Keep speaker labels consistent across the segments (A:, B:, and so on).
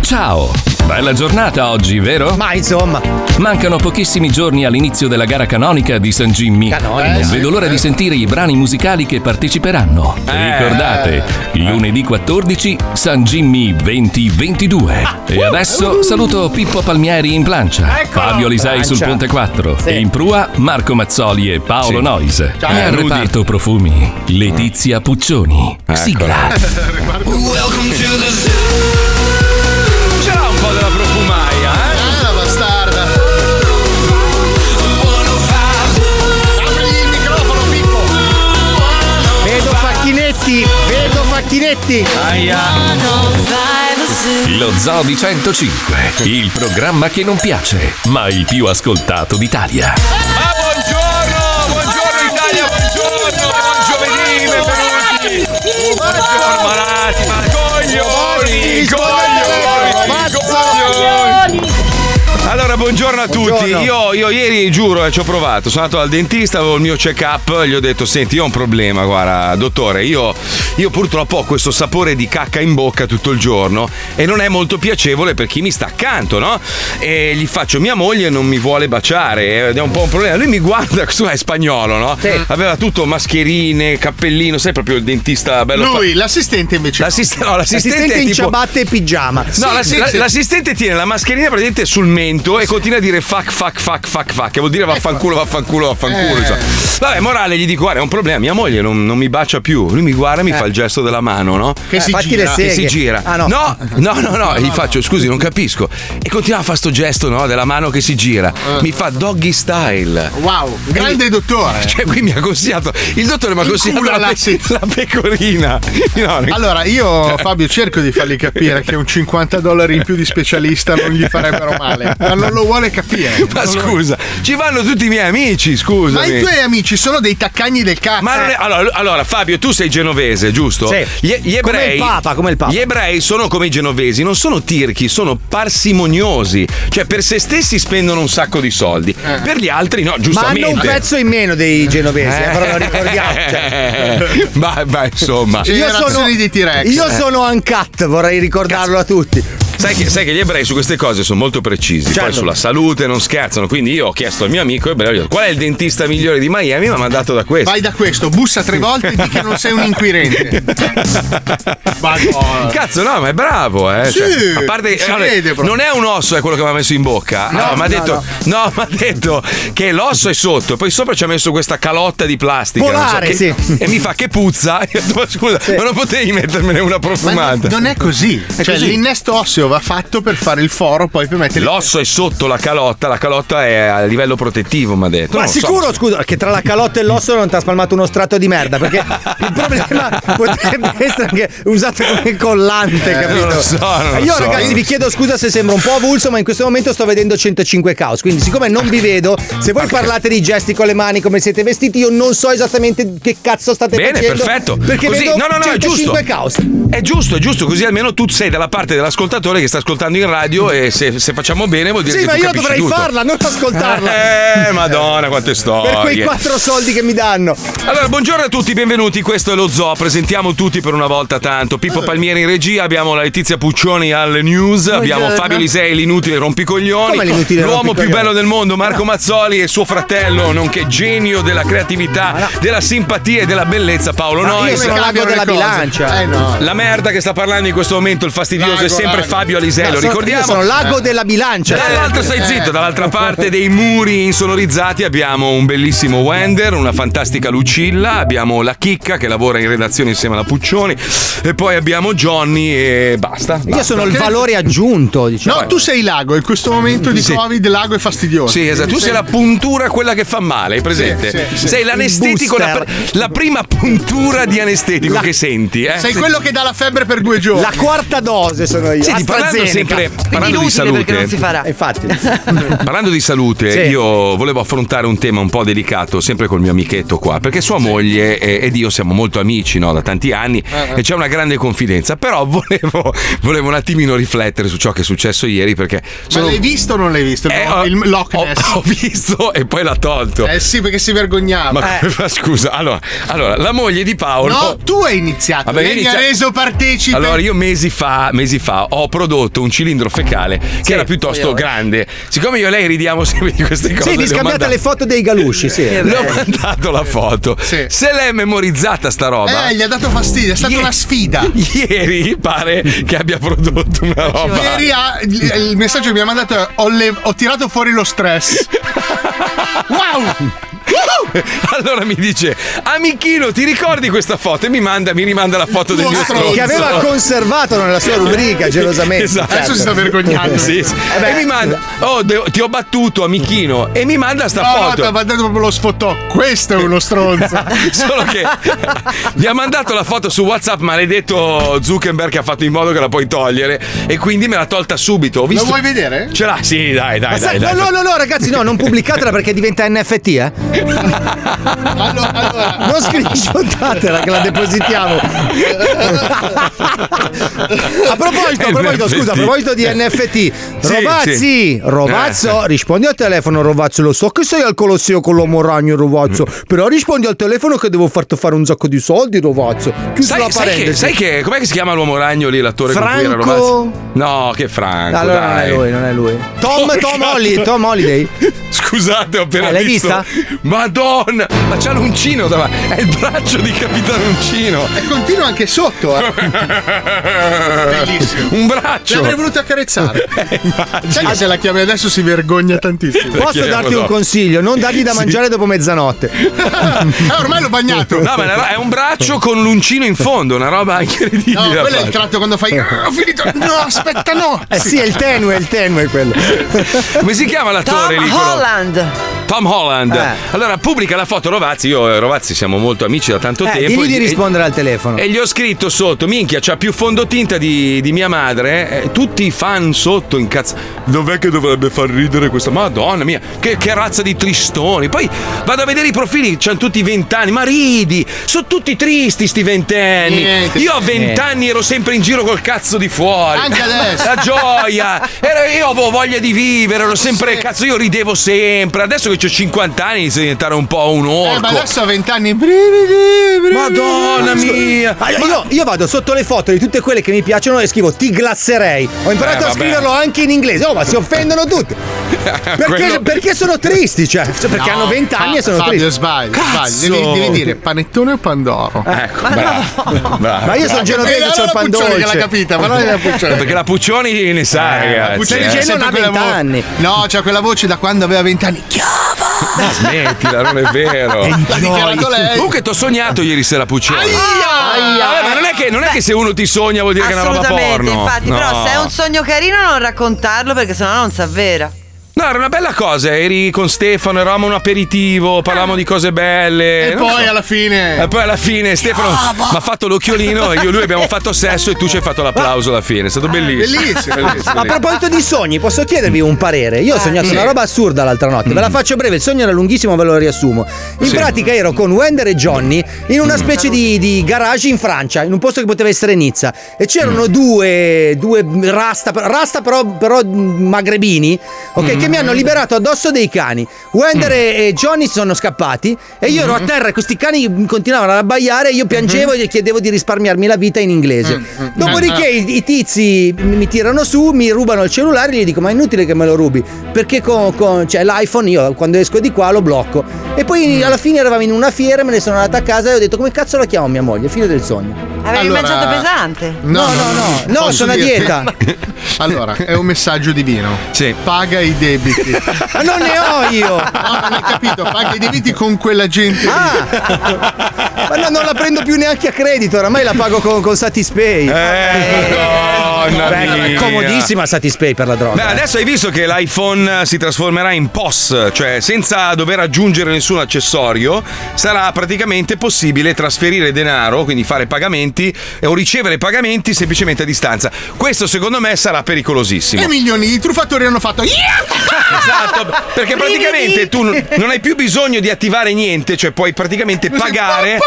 A: Ciao! Bella giornata oggi, vero?
B: Ma insomma.
A: Mancano pochissimi giorni all'inizio della gara canonica di San Jimmy.
B: Canonica?
A: Non
B: Eh, sì.
A: vedo l'ora di sentire i brani musicali che parteciperanno. Ricordate, lunedì 14, San Jimmy 2022.
C: uh,
A: E adesso saluto Pippo Palmieri in plancia, Fabio Lisei sul
D: Plancia.
A: Ponte 4
D: Sì.
A: e in prua Marco Mazzoli e Paolo
D: Sì.
A: Noise.
D: Ciao,
A: e al
D: Rudy.
A: reparto profumi, Letizia Puccioni.
E: Ecco.
A: Sigla.
C: C'era un po' della profumaia, eh? Ah, la bastarda.
F: Apri il microfono, Pippo.
B: Vedo Facchinetti, vedo Facchinetti.
A: Lo Zoo di 105, il programma che non piace, ma il più ascoltato d'Italia.
C: Buongiorno Italia, buongiorno, buon giovedì, benvenuti. Buongiorno Malati, ma coglioni, coglioni, coglioni. Allora, buongiorno a tutti. Io, io ieri giuro, eh, ci ho provato. Sono andato dal dentista, avevo il mio check-up. Gli ho detto: Senti, io ho un problema, guarda, dottore. Io, io purtroppo ho questo sapore di cacca in bocca tutto il giorno e non è molto piacevole per chi mi sta accanto, no? E gli faccio: Mia moglie non mi vuole baciare ed è un po' un problema. Lui mi guarda, questo è spagnolo, no? Aveva tutto mascherine, cappellino, sai proprio il dentista bello.
F: Lui,
C: fa-
F: l'assistente invece.
C: L'assistente, no, l'assistente,
F: L'assistente
C: è
F: in
C: tipo-
B: Ciabatte e pigiama.
C: No,
F: Sì,
C: l'assi-
F: sì,
C: la-
F: sì.
C: l'assistente tiene la mascherina praticamente sul mento e continua a dire fuck, fuck, fuck, fuck, fuck, che vuol dire vaffanculo, vaffanculo, vaffanculo.
F: Eh.
C: insomma. Vabbè, morale, gli dico, guarda, è un problema, mia moglie non, non mi bacia più. Lui mi guarda e mi fa il gesto della mano, no? Eh,
B: Che si fatti gira. le
C: Che si
B: seghe.
C: gira.
B: Ah,
C: no.
B: no.
C: no, no, no, e gli faccio, scusi, non capisco. E continua a fare sto gesto, no, della mano che si gira. Mi fa doggy style.
F: Wow, grande dottore.
C: Cioè, qui mi ha consigliato. Il dottore mi ha consigliato
F: Incula
C: la,
F: la-
C: pe- la pecorina. No, Eh. ne-
F: Allora, io, Fabio, cerco di fargli capire che un 50 dollari in più di specialista non gli farebbero male. Ma non lo vuole capire.
C: Ma
F: Non lo-
C: scusa, ci vanno tutti i miei amici, scusa.
F: Ma i tuoi amici sono dei taccagni del cazzo.
C: Ma
B: Eh.
C: non è- allora, allora, Fabio, tu sei genovese, giusto?
F: Sì.
C: Gli, gli
F: Come
C: ebrei.
F: il Papa, come il Papa.
C: Gli ebrei sono come i genovesi, non sono tirchi, sono parsimoniosi. Cioè, per se stessi spendono un sacco di soldi, per gli altri no,
B: Ma
C: giustamente.
B: hanno un pezzo in meno dei genovesi, eh, però lo ricordiamo. cioè.
C: Eh, ma, ma insomma.
B: Io sono uncut, vorrei ricordarlo a tutti.
C: Sai che, sai che gli ebrei su queste cose sono molto precisi, poi
B: Certo.
C: sulla salute non scherzano. Quindi io ho chiesto al mio amico ebreo, gli ho detto, qual è il dentista migliore di Miami? Mi ha mandato da questo.
F: Vai da questo, bussa tre volte e di che non sei un inquirente. Madonna.
C: Cazzo, no, ma è bravo, eh.
F: Sì,
C: a parte,
F: si
C: allora,
F: vede proprio.
C: non è un osso, è quello che mi ha messo in bocca.
F: No,
C: Allora, mi ha
F: no,
C: detto, no, mi ha detto che l'osso è sotto, poi sopra ci ha messo questa calotta di plastica. non so
F: Polare,
C: che-
F: sì.
C: E mi fa che puzza. Io ho detto, ma scusa, ma non potevi mettermene una
F: Ma
C: profumata.
F: non è così. cioè,
C: così.
F: l'innesto osseo va fatto per fare il foro, poi per mettere.
C: L'osso è sotto la calotta, la calotta è a livello protettivo, mi ha detto.
B: Ma
C: Non lo so.
B: sicuro, scusa, che tra la calotta e l'osso non ti ha spalmato uno strato di merda, perché il problema potrebbe essere anche usato come collante,
C: Eh,
B: capito?
C: non lo so, non lo
B: Io
C: so, non
B: ragazzi
C: lo
B: vi
C: so.
B: chiedo scusa se sembro un po' avulso, ma in questo momento sto vedendo 105 caos, quindi siccome non vi vedo, se voi parlate di gesti con le mani, come siete vestiti, io non so esattamente che cazzo state
C: Bene,
B: facendo.
C: perfetto.
B: Perché
C: Così-
B: vedo
C: no, no, no, è
B: 105
C: giusto.
B: caos.
C: È giusto, è giusto, così almeno tu sei dalla parte dell'ascoltatore che sta ascoltando in radio e se, se facciamo bene vuol dire
B: Sì,
C: che
B: ma
C: tu
B: io
C: capisci
B: dovrei
C: tutto.
B: farla, non ascoltarla.
C: Eh, madonna, quante storie.
B: per quei quattro soldi che mi danno.
C: Allora, buongiorno a tutti, benvenuti. Questo è lo zoo. Presentiamo tutti per una volta tanto. Pippo
B: Eh.
C: Palmieri in regia, abbiamo la Letizia Puccioni alle news, abbiamo
D: Buongiorno.
C: Fabio Lisei, l'inutile rompicoglioni.
D: Come l'inutile
C: L'uomo più
D: rompicoglioni?
C: bello del mondo,
B: Eh.
C: Marco Mazzoli e suo fratello, nonché genio della creatività, della simpatia e della bellezza, Paolo
F: Ah,
B: Ma io
C: Nois.
B: sono l'ago della bilancia. Eh, no.
C: La merda che sta parlando in questo momento, il fastidioso,
B: Lago,
C: è sempre
B: lago.
C: Fabio Alisei,
B: No,
C: lo
B: sono-
C: ricordiamo. Eh.
B: io sono l'ago della bilancia.
C: Dall'altro stai
B: Eh.
C: zitto, dall'altra parte dei muri insonorizzati abbiamo un bellissimo Wender, una fantastica Lucilla, abbiamo la Chicca che lavora in redazione insieme alla Puccioni e poi abbiamo Johnny e basta.
B: Io
C: basta.
B: sono il valore aggiunto, diciamo.
F: No, tu sei lago. In questo momento di
C: Sì.
F: Covid, lago è fastidioso.
C: Sì, esatto. Tu sei la puntura quella che fa male, hai presente?
F: Sì, sì, sì.
C: Sei
F: Il
C: l'anestetico, la,
F: booster.
C: pr- la prima puntura di anestetico che senti, eh?
F: Sei quello che dà la febbre per due giorni.
B: La quarta dose sono io.
C: Senti, parlando
B: AstraZeneca.
C: sempre- parlando di Inutile, perché salute. Eh, non si farà.
B: Infatti.
C: Parlando di salute,
B: Sì.
C: io volevo affrontare un tema un po' delicato, sempre col mio amichetto qua, perché sua moglie e- ed io siamo molto amici no, da tanti anni
D: Eh, eh.
C: e c'è una grande confidenza, però volevo, volevo un attimino riflettere su ciò che è successo ieri perché sono...
F: Ma l'hai visto o non l'hai visto? Il- il Loch Ness.
C: Eh, Ho visto e poi l'ha tolto.
F: Eh sì, perché si vergognava.
C: Ma,
F: Eh.
C: ma scusa, allora, allora, la moglie di Paolo...
F: No, tu hai iniziato.
C: Vabbè,
F: lei mi ha
C: inizia-
F: reso partecipe.
C: Allora, io mesi fa, mesi fa ho prodotto un cilindro fecale che era piuttosto
F: eh.
C: grande. Siccome io e lei ridiamo sempre di queste cose,
B: Sì, vi
C: le ho
B: scambiate
C: mandato-
B: le foto dei galusci, sì.
C: Le ho mandato la foto. Se l'è memorizzata sta roba.
F: Eh, gli ha dato fastidio, è stata una sfida.
C: Ieri pare che abbia prodotto una roba.
F: Ieri ha- il il messaggio che mi ha mandato è ho, le- ho tirato fuori lo stress. wow!
C: Allora mi dice, amichino, ti ricordi questa foto? E mi manda, mi rimanda la foto del mio stronzo.
B: che aveva conservato nella sua rubrica gelosamente.
C: Esatto.
B: Certo.
C: Sì, sì.
B: Eh
C: E mi manda, oh, de- ti ho battuto, amichino. E mi manda sta
F: No,
C: foto.
F: ti ha mandato proprio lo sfottò. Questo è uno stronzo.
C: Solo che gli ha mandato la foto su WhatsApp, maledetto Zuckerberg che ha fatto in modo che la puoi togliere. E quindi me l'ha tolta subito. Ho visto-
B: vuoi
F: vedere?
C: Ce l'ha, sì, dai,
B: Ma
C: dai,
B: sa-
C: dai.
B: no,
C: dai.
B: no, no, no, ragazzi, no, non pubblicatela perché diventa NFT, eh? Non screenshotatela che la depositiamo. A proposito, a proposito, scusa, a proposito di NFT,
D: Sì,
B: Rovazzi,
D: sì.
B: Rovazzo,
D: Eh.
B: rispondi al telefono, Rovazzo. Lo so che sei al Colosseo con l'uomo ragno, Rovazzo, però rispondi al telefono che devo farti fare un sacco di soldi, Rovazzo. Chiuso la
C: Sai, sai che,
B: parentesi.
C: sai che- com'è che si chiama l'uomo ragno lì, l'attore con cui era
B: Franco-
C: romanzo? No, che Franco,
B: Allora, non
C: dai.
B: è lui, non è lui. Tom,
C: Porca
B: Tom, Holly,
C: puttana.
B: Tom Holiday.
C: Scusate, ho appena
B: Eh, l'hai
C: visto.
B: vista?
C: Madonna, ma c'ha l'uncino davanti. È il braccio di Capitano Uncino.
F: E continua anche sotto. eh. Bellissimo.
C: Un braccio. Eh,
F: Ti avrei voluto accarezzare. Sai che
C: immagino.
F: se la chiami adesso si vergogna tantissimo.
B: Posso darti un consiglio? Non dargli da mangiare dopo mezzanotte.
F: Ah, ormai l'ho bagnato.
C: No, ma è una ro- è un braccio con l'uncino in fondo, una roba incredibile.
F: No,
C: da
F: quello è
C: fare.
F: il tratto quando fai. "Ah, ho finito. No, aspetta, no. Eh,
B: Eh sì, è il tenue, è il tenue quello.
C: Come si chiama l'attore lì? quello- Tom Holland.
B: Eh.
C: Allora pubblica la foto Rovazzi, io e Rovazzi siamo molto amici da tanto
B: Eh,
C: tempo.
B: digli
C: E-
B: di rispondere al telefono.
C: E gli ho scritto sotto, minchia, c'ha più fondotinta di, di mia madre. eh, tutti i fan sotto incazzati. Dov'è che dovrebbe far ridere questa? Madonna mia, che, che razza di tristoni. Poi vado a vedere i profili, c'hanno tutti vent'anni, ma ridi, sono tutti tristi sti ventenni.
F: Niente.
C: Io a vent'anni ero sempre in giro col cazzo di fuori.
F: Anche adesso.
C: La gioia. Era- io avevo voglia di vivere, ero sempre, cazzo, io ridevo sempre. Adesso che ho 50 anni inizio a diventare un po' un orco.
F: Eh, ma adesso a vent'anni. brividi, brividi.
C: Madonna mia!
B: Ma ah, io, io vado sotto le foto di tutte quelle che mi piacciono e scrivo ti glasserei. Ho imparato
C: Eh,
B: a
C: vabbè.
B: scriverlo anche in inglese. Oh, ma si offendono tutti. Perché,
C: Quello-
B: perché sono tristi, cioè, cioè, perché
F: No,
B: hanno 20 anni
F: Fa-
B: e sono
F: Fabio,
B: tristi.
F: sbagli,
B: Cazzo! Eh,
F: sbagli. Devi, devi dire panettone o pandoro.
C: Ecco, bravo, bravo.
B: Ma io sono genovese,
F: E Eh, allora
B: c'ho il
F: la
B: pan
F: Puccioni che
B: dolce.
F: l'ha capita, ma non è la Puccioni.
C: Perché la Puccioni ne sa, ragazzi.
F: Puccioni
C: eh.
F: c'è
B: non ha
F: sempre quella vo-
B: 20 anni.
F: No, c'ha quella voce da quando aveva 20 anni.
C: Ma Ah, smettila, non è vero.
F: L'ha dichiarato lei.
C: Comunque t'ho sognato ieri sera Puccioni. Vabbè, ma non è, che, non è che se uno ti sogna vuol dire che è una roba
G: Assolutamente,
C: porno.
G: infatti, però
C: No.
G: se è un sogno carino non raccontarlo perché sennò non si avvera.
C: No, era una bella cosa, eri con Stefano, eravamo un aperitivo, parlavamo di cose belle.
F: E
C: non
F: poi
C: so.
F: alla fine.
C: E poi alla fine Stefano mi ha fatto l'occhiolino e io e lui abbiamo fatto sesso e tu ci hai fatto l'applauso alla fine, è stato bellissimo.
F: Ah, Bellissimo.
C: bellissimo. Eh.
B: Ma a proposito di sogni, posso chiedervi un parere? Io ho sognato una roba assurda l'altra notte, ve la faccio breve, il sogno era lunghissimo, ve lo riassumo. In
C: Mm. Sì. Mm.
B: pratica ero con Wender e Johnny in una specie di, di garage in Francia, in un posto che poteva essere Nizza. E
C: Mm.
B: c'erano due, due rasta, rasta però, però magrebini, ok,
C: Mm.
B: che mi hanno liberato addosso dei cani. Wender e e Johnny sono scappati e io
C: Mm.
B: ero a terra e questi cani continuavano ad abbaiare e io piangevo
C: Mm-hmm.
B: e gli chiedevo di risparmiarmi la vita in inglese.
C: Mm, Ah,
B: Dopodiché i, i tizi mi, mi tirano su, mi rubano il cellulare e gli dico: Ma è inutile che me lo rubi. Perché con, con- cioè, l'iPhone io quando esco di qua lo blocco. E poi
C: Mm.
B: alla fine eravamo in una fiera, me ne sono andata a casa e ho detto: Come cazzo la chiamo mia moglie? Fine del sogno.
G: Avevi
F: Allora-
G: mangiato pesante.
F: No,
B: no, no, no,
F: Posso
B: sono a
F: dirti?
B: dieta.
F: Allora, è un messaggio divino.
C: Sì.
F: Paga i debiti. No,
B: Ma non ne ho io!
F: non hai capito, paga i debiti con quella gente. lì.
B: Ah. Ma no, non la prendo più neanche a credito, oramai la pago con, con Satispay.
C: Eh, madonna
B: Bella,
C: mia.
B: comodissima Satispay per la droga.
C: Beh,
B: eh.
C: adesso hai visto che l'iPhone si trasformerà in POS, cioè senza dover aggiungere nessun accessorio, sarà praticamente possibile trasferire denaro, quindi fare pagamenti eh, o ricevere pagamenti semplicemente a distanza. Questo secondo me sarà
F: E
C: pericolosissimo.
F: milioni di truffatori hanno fatto.
C: Esatto, perché praticamente tu non non hai più bisogno di attivare niente, cioè puoi praticamente pagare.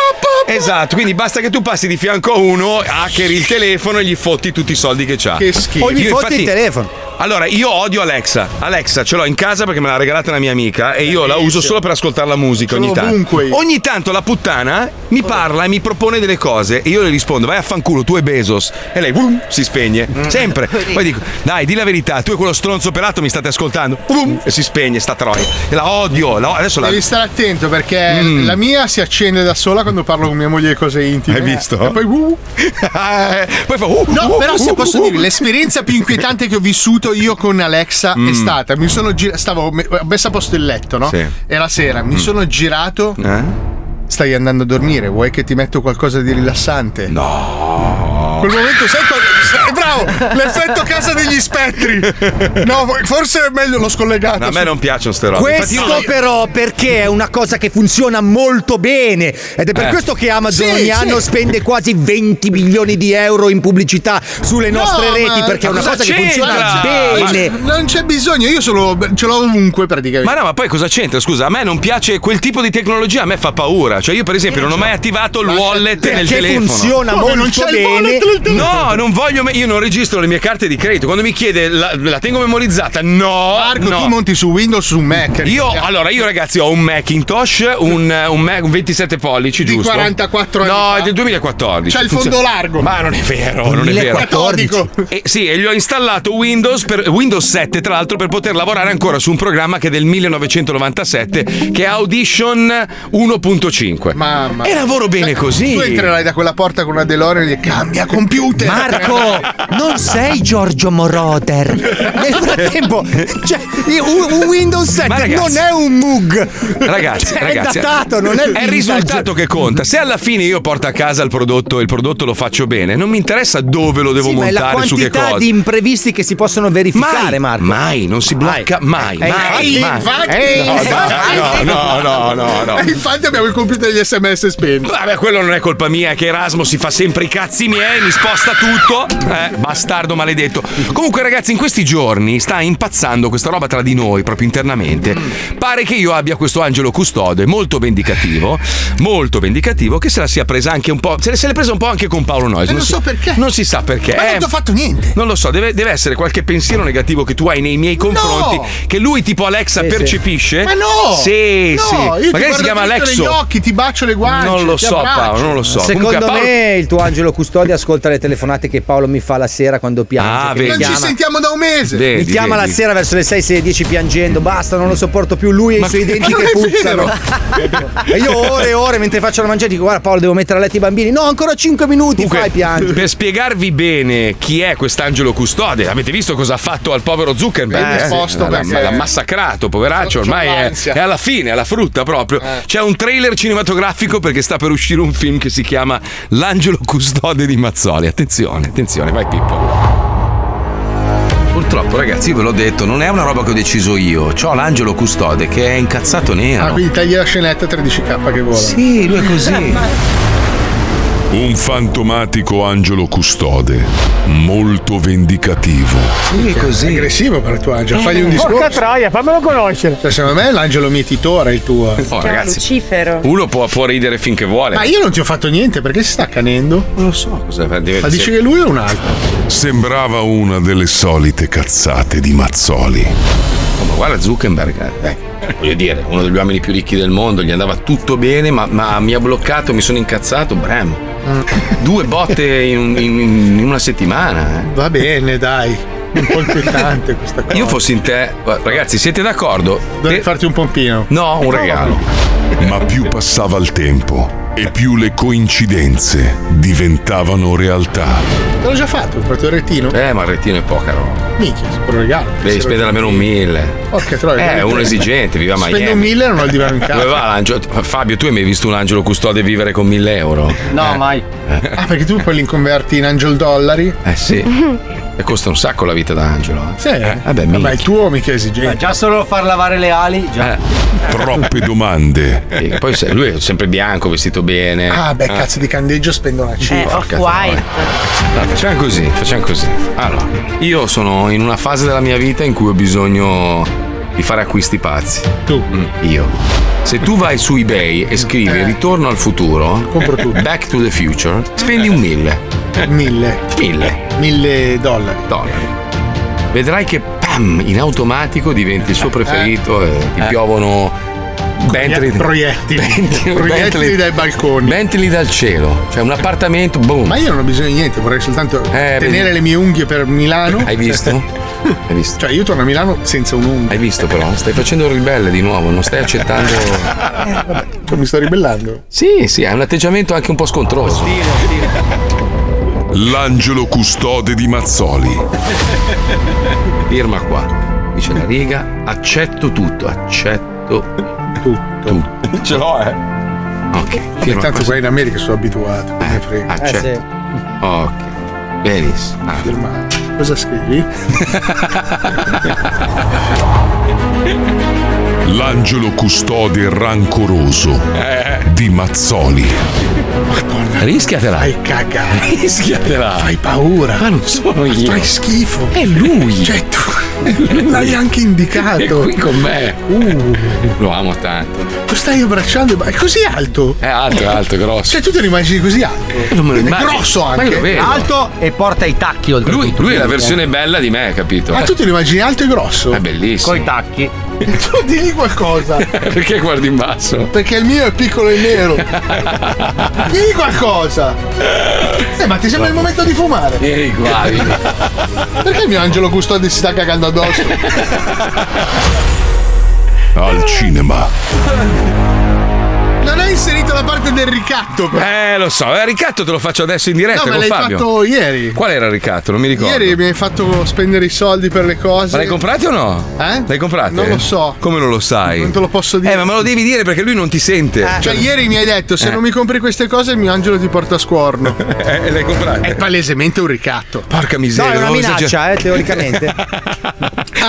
C: Esatto, quindi basta che tu passi di fianco a uno, hackeri il telefono e gli fotti tutti i soldi che c'ha.
F: Che schifo.
B: O gli
C: Ah. Io
B: fotti
C: infatti-
B: il telefono.
C: Allora, io odio Alexa. Alexa ce l'ho in casa perché me l'ha regalata una mia amica e io la uso solo per ascoltare la musica ogni
F: Solo
C: tanto.
F: ovunque.
C: Ogni tanto la puttana mi parla e mi propone delle cose e io le rispondo, vai a fanculo, tu e Bezos. E lei "Vum", si spegne.
F: Mm.
C: Sempre. Poi dico, dai, di la verità, tu e quello stronzo pelato mi state ascoltando. Vum, e si spegne sta troia. E la odio. la- adesso la...
F: Devi stare attento perché
C: Mm.
F: la mia si accende da sola quando parlo con mia moglie di cose intime.
C: Hai visto?
F: E poi, uh.
C: poi fa uh,
F: No,
C: uh,
F: però
C: uh,
F: se posso
C: uh,
F: dire, l'esperienza più inquietante che ho vissuto io con Alexa è stata. Mi sono girato. Stavo me- ho messo a posto il letto, no?
C: Mm. Sì. Mm.
F: Era sera, mi sono girato.
C: Eh?
F: Stai andando a dormire, vuoi che ti metto qualcosa di rilassante? No. Quel momento, sai quando- Bravo! L'effetto casa degli spettri! No, forse è meglio l'ho scollegato.
C: No, a me non piacciono ste robe. Infatti io
B: Questo
C: non-
B: però perché è una cosa che funziona molto bene ed è per
C: Eh.
B: questo che Amazon
F: Sì,
B: ogni
F: sì.
B: anno spende quasi 20 milioni di euro in pubblicità sulle nostre
F: ma-
B: reti perché è una
F: cosa
B: cosa che funziona
C: c'entra?
B: bene.
F: Ma non c'è bisogno, io sono, ce l'ho ovunque praticamente.
C: Ma no, ma poi cosa c'entra? Scusa, a me non piace quel tipo di tecnologia, a me fa paura. Cioè, io, per esempio, non ho mai attivato il wallet nel
B: Perché
C: telefono.
B: cioè, funziona
F: Come, non
B: molto
F: c'è il
B: bene.
F: wallet nel telefono?
C: No, non voglio. me- io non registro le mie carte di credito. Quando mi chiede la, la tengo memorizzata, no.
F: Marco,
C: no.
F: tu monti su Windows su Mac.
C: Io, allora, io ragazzi ho un Macintosh, un, un Mac, un 27 pollici,
F: Di
C: giusto?
F: 44 anni
C: No,
F: fa.
C: è del 2014.
F: C'ha il fondo
C: Funziona-
F: largo.
C: Ma non è vero, Eh, non è vero.
B: 2014.
F: Catodico.
C: Eh, sì, e gli ho installato Windows, per, Windows 7, tra l'altro, per poter lavorare ancora su un programma che è del 1997, che è Audition 1.5.
F: Mamma.
C: E lavoro bene così.
F: Eh, Tu entrerai da quella porta con una DeLorean e cambia computer.
B: Marco, non sei Giorgio Moroder.
F: Eh,
B: Nel frattempo, cioè, io- un, un Windows 7
C: Ma ragazzi-
B: non è un mug.
C: Ragazzi,
B: Cioè,
C: ragazzi, eh,
B: è datato, non è
C: è il
B: vintage.
C: risultato che conta. Se alla fine io porto a casa il prodotto e il prodotto lo faccio bene, non mi interessa dove lo devo
B: Sì, ma è la
C: montare, su che
B: quantità
C: cosa.
B: di imprevisti che si possono verificare,
C: Mai,
B: Marco.
C: mai, non si blocca mai.
B: Eh,
C: mai,
F: infatti,
C: mai.
F: infatti.
C: Eh, no, dai, no, no, no, no,
F: E
C: no.
F: Eh, infatti abbiamo il computer degli sms spenti.
C: Vabbè, quello non è colpa mia, è che Erasmo si fa sempre i cazzi miei, mi sposta tutto. Eh, bastardo maledetto. Comunque, ragazzi, in questi giorni sta impazzando questa roba tra di noi, proprio internamente. Pare che io abbia questo angelo custode, molto vendicativo, molto vendicativo, che se la sia presa anche un po'. Se l'è presa un po' anche con Paolo Noyes.
F: Eh, non
C: si-
F: so perché.
C: Non si sa perché.
F: Ma
C: Eh,
F: non ti ho fatto niente.
C: non lo so, deve, deve essere qualche pensiero negativo che tu hai nei miei confronti,
F: No!
C: che lui tipo Alexa
B: Sì, sì.
C: percepisce.
F: Ma no!
C: Eh? Sì,
F: No,
C: sì.
F: io ti
C: Magari si
F: guardo
C: chiama
F: dritto negli
C: Alexo.
F: occhi, ti bacio le guance.
C: Non lo
F: ti
C: so,
F: abbraccio.
C: Paolo, non lo so.
B: Secondo
C: Comunque, Paolo-
B: me il tuo angelo custode ascolta le telefonate che Paolo mi fa la sera quando piange.
C: Ah,
B: che mi
F: Non
C: vedi.
F: ci
B: chiama,
F: sentiamo da un mese.
C: Vedi,
B: mi chiama la
C: vedi.
B: sera verso le 6, 6 10 piangendo. Basta, non lo sopporto più. Lui e i suoi denti
F: non
B: che
F: è
B: puzzano. e io ore e ore mentre faccio la mangiata dico: Guarda, Paolo, devo mettere a letto i bambini. No, ancora 5 minuti.
C: Comunque,
B: Fai piangere.
C: per spiegarvi bene chi è quest'angelo custode, avete visto cosa ha fatto al povero
F: Ben
C: Zuckerberg? Eh,
F: esposto
C: L'ha-
F: perché-
C: L'ha massacraccio, poveraccio,
F: C'ho
C: ormai è,
F: l'ansia.
C: è alla fine, alla frutta proprio.
F: Eh.
C: C'è un trailer cinematografico perché sta per uscire un film che si chiama L'angelo custode di Mazzoli. Attenzione, attenzione, vai Pippo.
D: Purtroppo, ragazzi, io ve l'ho detto, non è una roba che ho deciso io. C'ho l'angelo custode che è incazzato
F: Ah,
D: nero.
F: quindi tagli la scenetta 13k che vola.
D: Sì, lui è così.
H: Un fantomatico angelo custode, molto vendicativo.
D: Lui è così.
F: Aggressivo per il tuo angelo, fagli un
I: Eh, Porca
F: discorso.
I: troia, fammelo conoscere.
F: Cioè, secondo me l'angelo mietitore è il tuo.
C: Oh,
J: Chiama
C: ragazzi,
J: Lucifero.
C: uno può, può ridere finché vuole.
F: Ma io non ti ho fatto niente perché si sta accanendo.
C: non lo so cosa fa
F: Ma dici che lui è un altro.
H: Sembrava una delle solite cazzate di Mazzoli.
D: Ma guarda Zuckerberg, eh. voglio dire, uno degli uomini più ricchi del mondo, gli andava tutto bene, ma, ma mi ha bloccato, mi sono incazzato, bremo.
F: Mm.
D: Due botte in, in- in una settimana. eh.
F: Va bene, dai. Un po' inquietante questa cosa.
D: Io fossi in te,
C: Ragazzi, siete d'accordo?
F: Dovrei
C: Te-
F: farti un pompino.
C: No, un regalo.
H: Ma più passava il tempo e più le coincidenze diventavano realtà.
F: Te l'ho già fatto, ho comprato il retino.
D: eh, ma il rettino è poca roba.
F: Minchia, sopra un regalo.
D: Devi spendere almeno un mille.
F: Porca troia.
D: Eh, uno esigente, viva Miami.
F: Spendo un mille e non ho il divano in
D: Dove
F: casa.
D: va l'angelo? Fabio, tu hai mai visto un angelo custode vivere con 1000 euro?
I: No, mai.
F: Ah, perché tu poi li converti in angel dollari?
D: Eh sì. E costa un sacco la vita da angelo. eh.
F: Sì.
D: vabbè,
F: Ma
D: minchia.
F: il tuo mica è esigente.
I: Già solo far lavare le ali, già.
H: Troppe domande,
D: E poi se- lui è sempre bianco, vestito bene. Eh.
F: Ah, beh, cazzo di candeggio spendo una
J: Eh,
F: cifra.
D: porca
J: off-white.
D: Allora, facciamo così, facciamo così. Allora, io sono in una fase della mia vita in cui ho bisogno di fare acquisti pazzi.
F: Tu.
D: Mm, Io. Se tu vai su eBay e scrivi ritorno al futuro,
F: Eh. Compro tutto. Eh,
D: back to the future, spendi un mille.
F: Mille.
D: Mille
F: Mille dollari.
D: dollari. vedrai che pam, in automatico diventi il suo preferito e ti
F: Eh.
D: piovono Bentley,
F: proiettili.
D: Bentley,
F: Proiettili
D: Bentley-
F: dai balconi.
D: Bentley dal cielo, cioè un appartamento, boom.
F: Ma io non ho bisogno di niente, vorrei soltanto tenere
D: Eh, vedi.
F: le mie unghie per Milano.
D: Hai visto? Hai visto?
F: Cioè, io torno a Milano senza un'unghia.
D: Hai visto però? Stai facendo il ribelle di nuovo, non stai accettando.
F: Cioè, mi sto ribellando.
D: Sì, sì, hai un atteggiamento anche un po' scontroso.
H: L'angelo custode di Mazzoli.
D: Firma qua. Dice la riga, accetto tutto, accetto tutto.
C: Ce l'ho, eh.
D: Ok.
F: Intanto
D: Firma
F: tanto
D: qua.
F: qua in America sono abituato. non me frega.
I: Eh,
D: Accetto. Ah, certo. Ok. Benissimo. Ah,
F: Firmato. Cosa scrivi?
H: L'angelo custode rancoroso di Mazzoli.
A: Rischiatela.
F: Fai cagare.
A: Rischiatela.
F: Hai paura.
D: Ma non sono io.
F: Fai schifo.
D: È lui.
F: Cioè, tu l'hai anche
D: è
F: indicato.
D: qui con me.
F: Uh,
D: Lo amo tanto.
F: lo stai abbracciando, ma è così alto.
D: È alto, è alto, è grosso. Eh,
F: Cioè, tu te lo immagini così alto.
D: Non me lo
F: È
D: immagino.
F: grosso
D: Ma io lo
F: anche.
D: vedo.
I: Alto e porta i tacchi oltretutto. eh.
D: Lui, lui è la versione bella di me, capito?
F: Ma tu te lo immagini alto e grosso?
D: È bellissimo.
I: Coi tacchi.
F: Tu digli qualcosa.
D: Perché guardi in basso?
F: Perché il mio è piccolo e nero. Digli qualcosa. Eh, ma ti sembra il momento di fumare.
D: Vieni qua, vieni.
F: Perché il mio angelo custode si sta cagando addosso?
H: Al cinema.
F: Non hai inserito la parte del ricatto. però.
C: Eh, lo so, eh, ricatto te lo faccio adesso in diretta
F: No, me
C: con
F: l'hai
C: Fabio.
F: fatto ieri.
C: Qual era il ricatto? Non mi ricordo.
F: Ieri mi hai fatto spendere i soldi per le cose.
C: Ma l'hai comprato o no?
F: Eh?
C: L'hai comprato?
F: Non lo so.
C: Come non lo sai?
F: Non te lo posso dire.
C: Eh, ma me lo devi dire perché lui non ti sente.
F: Cioè, ieri mi hai detto: se
C: Eh.
F: non mi compri queste cose, il mio angelo ti porta a scuorno.
C: Eh, eh, l'hai comprato.
F: È palesemente un ricatto.
C: Porca
B: No,
C: miseria.
B: è una
C: non esager-
B: minaccia, eh, teoricamente.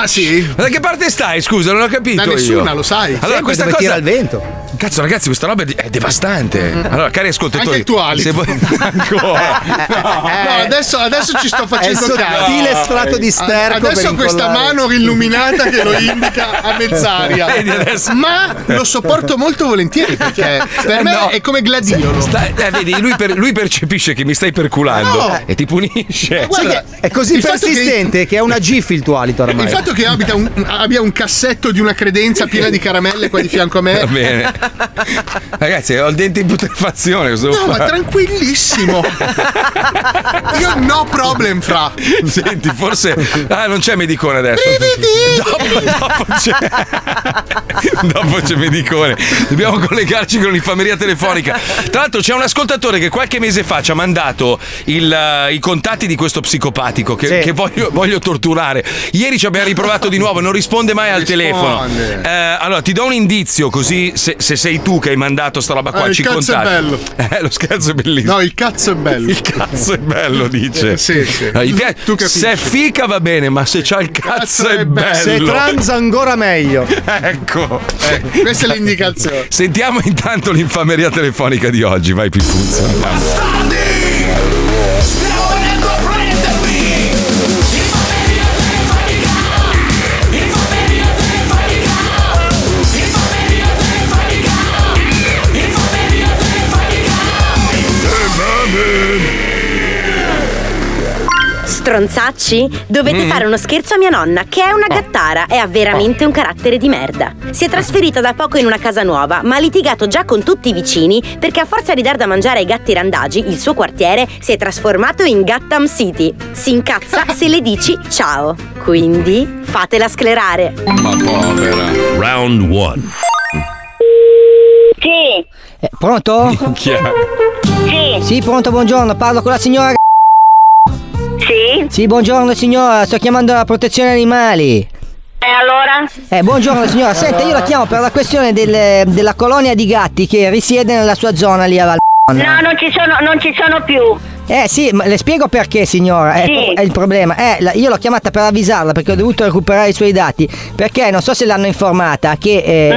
F: Ah, sì?
C: Ma da che parte stai? Scusa, non ho capito.
F: Da nessuna,
C: io.
F: lo sai.
C: Allora,
B: Sempre
C: questa
B: dove tira
C: cosa.
B: il vento.
C: Cazzo, ragazzi, questa roba è di- è devastante. Allora, cari ascoltatori.
F: Mm. Anche il tuo alito.
C: se voi- Ancora. No.
F: No, adesso, adesso ci sto
B: È il
F: facendo caso.
B: sottile strato di sterco.
F: Adesso
B: per
F: questa
B: incollare.
F: mano illuminata che lo indica a mezz'aria.
C: Vedi adesso?
F: Ma lo sopporto molto volentieri perché per
C: Eh,
F: me
C: no.
F: è come gladiolo.
C: Sta- eh, vedi, lui, per- lui percepisce che mi stai perculando
F: No.
C: e ti punisce.
F: Guarda,
B: È così
F: il fatto che-
B: persistente che... è una gif il tuo alito ormai.
F: Il fatto che abita un- abbia un cassetto di una credenza piena di caramelle qua di fianco a me.
C: Va
B: Eh.
C: bene. Ragazzi, ho il dente in putrefazione. Cosa devo
F: No, ma
C: fare?
F: tranquillissimo. Io no problem fra. Eh,
C: Senti, forse. Ah, non c'è Medicone adesso. Dopo, dopo c'è. dopo c'è Medicone. Dobbiamo collegarci con l'infameria telefonica. Tra l'altro, c'è un ascoltatore che qualche mese fa ci ha mandato il, eh, i contatti di questo psicopatico che,
B: Sì.
C: che voglio, voglio torturare. Ieri ci abbiamo riprovato di nuovo, non risponde mai al
F: Risponde.
C: telefono. Eh, allora, ti do un indizio, così se, se sei tu che hai mandato sta roba qua,
F: Ah, il
C: ci
F: cazzo è
C: contatti.
F: bello.
C: Eh, lo scherzo è bellissimo.
F: No, il cazzo è bello. Eh,
C: Il cazzo è bello, dice.
F: Sì, sì.
C: Ah, gli piace-
F: Tu capisci.
C: se è fica va bene, ma se c'ha il cazzo,
F: Cazzo
C: è
F: è
B: Se
C: bello.
B: transa ancora meglio.
C: ecco.
F: Eh, questa è l'indicazione.
C: Sentiamo intanto l'infameria telefonica di oggi, vai Pippuzza.
J: Stronzacci, dovete fare uno scherzo a mia nonna, che è una gattara e ha veramente un carattere di merda. Si è trasferita da poco in una casa nuova, ma ha litigato già con tutti i vicini perché a forza di dar da mangiare ai gatti randagi, il suo quartiere si è trasformato in Gotham City. Si incazza se le dici ciao. Quindi fatela sclerare.
D: Ma povera.
K: Round 1.
J: Sì,
L: pronto?
C: Chi è?
J: sì,
L: Sì, pronto, buongiorno, parlo con la signora.
J: sì.
L: Sì, buongiorno signora, sto chiamando la protezione animali.
J: E allora?
L: Eh, buongiorno signora, senta, io la chiamo per la questione del- della colonia di gatti che risiede nella sua zona lì a Val.
J: non ci sono, non ci sono più.
L: Eh sì, ma le spiego perché signora, è,
J: Sì.
L: pro- è il problema. Eh, la- io l'ho chiamata per avvisarla perché ho dovuto recuperare i suoi dati, perché non so se l'hanno informata che... eh,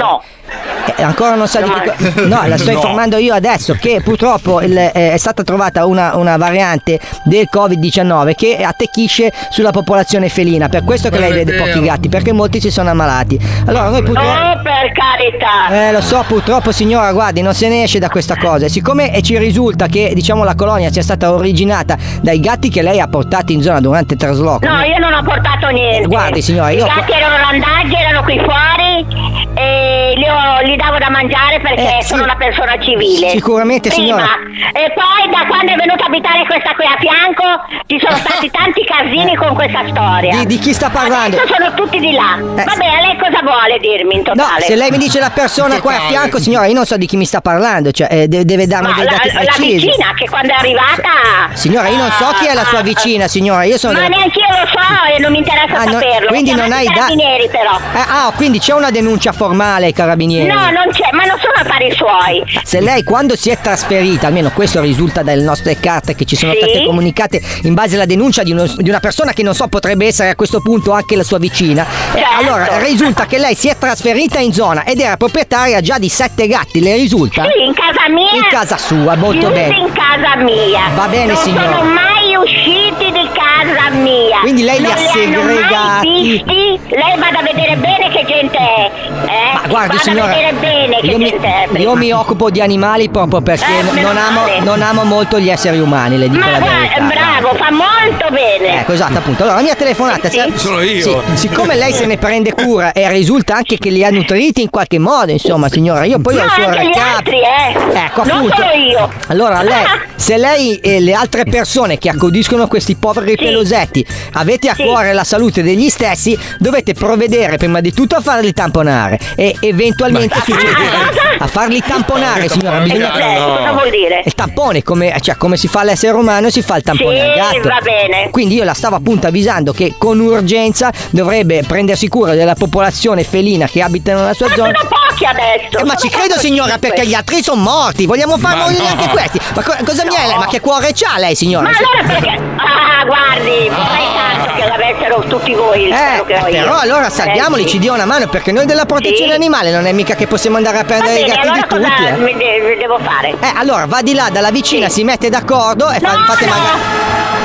L: Eh, ancora non so di che co- No, la sto
C: No.
L: informando io adesso che purtroppo il- eh, è stata trovata una, una variante del Covid-19 che attecchisce sulla popolazione felina. Per questo che
F: Ma
L: lei
F: è
L: vede pochi
F: vero.
L: gatti, perché molti si sono ammalati. Allora noi purtroppo.
J: per carità.
L: Eh, lo so, purtroppo signora, guardi, non se ne esce da questa cosa. E Siccome eh, ci risulta che diciamo la colonia sia stata originata dai gatti che lei ha portato in zona durante il trasloco.
K: No, io non ho portato niente.
L: Guardi, signora,
K: I
L: io-
K: gatti erano randaggi, erano qui fuori e li, ho- gli davo da mangiare perché sono una persona civile.
L: Eh, Sicuramente,
K: Prima.
L: signora.
K: E poi da quando è venuta a abitare questa qui a fianco ci sono stati tanti casini con questa storia.
L: Di, di chi sta parlando?
K: Adesso sono tutti di là. Va bene, lei cosa vuole dirmi in
L: No,
K: totale?
L: se lei mi dice la persona qua a fianco, signora, io non so di chi mi sta parlando, cioè eh, de- deve darmi
K: Ma
L: dei
K: la,
L: dati
K: la
L: precisi.
K: vicina che
L: Ah,
K: quando è arrivata
L: Signora, io non so chi è la sua vicina, signora, io sono
K: Ma
L: della-
K: neanche io lo so e non mi interessa
L: Ah, no,
K: saperlo.
L: quindi non hai dati.
K: neri però.
L: ah, quindi c'è una denuncia formale ai carabinieri.
K: No, non c'è, ma non sono affari suoi.
L: Se lei quando si è trasferita, almeno questo risulta dalle nostre carte che ci sono
K: Sì.
L: state comunicate in base alla denuncia di, uno- di una persona che non so potrebbe essere a questo punto anche la sua vicina, eh,
K: Certo.
L: allora risulta che lei si è trasferita in zona ed era proprietaria già di sette gatti, le risulta?
K: Sì, in casa mia.
L: In casa sua, molto
K: Chiusi
L: bene.
K: in casa mia.
L: Va bene,
K: non
L: signora.
K: sono mai usciti di casa mia.
L: Quindi lei li
K: non
L: ha
K: hanno mai
L: segregati.
K: visti. Lei vada a vedere bene che gente è. Eh?
L: Ma guardi
K: vada
L: signora,
K: a vedere bene che
L: io, mi,
K: gente è. prima.
L: io mi occupo di animali proprio perché
K: Eh, meno
L: non, amo,
K: male.
L: non amo molto gli esseri umani, le dico
K: Ma
L: la
K: guarda,
L: verità.
K: bravo, fa molto bene.
L: Ecco, esatto, appunto. Allora, la mia telefonata. se-
C: Sono io.
L: Sì, siccome lei se ne prende cura e risulta anche che li ha nutriti in qualche modo, insomma, signora, io poi
K: No,
L: ho il suo
K: anche gli
L: recap.
K: altri, eh.
L: Ecco,
K: non
L: appunto.
K: solo io.
L: Allora, lei, se lei e le altre persone che accudiscono questi poveri pelosetti avete a cuore la salute degli stessi, dovete provvedere prima di tutto a farli tamponare e eventualmente succedere- a farli tamponare, signora. bisogna-
K: Eh, Cosa vuol dire?
L: il tampone, come, cioè, come si fa l'essere umano, si fa il tampone
K: Sì,
L: al gatto.
K: va bene.
L: Quindi io la stavo appunto avvisando che con urgenza dovrebbe prendersi cura della popolazione felina che abita nella sua zona.
K: Pochi adesso.
L: Eh, ma ci credo signora perché gli altri sono morti, vogliamo far
K: Ma
L: morire
K: no.
L: anche questi. Ma co- cosa mi è lei? Ma che cuore c'ha lei signora? Eh,
K: Ma allora perché? Ah, guardi, vorrei tanto che l'avessero tutti voi. il
L: Eh,
K: quello che ho io.
L: Però allora salviamoli,
K: Eh, sì.
L: ci dia una mano perché noi della protezione
K: Sì.
L: animale non è mica che possiamo andare a
K: Va
L: prendere i
K: bene,
L: gatti
K: allora
L: di
K: cosa
L: tutti. eh.
K: mi de- mi devo fare?
L: Eh, allora va di là dalla vicina, si mette d'accordo e fa- fate magari.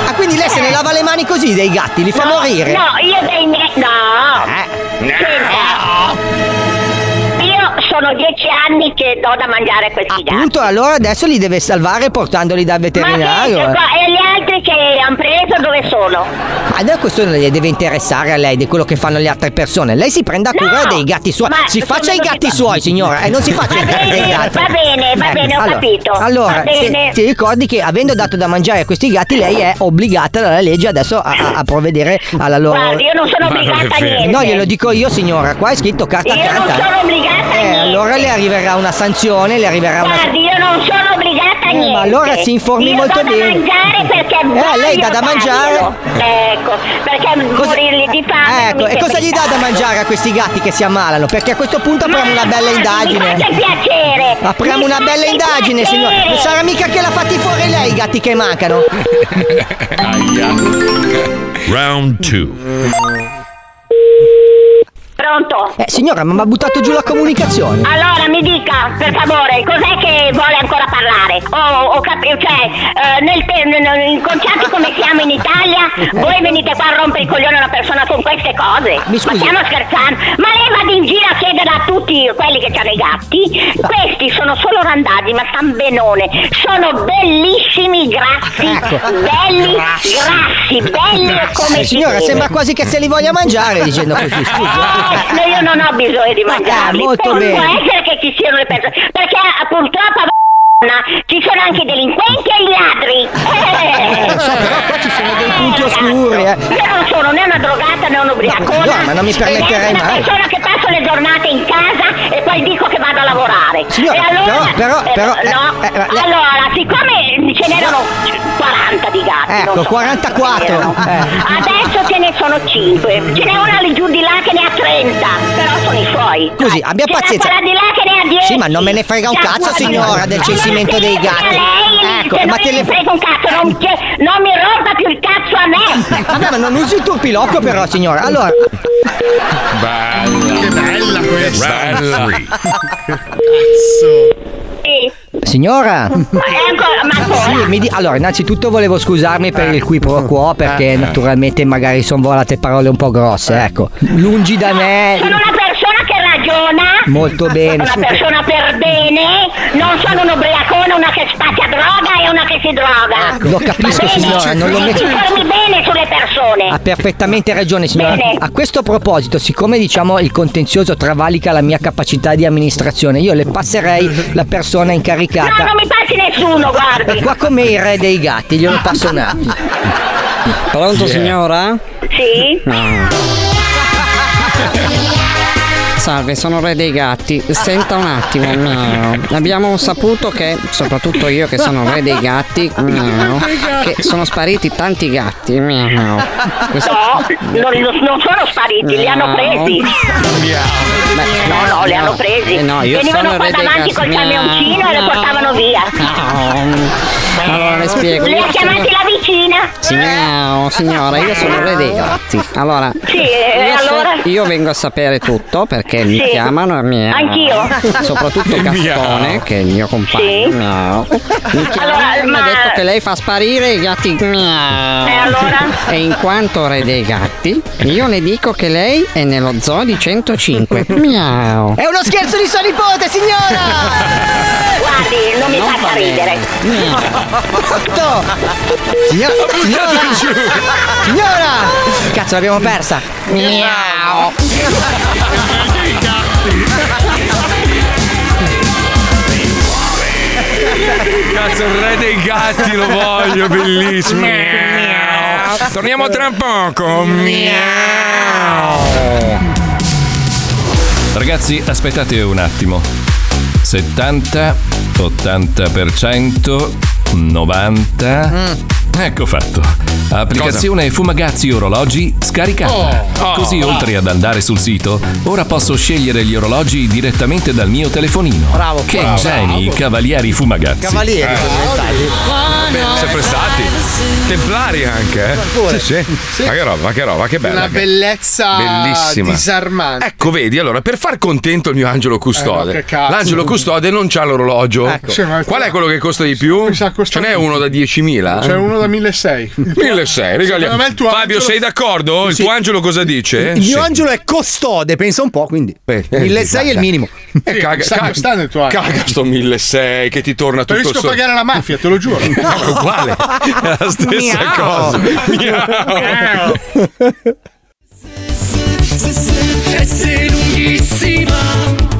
L: Ah, quindi lei se ne lava le mani così dei gatti, li fa
K: Eh. No,
L: morire.
K: No, io dei miei. No!
L: Eh.
K: Senta, Io sono dieci anni che do da mangiare a
L: Ah,
K: questi gatti.
L: Appunto, allora adesso li deve salvare portandoli dal veterinario.
K: Ma
L: eh.
K: senta qua, e gli altri che hanno preso dove sono?
L: Ma adesso Ah, questo non le deve interessare a lei di quello che fanno le altre persone. Lei si prenda cura dei gatti suoi. Si faccia i gatti suoi, signora, e non si faccia i gatti dei gatti.
K: Va bene, va
L: Ecco,
K: bene, ho
L: allora-
K: capito.
L: Allora,
K: va bene.
L: ti ricordi che avendo dato da mangiare a questi gatti, lei è obbligata dalla legge adesso a, a- a provvedere alla loro. Eh,
K: Guardi, io non sono Ma non è obbligata a vero. niente.
L: No, glielo dico io, signora. Qua è scritto carta
K: Io non
L: carta.
K: sono obbligata a
L: eh,
K: niente.
L: allora le arriverà una sanzione, le arriverà una.
K: Guardi, io non sono obbligata a
L: Eh,
K: niente.
L: ma allora si informi
K: Io
L: molto
K: do
L: bene.
K: da mangiare perché
L: Eh, lei dà
K: voglio
L: da mangiare?
K: darglielo. Ecco, perché morirli di fame.
L: Ecco, e cosa gli dà da mangiare a questi gatti che si ammalano? Perché a questo punto apriamo una bella indagine.
K: mi faccia piacere.
L: Apriamo
K: Mi
L: una bella
K: faccia
L: indagine,
K: piacere.
L: signora. Non sarà mica che l'ha fatti fuori lei i gatti che mancano.
M: Round 2.
K: Pronto? Ah,
L: Eh, signora, ma mi ha buttato giù la comunicazione.
K: Allora mi dica, per favore, cos'è che vuole ancora parlare? Ho, ho capito, cioè, eh, nel te- nel- in concetto come siamo in Italia, voi venite qua a rompere i coglioni a una persona con queste cose. Ma stiamo scherzando? Ma lei va in giro a chiedere a tutti quelli che hanno i gatti. Questi sono solo randaggi, ma stan benone. Sono bellissimi, grassi, belli, grassi, belli come
L: Ecco. Eh,
K: si
L: signora,
K: deve.
L: sembra quasi che se li voglia mangiare dicendo così.
K: Eh, no, io non ho bisogno di mangiarli.
L: Ah, molto
K: Però può
L: bene.
K: essere che ci siano le persone. Perché eh, purtroppo a Verona ci sono anche i delinquenti e i ladri. Eh.
L: Lo so, però qua ci sono dei punti oscuri, eh.
K: Io non sono né una drogata né un eh, ubriacona.
L: No, ma non mi
K: e
L: permetterei
K: neanche
L: mai.
K: una persona che passa le giornate in casa e poi dico che vado a lavorare.
L: Signora,
K: e allora,
L: però- però- però,
K: eh,
L: eh,
K: no.
L: eh, eh, lei-
K: allora, siccome ce n'erano 40 di gatti. non
L: Ecco,
K: so
L: 44. Eh.
K: Adesso ce ne sono 5. Ce n'è una lì giù di là che ne ha 30. Però sono i suoi.
L: Così, abbia
K: Ce n'è
L: pazienza.
K: quella di là che ne ha 10.
L: Sì, ma non me ne frega un
K: Già,
L: cazzo,
K: guarda.
L: signora, del
K: Allora,
L: censimento dei gatti.
K: Lei,
L: Ecco,
K: se
L: ma
K: non
L: te
K: me
L: ne
K: ne frega un cazzo, non, che, non mi rompa più il cazzo a me.
L: Vabbè, ma non usi il tuo pilocco però, signora. Allora,
M: Bella. Che bella
L: questa.
M: Round
K: Sì.
L: signora.
K: Ma è ancora, ma ancora.
L: Sì, mi di- allora, innanzitutto volevo scusarmi per il qui pro
K: Eh.
L: quo perché
K: Eh.
L: naturalmente magari sono volate parole un po' grosse, ecco. Lungi da me.
K: Sono una persona che ragiona.
L: Molto bene.
K: Una persona per bene, non sono un ubriacone, una che spaccia droga e una che si
N: Ah,
K: droga.
L: Lo capisco,
K: Va bene?
L: signora, non lo
K: Ti
L: metto-
K: informi bene sulle persone.
N: Ah.
L: Ha perfettamente ragione signora.
K: Bene.
L: A questo proposito, siccome diciamo il contenzioso travalica la mia capacità di amministrazione, io le passerei la persona incaricata.
K: No, non mi passi nessuno, guardi.
L: Qua come il re dei gatti, glielo passo un attimo.
N: Pronto
L: Yeah.
N: signora?
K: Sì?
N: No. Salve, sono re dei gatti. Senta un attimo. no. Abbiamo saputo che, soprattutto io che sono re dei gatti, no, che sono spariti tanti gatti. no. Questo-
K: No, non, non sono spariti, li hanno
N: No.
K: presi. No, no, li hanno presi.
N: Eh no, io
K: Venivano
N: sono
K: qua
N: re dei
K: davanti
N: gatti.
K: col camioncino e lo
N: No.
K: portavano via.
N: No. Allora le spiego.
K: Le
N: Io
K: ha chiamati la vicina.
N: Signora, signora, io sono il re dei gatti. Allora,
K: Sì, eh,
N: io, so-
K: allora?
N: io vengo a sapere tutto perché mi
K: Sì.
N: chiamano e mi
K: Anch'io.
N: Soprattutto Gastone, che è il mio compagno. miau. Mi chiama e mi ha detto che lei fa sparire i gatti. miau.
K: E Eh, allora?
N: E in quanto re dei gatti, io le dico che lei è nello zoo di 105. Miau.
K: Eh,
L: È uno scherzo di sua nipote, signora!
K: Guardi, non mi
N: Non va
K: faccia
N: bene.
K: ridere.
L: Signora, signora, signora!
G: Ah,
L: Cazzo, l'abbiamo persa! Miau!
C: Cazzo, il re dei gatti lo voglio, bellissimo. Miau. Torniamo tra poco. Miau.
A: Ragazzi, aspettate un attimo. 70, 80%, 90.
C: Mm.
A: Ecco fatto. Applicazione Fumagazzi Orologi scaricata.
C: Oh.
A: Così
C: Oh.
A: oltre ad andare sul sito, ora posso scegliere gli orologi direttamente dal mio telefonino.
C: Bravo,
A: Che
C: bravo,
A: geni,
C: bravo.
A: cavalieri Fumagazzi.
C: Cavalieri,
E: Eh,
C: eh. Beh, sempre stati. Templari anche, eh. Sì, sì. Ma che roba, ma che roba, che bella.
F: Una
C: che-
F: bellezza
C: Bellissima.
F: disarmante.
C: Ecco, vedi, allora, per far contento il mio angelo
F: Eh, no,
C: custode,
F: che cazzo.
C: l'angelo custode non c'ha l'orologio.
F: Ecco. Sì, ma-
C: Qual è quello che costa di più? Ce n'è uno da 10.000?
F: C'è uno da 1600.
C: 1.600, regaliamo.
F: Secondo me il tuo
C: Fabio,
F: angelo-
C: sei d'accordo? Il
F: Sì.
C: tuo angelo cosa dice?
B: Il mio
C: Sì.
B: angelo è custode, pensa un po', quindi. 1600 è il minimo.
C: Eh, caga,
F: sta-
C: caga,
F: sta nel tuo angelo.
C: caga sto 1600 che ti torna tutto
F: Preferisco
C: solo.
F: pagare la mafia, te lo giuro.
C: No, è uguale, è la stessa
F: Miau.
C: cosa.
F: Miau.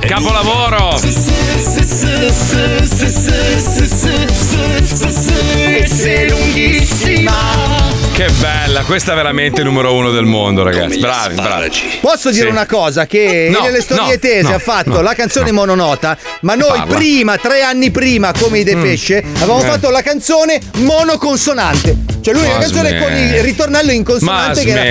C: Capolavoro! Che bella, questa è veramente numero uno del mondo, ragazzi. Bravi, bravi.
B: Posso dire
C: Sì.
B: una cosa? Che
C: No,
B: nelle storie
C: no,
B: tese
C: no,
B: ha fatto
C: no,
B: la canzone mononota, ma noi
C: Parla.
B: prima, tre anni prima, come i Depesce, avevamo
C: Eh.
B: fatto la canzone monoconsonante. Cioè l'unica
C: Ma
B: canzone
C: smetti.
B: con il ritornello in
C: Ma
B: consonante che era.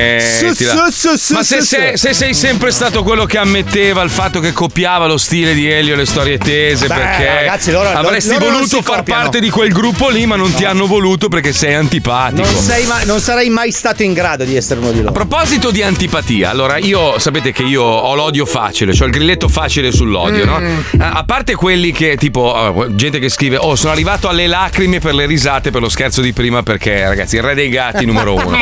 C: smettila. Ma se sei, se sei sempre stato quello che ammetteva il fatto che copiava lo stile di Elio e le storie tese,
B: Beh,
C: perché
B: ragazzi, loro-
C: avresti
B: loro non
C: voluto
B: si
C: far
B: copiano.
C: parte di quel gruppo lì, ma non ti hanno voluto perché sei antipatico.
B: Non, sei ma- non sarei mai stato in grado di essere uno di loro.
C: A proposito di antipatia, allora io sapete che io ho l'odio facile, cioè il grilletto facile sull'odio, no?
B: Mm.
C: Eh, A parte quelli che tipo eh, gente che scrive "Oh, sono arrivato alle lacrime per le risate per lo scherzo di prima perché ragazzi, il re dei gatti numero uno".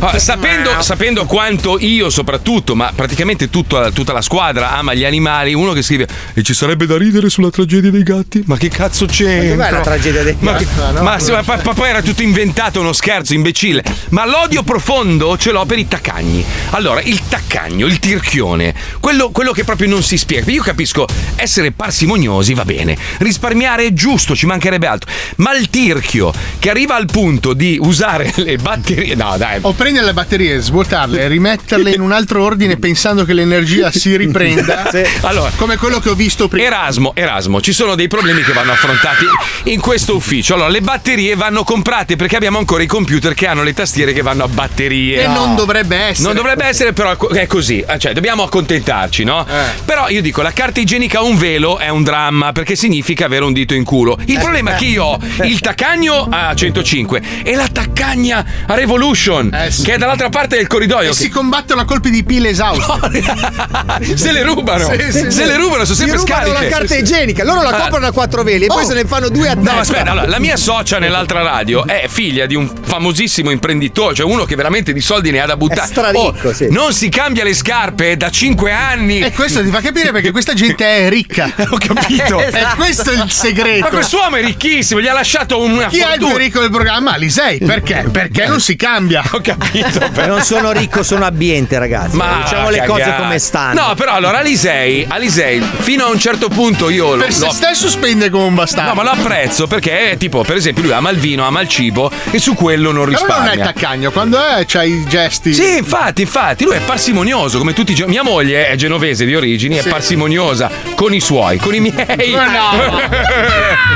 C: Ah, sapendo, sapendo quanto io soprattutto, ma praticamente tutta, tutta la squadra ama gli animali, uno che scrive e ci sarebbe da ridere sulla tragedia dei gatti? Ma che cazzo c'è?
B: Dov'è la tragedia dei
C: Ma, ma sì, ma pa- pa- poi era tutto inventato, uno scherzo imbecille. Ma l'odio profondo ce l'ho per i taccagni. Allora, il taccagno, il tirchione, quello, quello che proprio non si spiega. Io capisco, essere parsimoniosi va bene, risparmiare è giusto, ci mancherebbe altro. Ma il tirchio che arriva al punto di usare le batterie. No, dai.
F: O prendere le batterie, svuotarle, rimetterle in un altro ordine pensando che l'energia si riprenda.
C: Allora,
F: come quello che ho visto prima.
C: Erasmo, Erasmo, ci sono dei problemi che vanno affrontati in questo ufficio. Allora, le batterie vanno comprate perché abbiamo ancora i computer che hanno le tastiere che vanno a batterie.
F: E non dovrebbe essere.
C: Non dovrebbe essere, però è così. Eh, Cioè, dobbiamo accontentarci, no?
F: Eh.
C: Però io dico, la carta igienica a un velo è un dramma
F: Eh,
C: perché significa avere un dito in culo. Il problema è che io ho il tacagno a 105 e la taccagna a Revolution,
F: Eh,
C: che è dall'altra parte del corridoio.
F: E
C: che-
F: si combattono a colpi di pile esauste.
C: se le rubano,
F: Sì, sì,
C: se
F: sì.
C: le rubano, sono
F: Gli
C: sempre
B: rubano
C: scariche.
B: la carta igienica, loro la
C: Ah.
B: comprano a quattro veli e poi se ne fanno due a testa.
C: No, aspetta, allora, la mia socia nell'altra radio è figlia di un famosissimo imprenditore, cioè uno che veramente di soldi ne ha da buttare.
F: È straricco,
C: Oh, Non si cambia le scarpe da 5 anni.
F: E questo ti fa capire perché questa gente è ricca.
C: Ho capito.
F: E questo è il segreto.
C: Ma quest'uomo è ricchissimo, gli ha lasciato una
F: Chi ha il
C: fortuna.
F: pericolo del programma? Alisei. Perché? Perché non si cambia.
C: Ho capito.
B: Non sono ricco, sono abbiente, ragazzi.
C: Ma
B: diciamo le cose
C: cagà.
B: come stanno.
C: No, però allora Alisei, Alisei, fino a un certo punto io lo,
F: Per se
C: lo-
F: stesso spende come un bastardo.
C: No, ma lo apprezzo perché, tipo, per esempio, lui ama il vino, ama il cibo e su quello non
F: Però
C: risparmia.
F: non è taccagno, quando è c'ha i gesti.
C: Sì, infatti, infatti, lui è parsimonioso come tutti i ge- Mia moglie è genovese di origini, è parsimoniosa con i suoi, con i miei.
F: Ma no.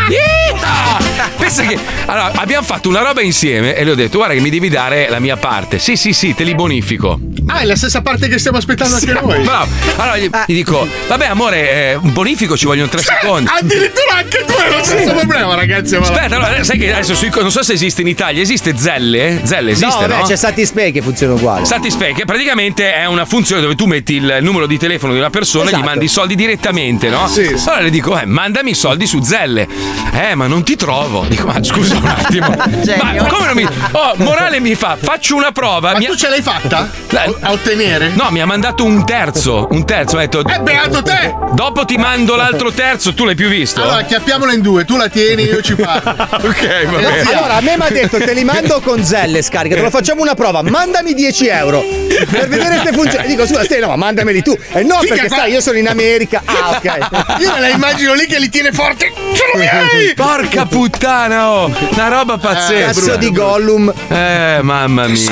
C: Yeehaw! Pensa che allora, abbiamo fatto una roba insieme e le ho detto "Guarda che mi devi dare la mia parte". Sì, sì, sì, te li bonifico.
F: Ah, è la stessa parte che stiamo aspettando anche noi.
C: Bravo. Allora gli, gli dico "Vabbè, amore, eh, un bonifico ci vogliono tre secondi".
F: ah, Addirittura anche tu hai lo stesso problema, ragazzi. ma-
C: Aspetta, allora, sai che adesso sui co- non so se esiste in Italia, esiste Zelle? Zelle
B: No,
C: esiste, no?
B: vabbè, c'è Satispay che funziona uguale.
C: Satispay che praticamente è una funzione dove tu metti il numero di telefono di una persona e gli
B: Esatto.
C: mandi i soldi direttamente, no?
F: Sì, sì.
C: Allora le dico, eh, mandami i soldi su Zelle. Eh, ma non ti trovo. Dico, ma scusa un attimo.
F: Genio.
C: ma come non mi. Oh, Morale mi fa, faccio una prova.
F: Ma tu ce l'hai fatta?
C: A
F: ottenere?
C: No, mi ha mandato un terzo. Un terzo, ha detto.
F: Eh, beato te!
C: Dopo ti mando l'altro terzo, tu l'hai più visto?
F: Allora, chiappiamola in due, tu la tieni, io ci parlo.
C: ok, va bene.
B: Allora, a me mi ha detto te li mando con zelle scarica, te lo facciamo una prova, mandami 10 euro per vedere se funziona. Dico, scusa, stai, no, ma mandameli tu. E no,
F: Figa,
B: perché
F: ma-
B: sai, io sono in America. Ah, ok.
F: Io me la immagino lì che li tiene forte. Sono miei!
C: Porca puttana, oh! Una
F: Eh,
C: roba pazzesca.
B: Cazzo di Gollum.
C: Eh, mamma mia.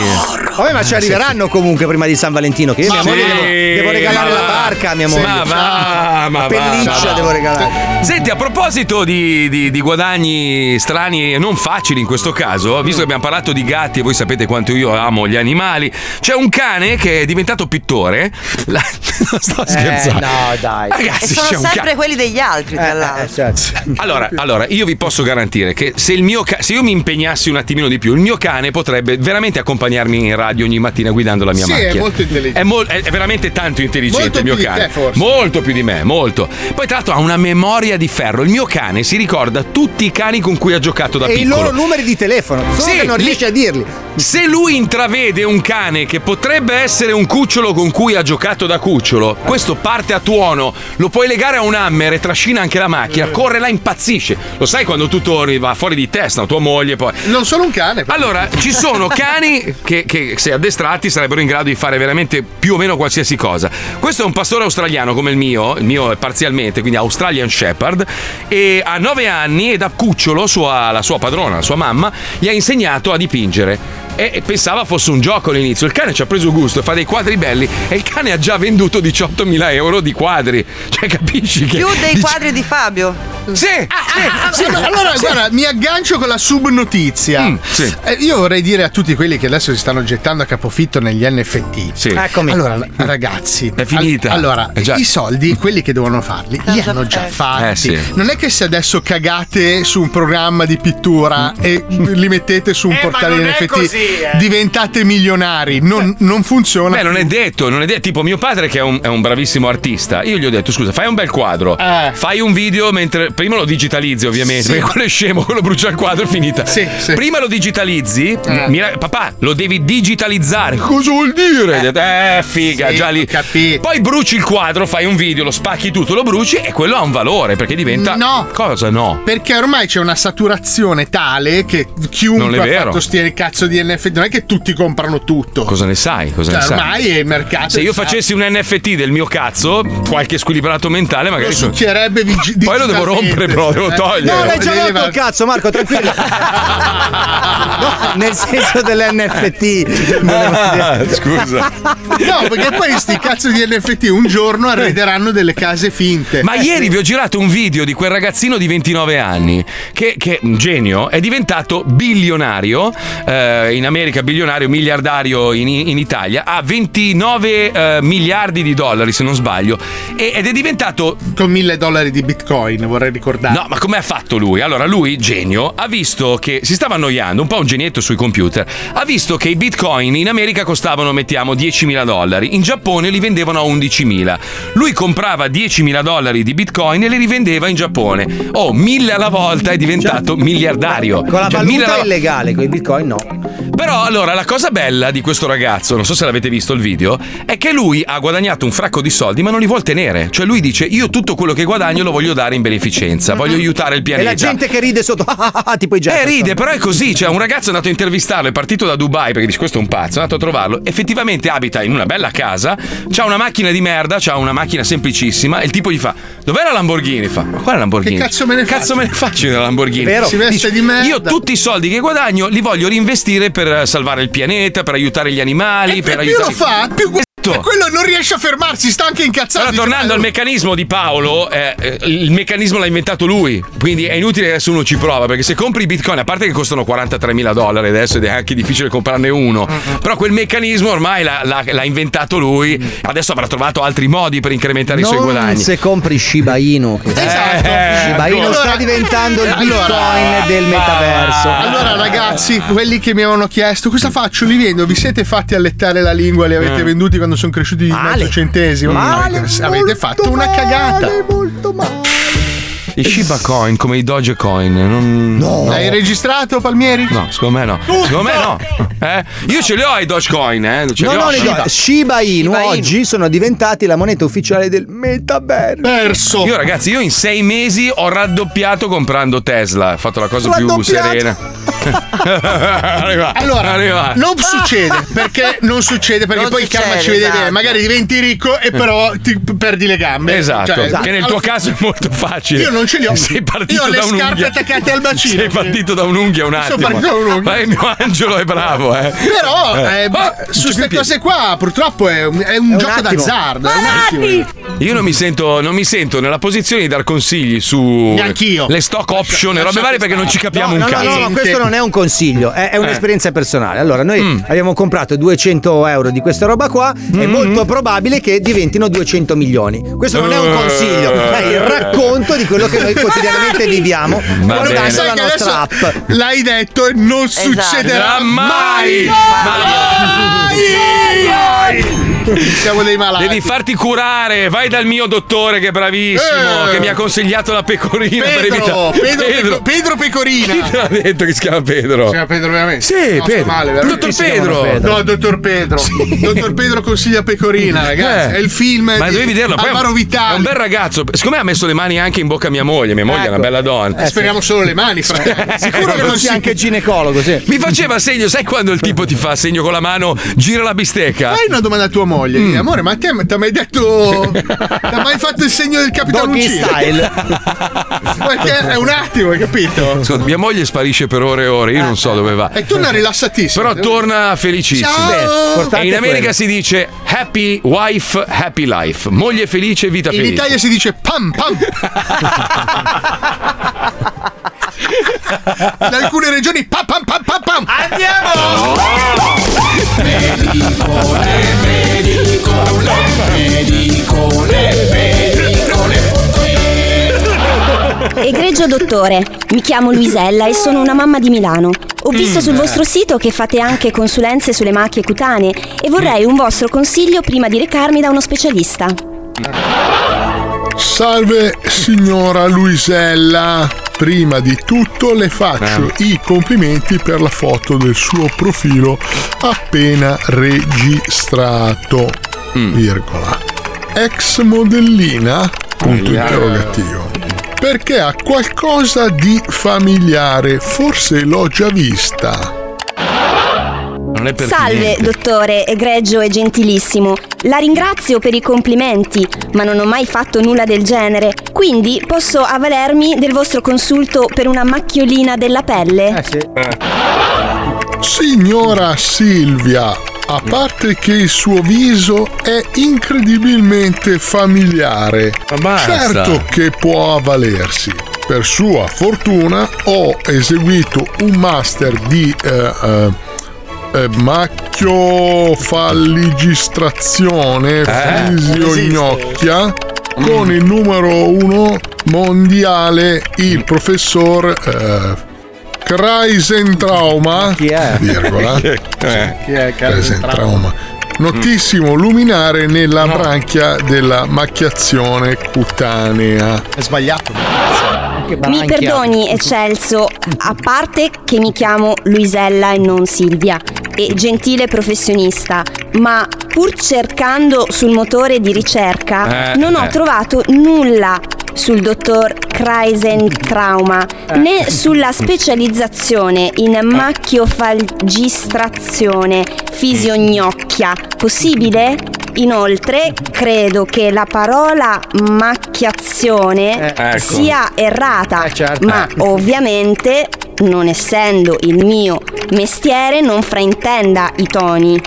B: Vabbè, ma ci arriveranno comunque prima di San Valentino. Che io a mia
C: Sì,
B: moglie devo, devo regalare
C: ma
B: la
C: va.
B: barca a mia
C: Sì,
B: moglie.
C: Ma va, ma
B: la
C: va,
B: pelliccia
C: ma va.
B: devo regalare.
C: Senti, a proposito di, di- di guadagni strani e non facili in questo caso, visto che abbiamo parlato di gatti e voi sapete quanto io amo gli animali, c'è un cane che è diventato pittore. La- non sto scherzando.
B: Eh, no, dai.
C: Ragazzi,
G: e sono
C: c'è un
G: sempre
C: ca-
G: quelli degli altri,
B: Eh,
G: tra l'altro.
B: certo.
C: Allora, allora, io vi posso garantire che se, il mio ca- se io mi impegnassi un attimino di più, il mio cane potrebbe veramente accompagnarmi in radio ogni mattina guidando la mia
F: Sì,
C: macchina.
F: è molto intelligente.
C: È, mol- è- è veramente tanto intelligente
F: Molto
C: il mio
F: più di
C: cane.
F: te, forse.
C: Molto più di me, molto. Poi, tra l'altro, ha una memoria di ferro. Il mio cane si ricorda tutti i cani con cui ha giocato da
B: E i
C: piccolo.
B: loro numeri di telefono, solo
C: Sì,
B: che non
C: li-
B: riesci a dirli.
C: Se lui intravede un cane che potrebbe essere un cucciolo con cui ha giocato da cucciolo, questo parte a tuono, lo puoi legare a un hammer e trascina anche la macchina, corre là, impazzisce. Lo sai quando tu torni, va fuori di testa, tua moglie poi.
F: Non sono un cane. però.
C: Allora, ci sono cani che, che, se addestrati sarebbero in grado di fare veramente più o meno qualsiasi cosa. Questo è un pastore australiano come il mio, il mio è parzialmente, quindi Australian Shepherd, e ha nove anni e da cucciolo sua- la sua padrona, la sua mamma, gli ha insegnato a dipingere. E e pensava fosse un gioco all'inizio. Il cane ci ha preso gusto, fa dei quadri belli e il cane ha già venduto 18.000 euro di quadri. Cioè, capisci che.
G: Più dei
C: dici-
G: quadri di Fabio.
C: Sì, Mm,
F: Ah, allora, allora, guarda, mi aggancio con la subnotizia. Eh, io vorrei dire a tutti quelli che adesso si stanno gettando a capofitto negli NFT.
C: Sì.
B: Eccomi.
F: Allora, ragazzi,
C: È finita.
F: al- allora,
C: Eh già.
F: i soldi, quelli che devono farli, li hanno già fatti.
C: Eh sì.
F: Non è che se adesso cagate su un programma di pittura e li mettete su un
C: Eh, ma
F: portale
C: non è
F: NFT,
C: così, eh.
F: diventate milionari. Non, non funziona.
C: Beh, non è detto, non è detto. Tipo, mio padre, che è un, è un bravissimo artista, io gli ho detto: scusa, fai un bel quadro, fai un video mentre. Prima lo digitalizzi, ovviamente,
F: Eh. Sì.
C: perché quello è scemo, quello brucia il quadro, è finita. Prima lo digitalizzi,
F: Eh.
C: mi ra- papà, lo devi digitalizzare. Cosa vuol dire? Ho detto, Eh, figa,
F: Sì,
C: già lì. Poi bruci il quadro, fai un video, lo spacchi tutto, lo bruci e quello ha un valore perché diventa.
F: No.
C: Cosa no?
F: Perché ormai c'è una saturazione tale che chiunque
C: Non è
F: ha
C: vero.
F: fatto sti cazzo di NFT, non è che tutti comprano tutto.
C: Cosa ne sai? Cosa
F: Cioè,
C: ne sai?
F: ormai il mercato.
C: Se io facessi un NFT del mio cazzo, qualche squilibrato mentale magari.
F: Lo
C: sono-
F: succhierebbe vigi-
C: Poi lo devo rompere,
F: digitalmente.
C: però, devo
F: Eh.
C: togliere.
B: No, l'hai già rotto il cazzo, Marco, tranquillo. No, nel senso dell'NFT.
C: Ah, scusa.
F: No, perché poi sti cazzo di NFT un giorno arrederanno delle case finte.
C: Ma ieri vi ho girato un video di quel ragazzino di 29 anni che, che un genio, è diventato bilionario, eh, in America bilionario, miliardario in, in Italia, ha 29 eh, miliardi di dollari se non sbaglio, e- ed è diventato
F: Con mille dollari di bitcoin, vorrei ricordare.
C: No, ma come ha fatto lui? Allora, lui, genio, ha visto che si stava annoiando, un po' un genietto sui computer, ha visto che i bitcoin in America costavano, mettiamo, 10.000 dollari, in Giappone li vendevano a 11.000. Lui comprava 10.000 dollari di bitcoin e li rivendeva in Giappone. Oh, 1.000 alla volta è diventato miliardario.
B: Con la
C: Cioè, 1000 alla
B: valuta è
C: vo-
B: illegale, con i bitcoin no.
C: però allora la cosa bella di questo ragazzo, non so se l'avete visto il video, è che lui ha guadagnato un fracco di soldi ma non li vuol tenere. Cioè lui dice io tutto quello che guadagno lo voglio dare in beneficenza, voglio aiutare il
B: Mm-hmm. E
C: pianeta.
B: la gente che ride sotto, ah, tipo i
C: Eh,
B: Jefferson.
C: ride, però è così. Cioè, un ragazzo è andato a intervistarlo, è partito da Dubai perché dice: Questo è un pazzo. È andato a trovarlo. Effettivamente abita in una bella casa. C'ha una macchina di merda, c'ha una macchina semplicissima. E il tipo gli fa: Dov'è la Lamborghini? Fa: Ma quale Lamborghini?
F: Che cazzo me ne
C: Cazzo me ne faccio della Lamborghini?
F: Vero. Si veste
C: Dice,
F: di merda.
C: Io tutti i soldi che guadagno li voglio rinvestire per salvare il pianeta, per aiutare gli animali. per
F: più
C: aiutare...
F: lo fa, più gu-
C: Esatto.
F: quello non riesce a fermarsi, sta anche incazzato.
C: Allora,
F: dice,
C: tornando al
F: "Ma-
C: meccanismo di Paolo, eh, eh, il meccanismo l'ha inventato lui, quindi è inutile che adesso uno ci prova, perché se compri i bitcoin, a parte che costano 43 mila dollari adesso ed è anche difficile comprarne uno, però quel meccanismo ormai l'ha, l'ha- l'ha inventato lui, adesso avrà trovato altri modi per incrementare i suoi
B: Non
C: guadagni.
B: se compri Shiba Inu, che cioè,
C: Esatto.
B: Shiba Inu
F: Allora-
B: sta diventando il bitcoin
F: Allora- Eh.
B: del metaverso.
F: Allora, ragazzi, quelli che mi avevano chiesto cosa faccio, li vendo. Vi siete fatti allettare la lingua, li avete
C: Mm.
F: venduti quando sono cresciuti di mezzo centesimo.
B: Male,
F: avete, avete fatto una cagata.
C: I Shiba Coin come i Doge Coin, non... no.
F: L'hai registrato, Palmieri?
C: No, secondo me no. Secondo me no. Eh? Io ce li ho i Dogecoin, eh. Ce
B: No,
C: li ho.
B: no, le do- Shiba Inu oggi sono diventati la moneta ufficiale del metaverso.
C: Io ragazzi, io in sei mesi ho raddoppiato comprando Tesla. Ho fatto la cosa più
F: Raddoppiato.
C: serena. Arriva,
F: Allora,
C: Ah, arriva.
F: non succede perché non succede perché
C: Non
F: poi
C: succede,
F: il karma ci vede
C: esatto.
F: bene. Magari diventi ricco e però ti p- perdi le gambe.
C: Esatto,
F: Cioè,
C: che nel tuo
F: alla-
C: caso è molto facile.
F: Io non ce li ho.
C: Sei partito
F: Io ho le
C: da
F: scarpe
C: un'unghia.
F: attaccate al bacino.
C: Sei partito da un'unghia un
F: Sono
C: attimo.
F: partito da un'unghia.
C: Ma il mio angelo è bravo, eh.
F: Però eh, beh,
C: Ah,
F: su
C: c'è più
F: queste
C: piede.
F: cose qua purtroppo è un, è un gioco d'azzardo. è un attimo.
C: Io non mi sento, non mi sento nella posizione di dar consigli su
F: Neanch'io.
C: le stock option e robe varie perché non ci capiamo
B: no,
C: un
B: no,
C: cazzo. Eh.
B: No, no, questo non è un consiglio, è, è un'esperienza personale. Allora, noi
C: Mm.
B: abbiamo comprato 200 euro di questa roba qua,
C: Mm-hmm.
B: è molto probabile che diventino 200 milioni. Questo non è un consiglio, è il
C: Eh,
B: racconto di quello che noi quotidianamente viviamo
C: Va bene.
B: guardando
C: Sai
B: la
C: che
B: nostra app.
F: adesso L'hai detto e non
B: Esatto.
F: succederà
B: Eh,
C: mai.
F: Siamo dei malati.
C: Devi farti curare, vai dal mio dottore che è bravissimo,
F: Eh.
C: che mi ha consigliato la pecorina per
F: Pedro,
C: evitare.
F: Pedro, Pedro, Pedro Pecorina.
C: Chi te l'ha detto che si chiama Pedro?
F: Si chiama Pedro veramente?
C: Sì,
F: No, sto
C: Pedro.
F: male, veramente.
C: Dottor
F: Tutti si
C: Pedro.
F: chiamano No, dottor Pedro. Dottor Pedro consiglia Pecorina, ragazzi.
C: Eh.
F: È il film
C: Ma
F: di
C: dovevi vederlo, poi è un-
F: Alvaro Vitali.
C: È un bel ragazzo. Siccome ha messo le mani anche in bocca a mia moglie, mia moglie è una
F: Ecco.
C: bella donna.
F: Eh, speriamo solo le mani, fratello. Sicuro che non
B: Sì,
F: si
B: anche ginecologo, sì.
C: Mi faceva segno, sai quando il tipo ti fa segno con la mano, gira la bistecca?
F: Fai una domanda a tua moglie,
C: Mm.
F: Dì, amore, ma te ti ha mai detto. ti ha mai fatto il segno del capitano
B: Doggy
F: Uncino?
B: style.
F: Perché è un attimo, hai capito?
C: Ascolta, mia moglie sparisce per ore e ore, io non so dove va.
F: E torna rilassatissimo.
C: Però torna felicissimo.
F: Ciao! Beh, l'importante
C: E in
F: è
C: America
F: quello.
C: si dice happy wife, happy life. Moglie felice, vita
F: In
C: felice.
F: Italia si dice pam pam. In alcune regioni pam pam pam pam pam.
C: Andiamo!
J: Egregio dottore, mi chiamo Luisella e sono una mamma di Milano. Ho visto sul vostro sito che fate anche consulenze sulle macchie cutanee e vorrei un vostro consiglio prima di recarmi da uno specialista.
F: Salve signora Luisella. Prima di tutto le faccio i complimenti per la foto del suo profilo appena registrato. Virgola. Ex modellina? Punto
H: Aia.
F: interrogativo. Perché ha qualcosa di familiare, forse l'ho già vista.
C: Non è
J: Salve,
F: pertinente.
J: dottore, egregio e gentilissimo. La ringrazio per i complimenti, ma non ho mai fatto nulla del genere, quindi posso avvalermi del vostro consulto per una macchiolina della pelle?
F: Signora Silvia, a parte che il suo viso è incredibilmente familiare,
C: basta.
F: certo che può avvalersi. Per sua fortuna ho eseguito un master di eh, eh, eh, macchiofalligistrazione fisioggnocchia con il numero uno mondiale il professor eh,
O: Traisentrauma. Chi è? Virgola.
F: Chi Eh.
O: Chi è Traisentrauma. Notissimo luminare nella branchia della macchiazione cutanea. È sbagliato.
P: Mi perdoni Eccelso, a parte che mi chiamo Luisella e non Silvia, e gentile professionista, ma pur cercando sul motore di ricerca
K: Eh,
P: non ho
K: eh.
P: trovato nulla sul dottor Kreisen Trauma
K: Eh.
P: né sulla specializzazione in macchiofalgistrazione fisioggnocchia. Possibile? Inoltre, credo che la parola macchiazione
K: Eh, ecco.
P: sia errata,
K: certo.
P: ma ovviamente, non essendo il mio mestiere, non fraintenda i toni.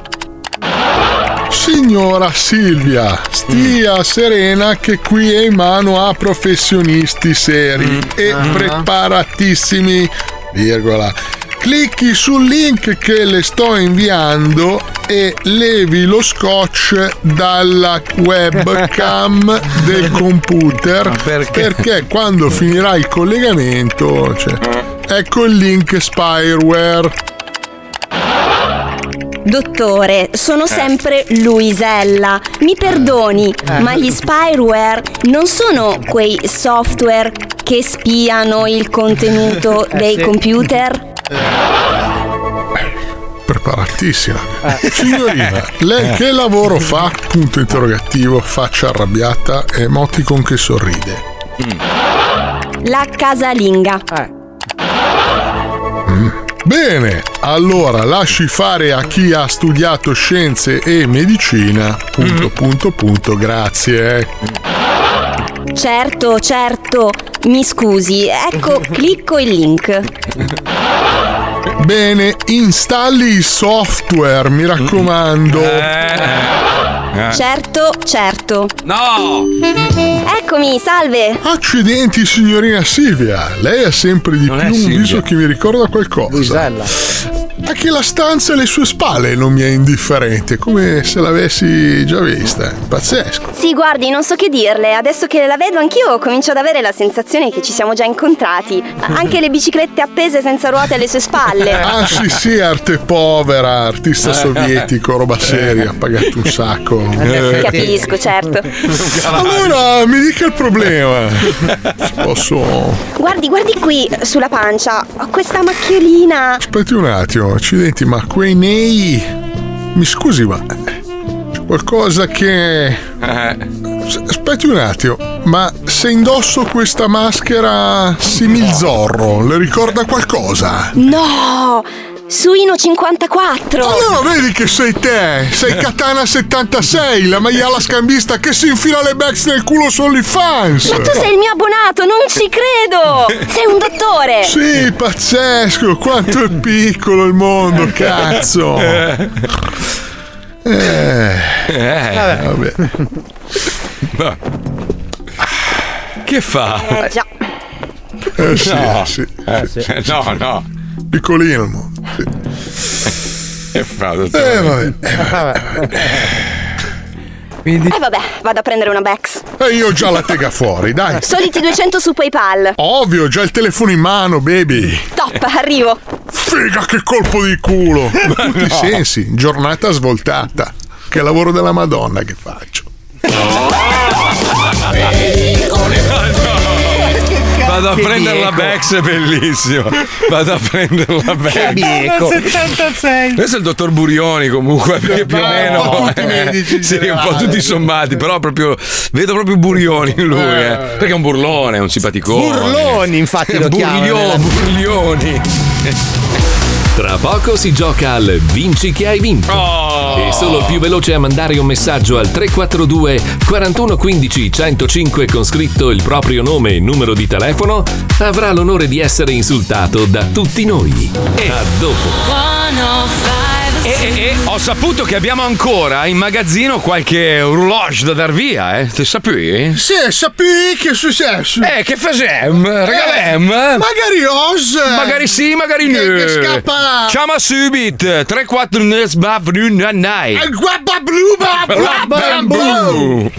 O: Signora Silvia, stia serena che qui è in mano a professionisti seri e
F: Ah.
O: preparatissimi, virgola. Clicchi sul link che le sto inviando e levi lo scotch dalla webcam del computer perché? quando finirà il collegamento cioè, ecco il link spyware
P: Dottore, sono sempre Luisella. Mi perdoni,
O: Eh.
P: ma gli spyware non sono quei software che spiano il contenuto
O: Eh,
P: dei
O: sì.
P: computer?
O: preparatissima signorina lei che lavoro fa punto interrogativo faccia arrabbiata emoticon che sorride
P: La casalinga.
O: Bene, allora lasci fare a chi ha studiato scienze e medicina. Punto, punto, punto, grazie. eh.
P: Certo, certo. Mi scusi, ecco, clicco il link.
O: Bene, installi il software, mi raccomando. Eh.
P: Certo, certo.
C: No!
P: Eccomi, salve.
O: Ah. Accidenti, signorina Silvia, lei ha sempre di più un viso che mi ricorda qualcosa. Anche la stanza alle sue spalle non mi è indifferente, come se l'avessi già vista. Pazzesco.
P: Sì, guardi, non so che dirle. Adesso che la vedo anch'io comincio ad avere la sensazione che ci siamo già incontrati. Anche le biciclette appese senza ruote alle sue spalle.
O: Ah sì sì, arte povera, artista sovietico, roba seria, ha pagato un sacco. Eh,
P: Capisco, certo.
O: Allora, mi dica il problema. Posso...
P: Guardi, guardi qui sulla pancia. Ho questa macchiolina.
O: Aspetti un attimo, accidenti, ma quei nei... Mi scusi, ma... c'è Qualcosa che... S- Aspetti un attimo, ma se indosso questa maschera similzorro, le ricorda qualcosa?
P: No! Suino 54.
O: Allora vedi che sei te,
C: Eh.
O: sei Katana 76, la maiala scambista che si infila le backs nel culo su OnlyFans.
P: Ma tu sei il mio abbonato, non ci credo! Sei un dottore!
O: Sì, pazzesco, quanto è piccolo il mondo, cazzo. Eh,
C: Eh.
O: vabbè.
C: Ma- Ah. Che fa?
P: Eh, già.
O: Eh, sì,
C: no.
O: sì,
C: Eh,
O: sì.
C: no, no.
O: Piccolino il mondo.
C: Che fa? dottore?
O: Eh, vabbè.
P: E Eh, vabbè, vado a prendere una Bex.
O: E Eh, io ho già la tega fuori, dai.
P: Soliti 200 su PayPal.
O: Ovvio, ho già il telefono in mano, baby.
P: Top, arrivo.
O: Figa, che colpo di culo! In
P: Ma
O: tutti i
P: no.
O: sensi, giornata svoltata. Che lavoro della Madonna che faccio.
C: Vado a
O: Che
C: prendere la
O: bieco.
C: Bex, è bellissimo. Vado a prendere la Bex.
I: bieco. 76.
C: Questo è il dottor Burioni comunque, perché più o
I: Ma
C: meno...
I: un po' tutti
C: eh,
I: medici in
C: sì, un po'
I: generale.
C: tutti sommati, però proprio... Vedo proprio Burioni in lui, eh, perché è un burlone, è un simpaticone.
E: Burloni, infatti, lo chiamano nella-
C: Burioni, Burioni.
A: Tra poco si gioca al Vinci che hai vinto. E solo il più veloce a mandare un messaggio al 342 4115 105 con scritto il proprio nome e numero di telefono avrà l'onore di essere insultato da tutti noi. E a dopo.
C: E, e- e ho saputo che abbiamo ancora in magazzino qualche rouloge da dar via, eh. Te sapevi?
O: Sì, sappi che è successo?
C: Eh, che facem?
F: Eh,
C: Regalem?
O: magari os.
C: Magari sì, magari
O: Eh. Che-
C: no.
O: che scappa.
C: Chiama subito 34
O: Eh,
C: Nesbavrunnai.
O: Guabba bluba, guabba blu.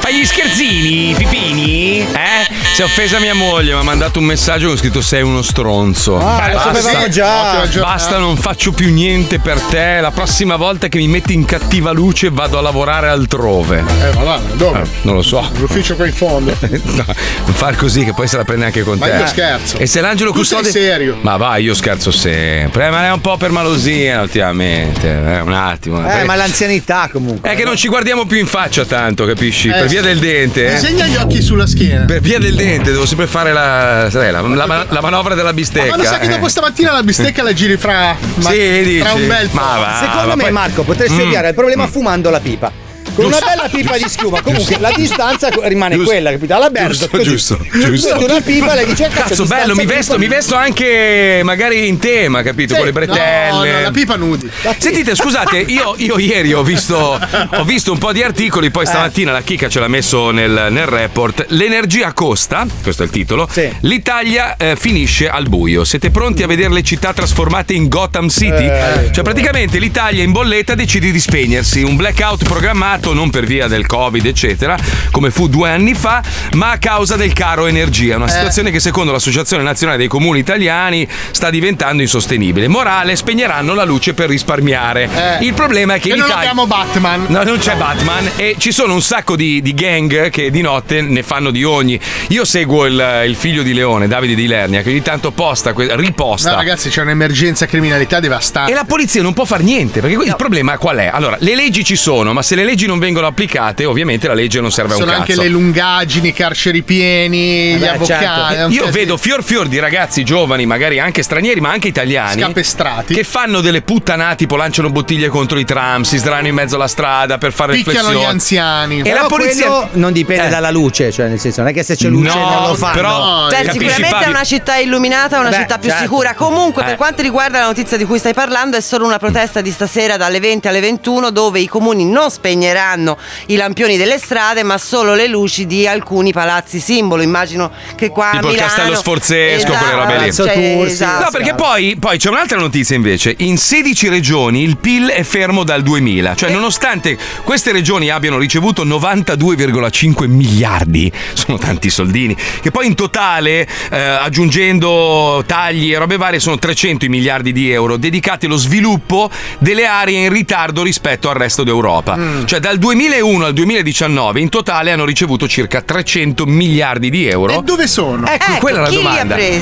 I: Fai gli scherzini, Pipini? Eh?
C: Si è offesa mia moglie, mi ha mandato un messaggio con scritto sei uno stronzo.
B: Ah, lo
C: Basta.
B: sapevamo già.
C: Basta, non faccio più niente per te. La prossima volta che mi metti in cattiva luce vado a lavorare altrove.
F: Eh, ma là, dove?
C: Eh, non lo so.
F: L'ufficio qua in fondo.
C: No, non far così che poi se la prende anche con
F: Ma
C: te. eh.
F: io scherzo.
C: E se l'angelo
F: Tu sei
C: custode.
F: serio.
C: Ma vai, io scherzo sempre. Eh, ma è un po' per malosia ultimamente. eh, un attimo.
B: Eh,
C: Perché-
B: ma l'anzianità comunque.
C: È che non ci guardiamo più in faccia tanto, capisci?
F: Eh,
C: per via
F: sì.
C: del dente. eh.
F: Disegna gli occhi sulla schiena.
C: Per via del dente, devo sempre fare la, sai, la- la- la manovra della bistecca.
F: Ma lo sai che
C: eh.
F: dopo stamattina la bistecca la giri fra, ma-
C: Sì, Eh, dici?
F: fra un bel po'.
C: Ma va,
B: Secondo
C: ma
B: me,
C: poi-
B: Marco, potresti
C: Mm.
B: ovviare il problema fumando la pipa. Con una
C: Giusto.
B: bella pipa di schiuma, comunque
C: Giusto.
B: la distanza rimane
C: Giusto.
B: quella, capito? Alla Berto,
C: Giusto,
B: così.
C: giusto,
B: Tu
C: giusto.
B: metti una pipa e lei dice: "Ah,
C: Cazzo,
B: distanza
C: bello, mi
B: pipa
C: vesto, mi vesto anche magari in tema, capito?
F: Sì.
C: Con le bretelle.
F: No, no, la pipa nudi.
C: Sentite, scusate, io, io ieri ho visto, ho visto un po' di articoli, poi stamattina la Chica ce l'ha messo nel, nel report. L'energia costa, questo è il titolo, l'Italia eh, finisce al buio. Siete pronti a vedere le città trasformate in Gotham City? Cioè praticamente l'Italia in bolletta decide di spegnersi, un blackout programmato non per via del Covid eccetera, come fu due anni fa, ma a causa del caro energia, una
E: Eh.
C: situazione situazione che secondo l'Associazione Nazionale dei Comuni Italiani sta diventando insostenibile. Morale, spegneranno la luce per risparmiare.
F: Eh.
C: Il problema è che
F: E
C: in
F: non
C: Italia...
F: abbiamo Batman.
C: No, non c'è Batman e ci sono un sacco di, di gang che di notte ne fanno di ogni. Io seguo il, il figlio di Leone, Davide Di Lernia, che ogni tanto posta, que- riposta.
F: No, ragazzi, c'è un'emergenza criminalità devastante.
C: E la polizia non può far niente, perché il problema qual è? Allora, le leggi ci sono, ma se le leggi non vengono applicate, ovviamente la legge non serve a un
F: Sono
C: cazzo.
F: anche le lungaggini, i carceri
C: Eh
F: pieni, gli
C: certo.
F: avvocati. Cioè, è un
C: Io
F: casino.
C: vedo fior fior di ragazzi giovani, magari anche stranieri, ma anche italiani. Scapestrati. Che fanno delle puttanate, tipo lanciano bottiglie contro i tram, si sdraiano in mezzo alla strada per fare
F: Picchiano gli
C: riflessioni.
F: anziani.
C: E la polizia.
B: quello non dipende
C: Eh.
B: dalla luce, cioè nel senso non è che se c'è luce
C: No,
B: non lo fanno.
C: però-
G: Cioè,
C: Capisci,
G: sicuramente
C: Fabio?
G: è una città illuminata, è una
B: Beh,
G: città più
B: certo.
G: sicura. Comunque,
B: Eh.
G: per quanto riguarda la notizia di cui stai parlando, è solo una protesta di stasera dalle 20 alle 21, dove i comuni non spegneranno i lampioni delle strade, ma solo le luci di alcuni palazzi simbolo. Immagino che qua a
C: Tipo il
G: Milano
C: Castello Sforzesco, quelle robe lì.
G: Esatto, cioè, esatto.
C: No, perché poi, poi c'è un'altra notizia invece. In 16 regioni il PIL è fermo dal 2000.
G: Eh.
C: Cioè, nonostante queste regioni abbiano ricevuto 92,5 miliardi, sono tanti soldini, che poi in totale, eh, aggiungendo tagli e robe varie, sono 300 i miliardi di euro dedicati allo sviluppo delle aree in ritardo rispetto al resto d'Europa.
G: Mm.
C: Cioè, dal 2001 al 2019 in totale hanno ricevuto circa 300 miliardi di euro.
F: E dove sono?
C: Ecco, quella è la domanda. Eh,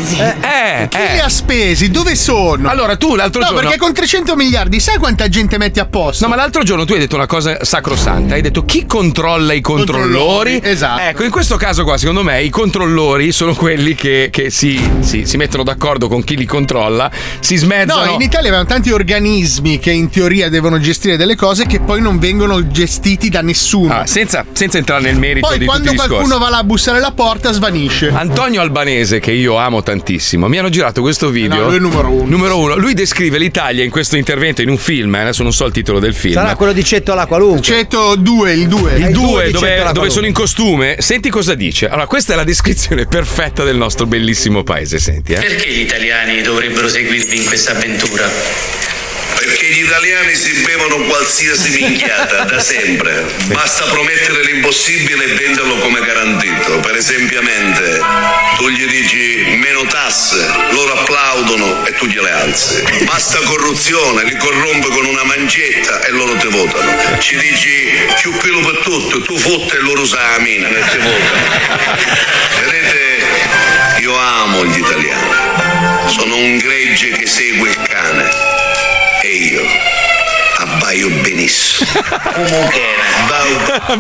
C: eh,
F: chi
C: eh.
F: li ha spesi? Dove sono?
C: Allora, tu l'altro
F: no,
C: giorno-
F: perché con 300 miliardi sai quanta gente metti a posto?
C: No, ma l'altro giorno tu hai detto una cosa sacrosanta, hai detto chi controlla i controllori?
F: Controllori, esatto.
C: Ecco, in questo caso qua, secondo me, i controllori sono quelli che, che si, si- si mettono d'accordo con chi li controlla, si
F: No,
C: smezzano.
F: in Italia avevano tanti organismi che in teoria devono gestire delle cose che poi non vengono gestiti da nessuno.
C: Ah, senza, senza entrare nel merito
F: poi
C: di tutti i
F: quando
C: discorsi.
F: qualcuno va là a bussare alla porta svanisce.
C: Antonio Albanese, che io amo tantissimo, mi hanno girato questo video.
F: No, lui è numero uno.
C: Numero uno. Lui descrive l'Italia in questo intervento, in un film, eh, adesso non so il titolo del film.
B: Sarà quello di Cetto alla qualunque.
F: Cetto 2, il 2.
C: Il 2 dove, dove sono in costume, senti cosa dice. Allora, questa è la descrizione perfetta del nostro bellissimo paese, senti, eh.
Q: Perché gli italiani dovrebbero seguirvi in questa avventura?
R: Perché gli italiani si bevono qualsiasi minchiata da sempre. Basta promettere l'impossibile e venderlo come garantito. Per esempiamente, tu gli dici meno tasse, loro applaudono e tu gliele alzi. Basta corruzione, li corrompe con una mancetta e loro ti votano. Ci dici più pelo per tutto, tu fotte e loro sa la mina e ti votano. Vedete, io amo gli italiani. Sono un gregge che segue il cane. E io abbaio benissimo.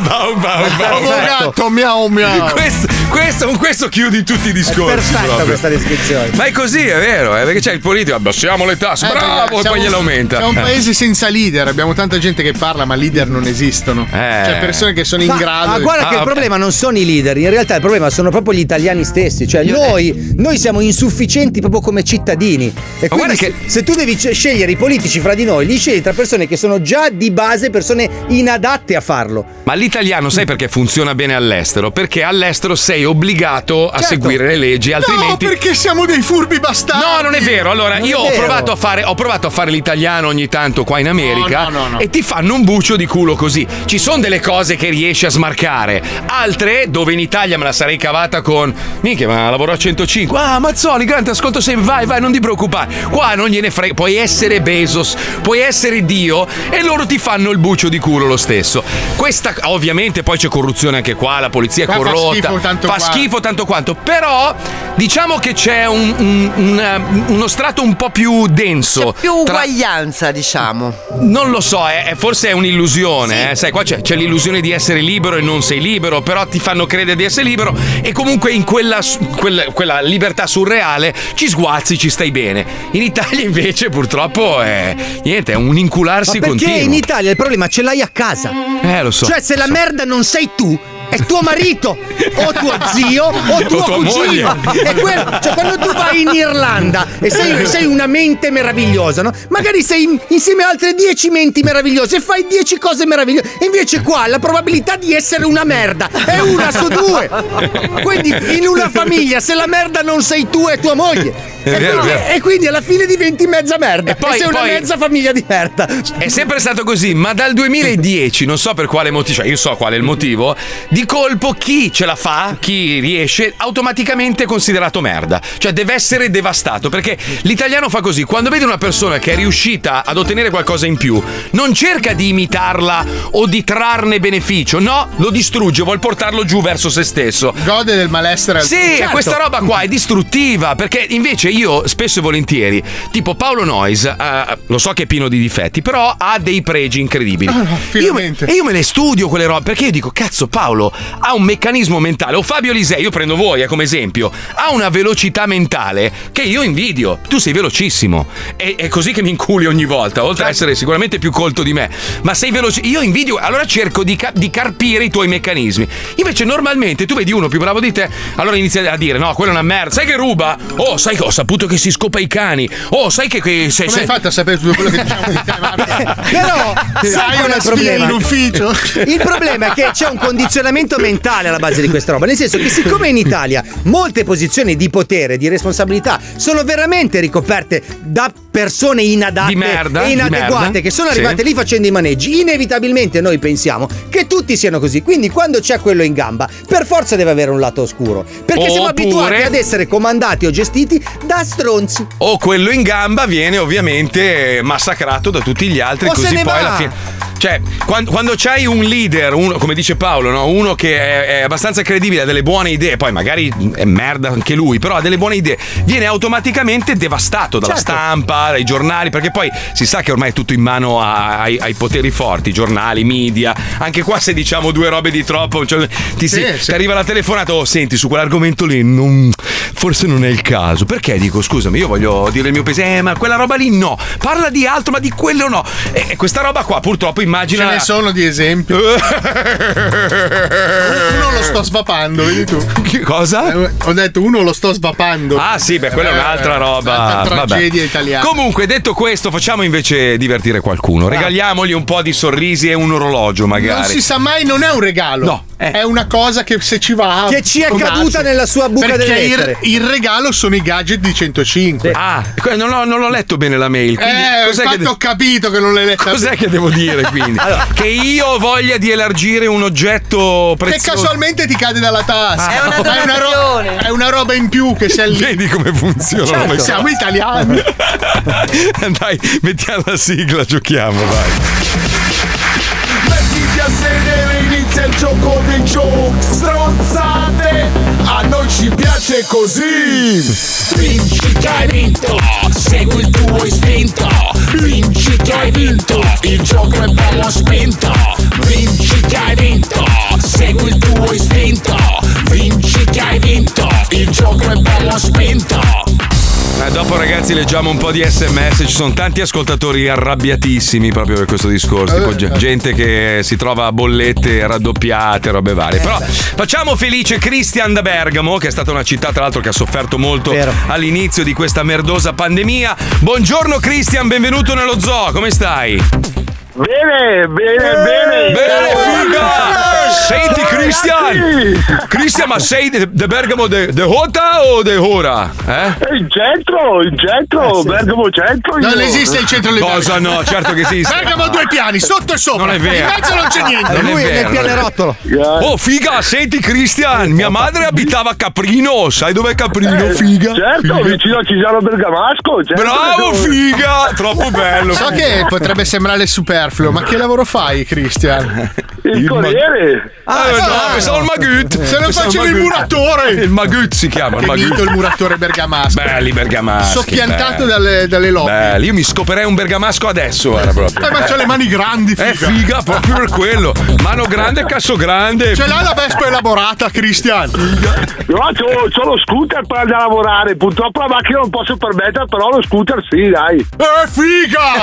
R: Bau.
C: bau,
F: Avvocato, miau miau.
C: Esatto. Questo, questo, con questo chiudi tutti i discorsi.
F: perfetta
C: proprio.
F: questa
B: descrizione.
C: Ma è così, è vero, eh, perché c'è il politico, abbassiamo le tasse,
F: Eh, perché
C: bravo, e
F: siamo-
C: poi glielo aumenta. Eh.
F: Siamo un paese senza leader, abbiamo tanta gente che parla, ma leader non esistono.
C: Eh.
F: Cioè persone che sono in
B: Eh. Ma-
F: grado.
B: Ma
F: di- Ah,
B: guarda
C: Ah,
B: che il problema non sono i leader, in realtà il problema sono proprio gli italiani stessi. Cioè, noi, noi siamo insufficienti proprio come cittadini. E quindi se, se tu devi ce- scegliere i politici fra di noi, li scegli tra persone che sono già di base persone inadatte a farlo.
C: Ma l'italiano sai perché funziona bene all'estero? Perché all'estero sei obbligato a seguire le leggi, altrimenti.
F: Certo. No, perché siamo dei furbi bastardi.
C: No, non è vero. Allora,
F: Non è
C: io ho
F: vero.
C: provato, a fare, ho provato a fare l'italiano ogni tanto qua in America
F: No, no, no, no.
C: e ti fanno un bucio di culo così. Ci sono delle cose che riesci a smarcare, altre dove in Italia me la sarei cavata con minchia, ma lavoro a 105. Ah, Mazzoli, grande, ascolto sempre. Vai, vai, non ti preoccupare. Qua non gliene frega. Puoi essere Bezos, puoi essere Dio e loro ti fanno il bucio di culo lo stesso. Questa, ovviamente, poi c'è corruzione anche qua. La polizia è
F: Qua fa
C: corrotta.
F: schifo
C: fa
F: tanto qua.
C: schifo schifo tanto quanto, però diciamo che c'è un- un- un- uno strato un po' più denso.
G: Più uguaglianza, diciamo.
C: Non lo so, è- è- forse è un'illusione, eh, sai, qua c'è, c'è l'illusione di essere libero e non sei libero, però ti fanno credere di essere libero e comunque in quella, su- quella- quella libertà surreale ci sguazzi, ci stai bene. In Italia invece purtroppo è, niente, è un
B: Ma
C: incularsi
B: perché
C: continuo.
B: in Italia il problema ce l'hai a casa.
C: Eh, lo so.
B: Cioè, se la merda non sei tu. È tuo marito, o tuo zio, o
C: O
B: tuo
C: tua
B: cugino.
C: moglie.
B: È quello- cioè, quando tu vai in Irlanda e sei, sei una mente meravigliosa, no? Magari sei in- insieme a altre 10 menti meravigliose e fai 10 cose meravigliose. E invece qua la probabilità di essere una merda è una su due. Quindi in una famiglia, se la merda non sei tu, è tua moglie.
C: È
B: e,
C: vero,
B: quindi,
C: è vero.
B: e quindi alla fine diventi mezza merda. E,
C: poi-
B: sei una
C: poi-
B: mezza famiglia di merda.
C: È sempre stato così, ma dal 2010, non so per quale motivo, cioè io so qual è il motivo, di colpo chi ce la fa, chi riesce, automaticamente è considerato merda. Cioè deve essere devastato, perché l'italiano fa così, quando vede una persona che è riuscita ad ottenere qualcosa in più, non cerca di imitarla o di trarne beneficio, no, lo distrugge, vuol portarlo giù verso se stesso.
F: Gode del malessere al
C: Sì,
F: Certo.
C: questa roba qua è distruttiva perché invece io spesso e volentieri, tipo Paolo Noyes, eh, lo so che è pieno di difetti, però ha dei pregi incredibili.
F: Ah, no,
C: Io me- e io me le studio quelle robe perché io dico, cazzo, Paolo ha un meccanismo mentale. O Fabio Lisei, io prendo voi eh, come esempio, ha una velocità mentale che io invidio. Tu sei velocissimo. È, è così che mi inculi ogni volta,
F: Certo.
C: oltre ad essere sicuramente più colto di me. Ma sei veloce. Io invidio, allora cerco di, ca- di carpire i tuoi meccanismi. Invece, normalmente tu vedi uno più bravo di te, allora inizi a dire: No, quello è una merda. Sai che ruba? Oh, sai che ho saputo che si scopa i cani. Oh, sai che. che se,
F: Come hai fatto a sapere tutto quello che diciamo di te, Marco?
B: Però sai
F: sai
B: qual è
F: una
B: il
F: sfida
B: problema?
F: in ufficio.
B: Il problema è che c'è un condizionamento mentale alla base di questa roba. Nel senso che, siccome in Italia molte posizioni di potere, di responsabilità, sono veramente ricoperte da persone inadatte
C: Di merda,
B: e
C: di
B: inadeguate
C: merda.
B: che sono arrivate
C: Sì.
B: lì facendo i maneggi, inevitabilmente noi pensiamo che tutti siano così. Quindi, quando c'è quello in gamba, per forza deve avere un lato oscuro. Perché siamo
C: Oppure-
B: abituati ad essere comandati o gestiti da stronzi.
C: O quello in gamba viene ovviamente eh, massacrato da tutti gli altri.
B: O
C: così
B: se ne
C: poi
B: va.
C: alla fine. Cioè, quan- quando, c'hai un leader, uno- come dice Paolo, no? uno che è, è abbastanza credibile, ha delle buone idee, poi magari mm, è merda anche lui, però ha delle buone idee, viene automaticamente devastato dalla
B: Certo.
C: stampa, dai giornali, perché poi si sa che ormai è tutto in mano a- ai, ai poteri forti, giornali, media. Anche qua se diciamo due robe di troppo, cioè, ti, si-
F: Sì, sì.
C: ti arriva la telefonata, oh senti, su quell'argomento lì non- forse non è il caso. Perché dico, scusami, io voglio dire il mio pensiero, eh, ma quella roba lì no, parla di altro, ma di quello no. E, e questa roba qua purtroppo immagina...
F: Ce ne sono di esempi. Uno lo sto svapando, vedi tu. Eh,
C: cosa?
F: ho detto uno lo sto svapando.
C: Ah sì, beh, quella è
F: Eh,
C: un'altra roba.
F: un'altra
C: Vabbè.
F: tragedia italiana. Ah.
C: Comunque, detto questo, facciamo invece divertire qualcuno. Regaliamogli un po' di sorrisi e un orologio, magari.
F: Non si sa mai, non è un regalo.
C: No, eh.
F: È una cosa che se ci va.
B: Che ci è
F: può
B: caduta
F: darsi.
B: nella sua buca
F: Perché
B: delle
F: il-
B: lettere.
F: Il, regalo sono i gadget di 105.
C: Ah, que- non, ho- non l'ho letto bene la mail. Quindi
F: Eh,
C: cos'è
F: infatti
C: che de-
F: ho capito che non l'hai letta.
C: Cos'è che devo dire quindi?
F: Allora.
C: Che io ho voglia di elargire un oggetto
F: Che
C: prezioso.
F: casualmente ti cade dalla tasca.
C: Ah. È una
F: Ma ro-
C: donazione.
F: è una roba in più che sei lì.
C: Vedi come funziona.
F: Certo.
C: ormai.
F: Siamo italiani.
C: Dai, mettiamo la sigla, giochiamo, vai.
E: Mettiti a sedere, inizia il gioco dei giochi Stronzate, a noi ci piace così Vinci che hai vinto, segui il tuo istinto Vinci che hai vinto, il gioco è bello spinto Vinci che hai vinto, segui il tuo istinto Vinci che hai vinto, il gioco è bello spinto
C: Ma Eh, dopo ragazzi leggiamo un po' di sms, ci sono tanti ascoltatori arrabbiatissimi proprio per questo discorso, tipo ge- gente che si trova a bollette raddoppiate, robe varie. Però facciamo felice Christian da Bergamo, che è stata una città tra l'altro che ha sofferto molto all'inizio di questa merdosa pandemia. Buongiorno Christian, benvenuto nello zoo, come stai?
I: Bene, bene, bene.
C: Bene, figa! Senti, Christian! Christian, ma sei de, de Bergamo de, de Hota o de Hora? Eh?
I: Il centro, il centro, Bergamo centro.
F: Non
I: io.
F: esiste il centro liberale.
C: Cosa no? Certo che esiste.
F: Bergamo ha due piani, sotto e sopra.
C: Non è vero.
F: In mezzo non c'è niente.
C: Non è vero, non è vero. Oh, figa, senti, Christian, mia madre abitava a Caprino. Sai dov'è Caprino,
I: Eh,
C: figa?
I: Certo,
C: Figa.
I: vicino a Cisano Bergamasco. certo
C: Bravo,
I: che devo-
C: figa! Troppo bello.
F: So che potrebbe sembrare superfluo, ma che lavoro fai, Christian?
I: Il corriere.
C: Ah, eh, no, pensavo il Magut.
F: Se non
C: Pensavo
F: facevi il
C: Magut.
F: muratore.
C: Il Magut si chiama.
F: Che
C: il Magut.
F: mito il muratore bergamasco.
C: Belli bergamaschi.
F: Soppiantato
C: belli.
F: dalle, dalle lobby.
C: Belli, io mi scoperei un bergamasco adesso, guarda proprio.
F: Eh, ma c'ha le mani grandi,
C: Eh,
F: figa. Eh.
C: figa, proprio per quello. Mano grande, cazzo grande.
F: Ce l'ha la Vespa elaborata, Christian.
I: No, c'ho, c'ho lo scooter per andare a lavorare. Purtroppo la macchina non posso permettere, però lo scooter sì, dai.
F: Eh,
B: Allora,
F: figa!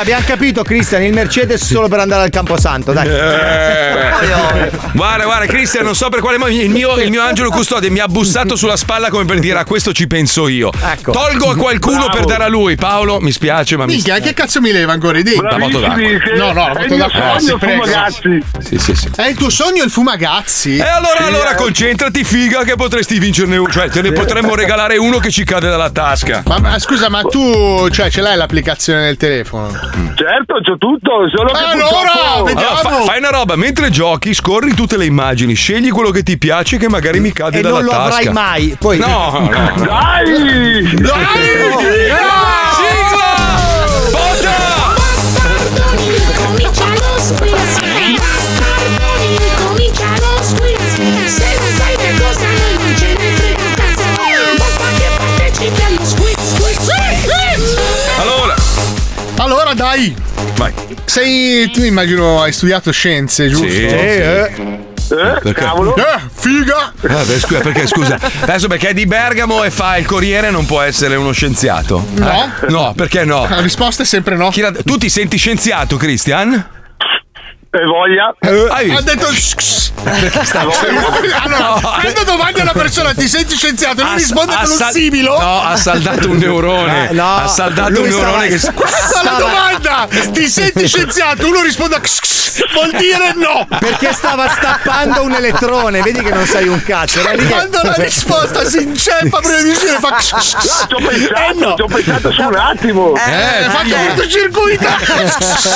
B: abbiamo capito, Cristian, il Mercedes solo per andare al Camposanto, dai.
C: Eh. Guarda, guarda, Cristian, non so per quale motivo il mio, il mio angelo custode mi ha bussato sulla spalla come per dire a questo ci penso io. Tolgo a qualcuno
F: Bravo.
C: per dare a lui. Paolo, mi spiace, ma mi
F: Minchia, che cazzo mi leva ancora i denti?
C: La moto d'acqua.
F: No, no, la
C: È
F: moto
C: il mio sogno,
F: d'acqua. si prego.
C: Fumagazzi. Sì, sì, sì.
F: È il tuo sogno il fumagazzi?
C: E allora, allora concentrati, figa, che potresti vincerne uno. Cioè, te ne potremmo regalare uno che ci cade dalla tasca.
F: Ma, ma scusa, ma tu cioè, ce l'hai l'applicazione nel telefono?
I: Certo, c'ho tutto, solo
F: che Allora, vediamo.
C: Allora, fa- fai una roba, mentre giochi, scorri tutte le immagini, scegli quello che ti piace, che magari mi cade
B: E
C: dalla
B: non lo
C: tasca.
B: avrai mai, poi-
C: No, no, no.
I: Dai!
C: Dai!
E: Comincia lo squiz Bastardoni, comincia lo squiz Se non sai che cosa noi non ce ne frega un cazzo Basta che partecipi allo squiz, squiz, squiz
C: Allora,
F: Allora dai!
C: Vai.
F: Sei. Tu immagino hai studiato scienze, giusto?
C: Sì, sì. Perché? cavolo.
F: Eh, figa!
C: Ah, beh, scusa, perché scusa? Adesso perché è di Bergamo e fa il corriere non può essere uno scienziato? Eh?
F: No.
C: No, perché no?
F: La risposta è sempre no.
C: Tu ti senti scienziato, Eh. Christian?
I: E voglia.
C: Hai
F: Ha
C: visto?
F: detto. Ah, allora,
C: Ah, No.
F: quando domandi a una persona ti senti scienziato e non
C: Ha-
F: risponde
C: ha
F: con un
C: sal-
F: sibilo.
C: No, ha saldato un neurone.
F: Eh, no.
C: ha saldato
F: Lui
C: un neurone che
F: stava- Questa è la domanda! Ti senti scienziato? Uno risponde vuol dire no!
B: Perché stava stappando un elettrone, vedi che non sai un cazzo. era lì che-
F: Quando la risposta si inceppa prima di uscire fa.
I: No, ci ho pensato,
F: Eh, no.
I: ci ho pensato su un attimo.
F: Eh, fa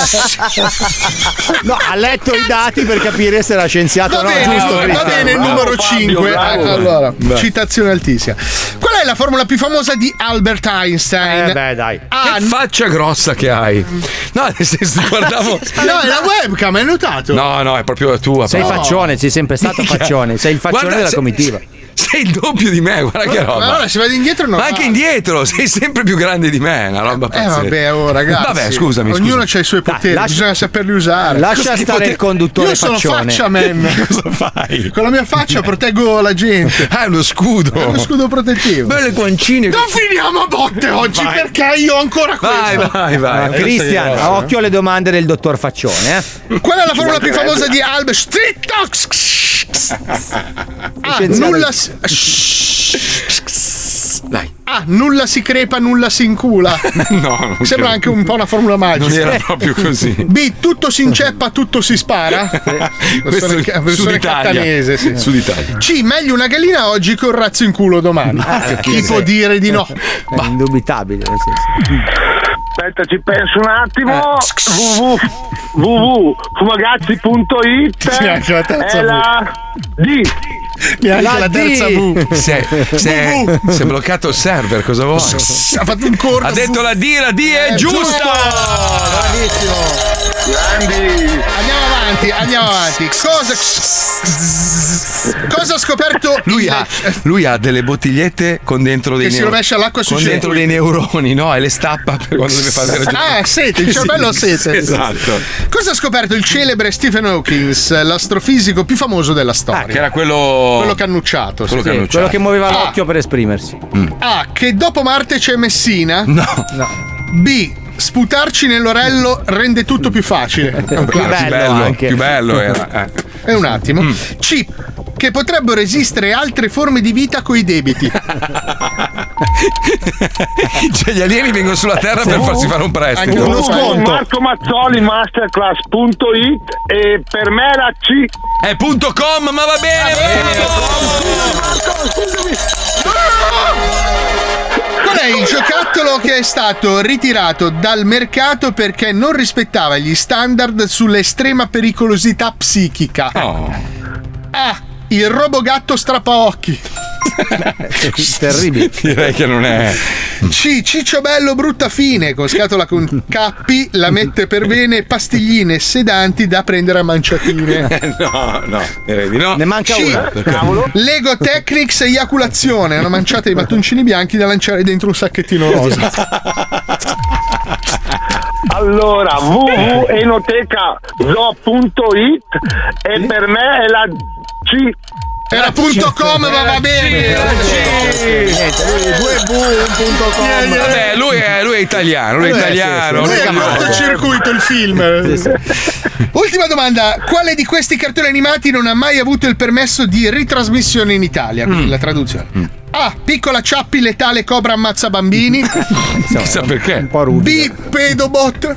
F: cortocircuito!
B: No, ha letto i dati per capire se era scienziato o
F: Va
B: no.
F: bene,
B: giusto,
F: va
B: Cristian?
F: bene, il numero 5. Allora,
B: Beh.
F: citazione altissima. Qual è la formula più famosa di Albert Einstein? Ah,
C: Eh, beh,
B: dai.
C: Che faccia grossa che hai. No, nel senso, guardavo.
F: No, è la webcam, hai notato?
C: No, no, è proprio la tua.
B: Sei
C: proprio.
B: faccione, sei sempre stato
C: Minchia.
B: faccione, sei il faccione
C: Guarda,
B: della
C: se-
B: comitiva.
C: Sei il doppio di me, guarda che
F: Ma
C: roba.
F: allora, se vado indietro, no.
C: Ma anche indietro, sei sempre più grande di me, è una roba
F: Eh
C: pazzesca.
F: vabbè, oh ragazzi.
C: Vabbè, scusami.
F: Ognuno
C: scusami.
F: ha i suoi poteri,
C: lascia-
F: bisogna saperli usare.
B: Lascia
F: Cosa-
B: stare
F: pote-
B: il conduttore
F: Io sono
B: faccione.
F: faccia man.
C: Cosa fai?
F: Con la mia faccia proteggo la gente.
C: Ah, è uno scudo.
F: È uno scudo protettivo.
C: Belle guancine.
F: Non finiamo a botte oggi
B: Vai.
F: perché io ho ancora questo.
C: Vai, vai, vai.
B: Ah, Cristian, occhio alle domande del dottor Faccione. Eh.
F: Qual è la formula più famosa di Albert Einstein?
C: Ah,
F: A.
B: Scienziato.
F: Nulla si... Ah, nulla si crepa, nulla si incula.
C: No, non
F: Sembra
C: credo.
F: anche un po' una formula magica.
C: Non era proprio così.
F: B. Tutto si inceppa, tutto si spara.
C: Questo
F: Persone-
C: è il Sud
F: persone
C: Italia.
F: cattanese, sì.
C: Sud Italia. Ah,
F: C. Meglio una gallina oggi che un razzo in culo domani. Chi può dire di no?
B: È indubitabile. nel senso.
I: Aspetta, ci penso un
C: Eh.
I: attimo. www, www.fumagazzi.it
F: Sì, anche la terza
I: è la D.
F: Neanche la, terza V.
C: Se- se-
F: Vuh,
C: si è bloccato il server, cosa vuoi?
F: Ha fatto un Eh, corso.
C: Ha detto la D, la D è giusta!
F: Bravissimo. Andiamo avanti, andiamo avanti. Cosa, cosa ha scoperto
C: Lui
F: il-
C: ha, lui ha delle bottigliette con dentro dei
F: Che si
C: neuroni.
F: rovescia l'acqua sui
C: Con dentro dei
F: circuiti.
C: neuroni, no? E le stappa per quando deve fare le ragioni.
F: Ah, sete, il cervello ha sete.
C: Esatto.
F: Cosa ha scoperto il celebre Stephen Hawking, l'astrofisico più famoso della storia?
C: Ah, Che era quello.
F: Quello cannucciato.
C: Quello
F: sì.
C: cannucciato.
B: Quello che muoveva
F: Ah. Eh?
B: l'occhio per esprimersi.
F: A. Ah, Che dopo Marte c'è Messina.
C: No.
F: B. Sputarci nell'orello rende tutto più facile. È un
C: Più
F: classico.
C: bello,
B: anche.
C: più bello era. eh.
F: E un attimo. C. Che potrebbero esistere altre forme di vita coi debiti.
C: cioè, gli alieni vengono sulla Terra per farsi fare un prestito.
E: Marco Mazzoli masterclass.it e per me la C
C: è punto com ma va bene
F: Qual è il giocattolo che è stato ritirato dal mercato perché non rispettava gli standard sull'estrema pericolosità psichica?
C: Oh.
F: Ah, il robogatto strappaocchi.
C: Terribile. Direi che non è.
F: C. Ciccio Bello brutta fine con scatola con K, la mette per bene, pastigline sedanti da prendere a manciatine.
C: no, no, direi di no.
F: Ne manca
C: una.
I: eh,
F: Lego Technics eiaculazione, una manciata di mattoncini bianchi da lanciare dentro un sacchettino rosa.
E: allora www.enotecazo.it e per me è la C
F: era punto com ma va bene
E: due
C: Vabbè, lui è, Eh, lui è italiano, lui è
F: Lui è-
C: italiano.
F: Eh, sì, sì, lui è
C: no.
F: cortocircuito il film. Ultima domanda, quale di questi cartoni animati non ha mai avuto il permesso di ritrasmissione in Italia?
C: Mm.
F: Quindi La traduzione. A. Piccola Ciappi letale cobra ammazza bambini.
C: Chissà perché. Un
F: po' B. Pedobot.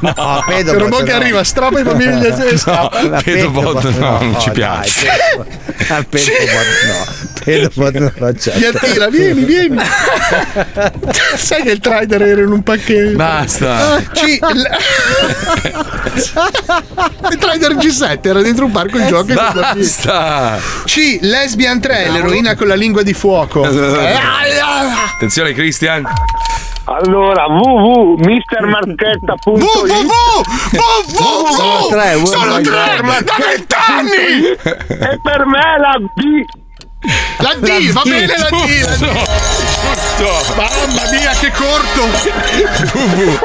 C: No,
F: Il robot che arriva, strappa i bambini e scappa.
C: No, pedobot esatto. no, non ci piace.
N: Al pedobot no, pedobot non lo
K: certo.
N: accetto.
F: Gli attira, vieni, vieni. Sai che il trader era in un pacchetto.
C: Basta.
F: Ah, ci- l- il trader G7 era dentro un parco in gioco. e con i bambini.
C: Eh, Basta.
F: C. Lesbian 3, l'eroina con la lingua di fuoco. Eh.
C: Attenzione Christian.
E: allora www.mistermarchetta.it
F: www
E: www
F: Sono tre! Da vent'anni!
E: e per me la D
F: La D, va bene la D! la D. Mamma mia, che corto!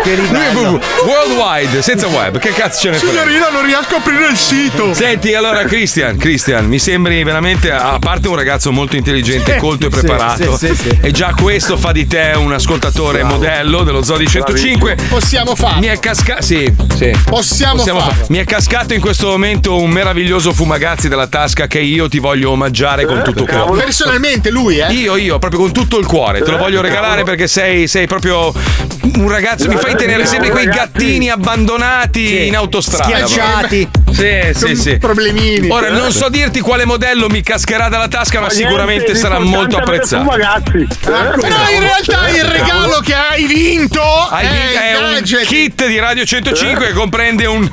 C: Che Worldwide, senza web, che cazzo ce ne frega?
F: Signorina, non riesco a aprire il sito!
C: Senti, allora, Christian, Christian, mi sembri veramente, a parte un ragazzo molto intelligente,
F: Sì,
C: colto e
F: sì,
C: preparato,
F: sì, sì, sì.
C: e già questo fa di te un ascoltatore modello dello Zoo di 105.
F: Possiamo farlo.
C: Mi è cascato. Sì, sì.
F: Possiamo,
C: fa-
F: farlo.
C: Mi è cascato in questo momento un meraviglioso fumagazzi dalla tasca che io ti voglio omaggiare
F: Eh,
C: con tutto cuore.
F: Personalmente lui, eh?
C: Io, io, proprio con tutto il cuore, te lo
F: Eh,
C: voglio regalare perché sei, sei proprio un ragazzo. Mi fai tenere sempre quei
F: Eh, Ragazzi.
C: gattini abbandonati in autostrada.
F: Schiacciati.
C: Sì, sì,
F: Con
C: sì.
F: Problemini.
C: Ora non so dirti quale modello mi cascherà dalla tasca, ma
F: Ma
C: sicuramente
F: niente,
C: sarà
F: l'importante
C: molto
F: è avere
C: apprezzato.
E: ragazzi
C: Ecco.
F: Però in realtà il regalo che hai vinto
C: Hai
F: è
C: vinto- è
F: il
C: un
F: gadget.
C: kit di Radio 105 che comprende un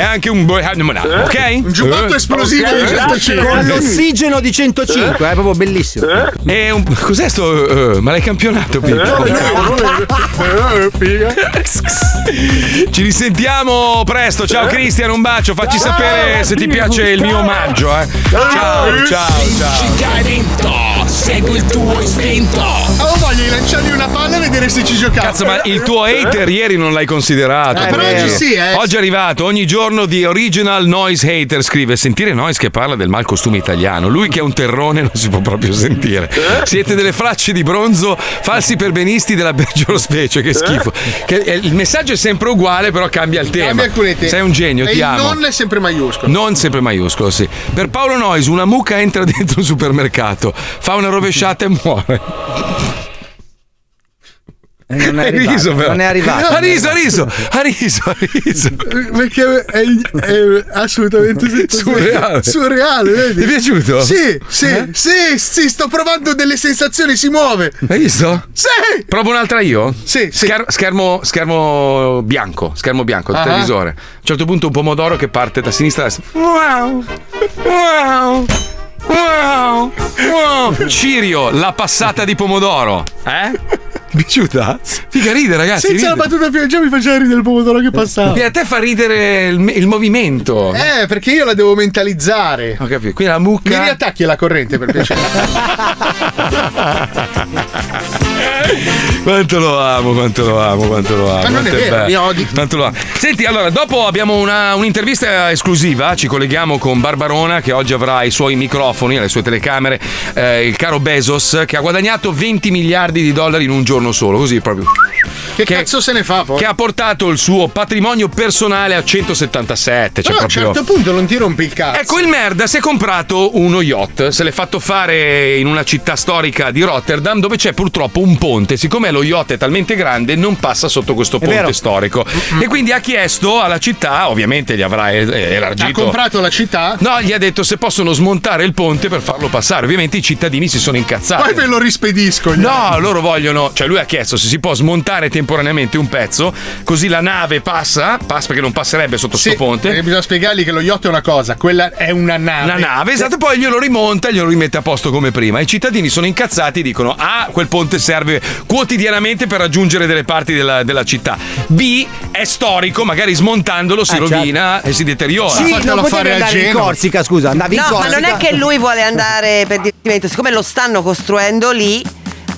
C: e anche un eh, ok?
F: Un
B: Eh?
F: giubbotto esplosivo di 105.
N: Con l'ossigeno di 105, è proprio bellissimo.
F: Eh?
C: E un- cos'è sto eh, ma l'hai campionato Pippo?
F: Eh,
C: Ci risentiamo presto.
F: Eh?
C: Ciao Cristian, un bacio. Facci
F: Ah,
C: sapere se ti piace il mio omaggio, eh. Ciao, ciao, ciao.
F: che hai vinto, segui il tuo istinto. Avevo voglia di lanciargli una palla e vedere se ci Eh? giocava.
C: Cazzo, ma il tuo hater ieri non l'hai considerato.
F: Eh, però
C: poverino.
F: oggi sì, eh.
C: Oggi è arrivato ogni giorno di Original Noise Hater. Scrive: Sentire Noise che parla del malcostume italiano. Lui che è un terrone non si può proprio sentire.
F: Eh?
C: Siete delle fracce di bronzo, falsi perbenisti della peggior specie. Che schifo. Che, eh, il messaggio è sempre uguale, però cambia il tema.
F: Cambia alcune te-
C: Sei un genio,
F: e
C: ti
F: il
C: amo.
F: non è sempre maiuscolo.
C: Non sempre maiuscolo, sì. Per Paolo Nois, una mucca entra dentro un supermercato, fa una rovesciata e muore.
B: Non
C: Hai riso, però. Ha riso, ha riso, ha riso, ha riso.
F: Perché è, è assolutamente senza-
C: Surreale.
F: Surreale, vedi?
C: Ti è piaciuto?
F: Sì, sì,
C: Eh?
F: sì, sì, sto provando delle sensazioni, si muove.
C: Hai visto?
F: Sì!
C: Provo un'altra io?
F: Sì,
C: Scher- schermo, schermo bianco, schermo bianco, del
F: Ah.
C: televisore. A un certo punto un pomodoro che parte da sinistra a destra.
S: Wow! Wow! Wow!
C: Wow, Cirio, la passata di pomodoro. Eh? Piaciuta? Figa ride, ragazzi.
F: Senza la
C: ride.
F: battuta piangeva mi faceva ridere il pomodoro che passava.
C: Perché a te fa ridere il, il movimento.
F: Eh, perché io la devo mentalizzare.
C: Ho capito. Quindi la mucca.
F: Mi riattacchi alla corrente per piacere.
C: Quanto lo amo, quanto lo amo, quanto lo amo.
F: Ma non
C: quanto
F: è vero,
C: bello.
F: mi odi.
C: Quanto lo amo. Senti, allora, dopo abbiamo una- un'intervista esclusiva, ci colleghiamo con Barbarona che oggi avrà i suoi microfoni, le sue telecamere, eh, il caro Bezos che ha guadagnato 20 miliardi di dollari in un giorno solo, così proprio.
F: Che, cazzo se ne fa poi?
C: Che ha portato il suo patrimonio personale a 177. Cioè
F: Però a un
C: proprio...
F: certo punto non ti rompi il cazzo.
C: Ecco, il merda si è comprato uno yacht, se l'è fatto fare in una città storica di Rotterdam dove c'è purtroppo un ponte, siccome lo yacht è talmente grande non passa sotto questo ponte
F: vero.
C: storico e quindi ha chiesto alla città, ovviamente gli avrà eh, eh,
F: Ha
C: elargito.
F: comprato la città.
C: No, gli ha detto se possono smontare il ponte per farlo passare. Ovviamente i cittadini si sono incazzati.
F: Poi ve lo rispedisco. gli
C: No, loro vogliono, cioè lui ha chiesto se si può smontare temporaneamente un pezzo, così la nave passa, passa perché non passerebbe sotto sto ponte.
F: Perché bisogna spiegargli che lo yacht è una cosa, quella è una nave.
C: La nave, esatto, poi glielo rimonta e glielo rimette a posto come prima. I cittadini sono incazzati e dicono: A, quel ponte serve quotidianamente per raggiungere delle parti della, della città. B, è storico, magari smontandolo si rovina e si deteriora.
B: Ah, certo. Sì, non potevi andare in Corsica, scusa, andavi in
G: No, ma
B: Corsica.
G: non è che lui vuole andare per divertimento, siccome lo stanno costruendo lì.
C: Eh.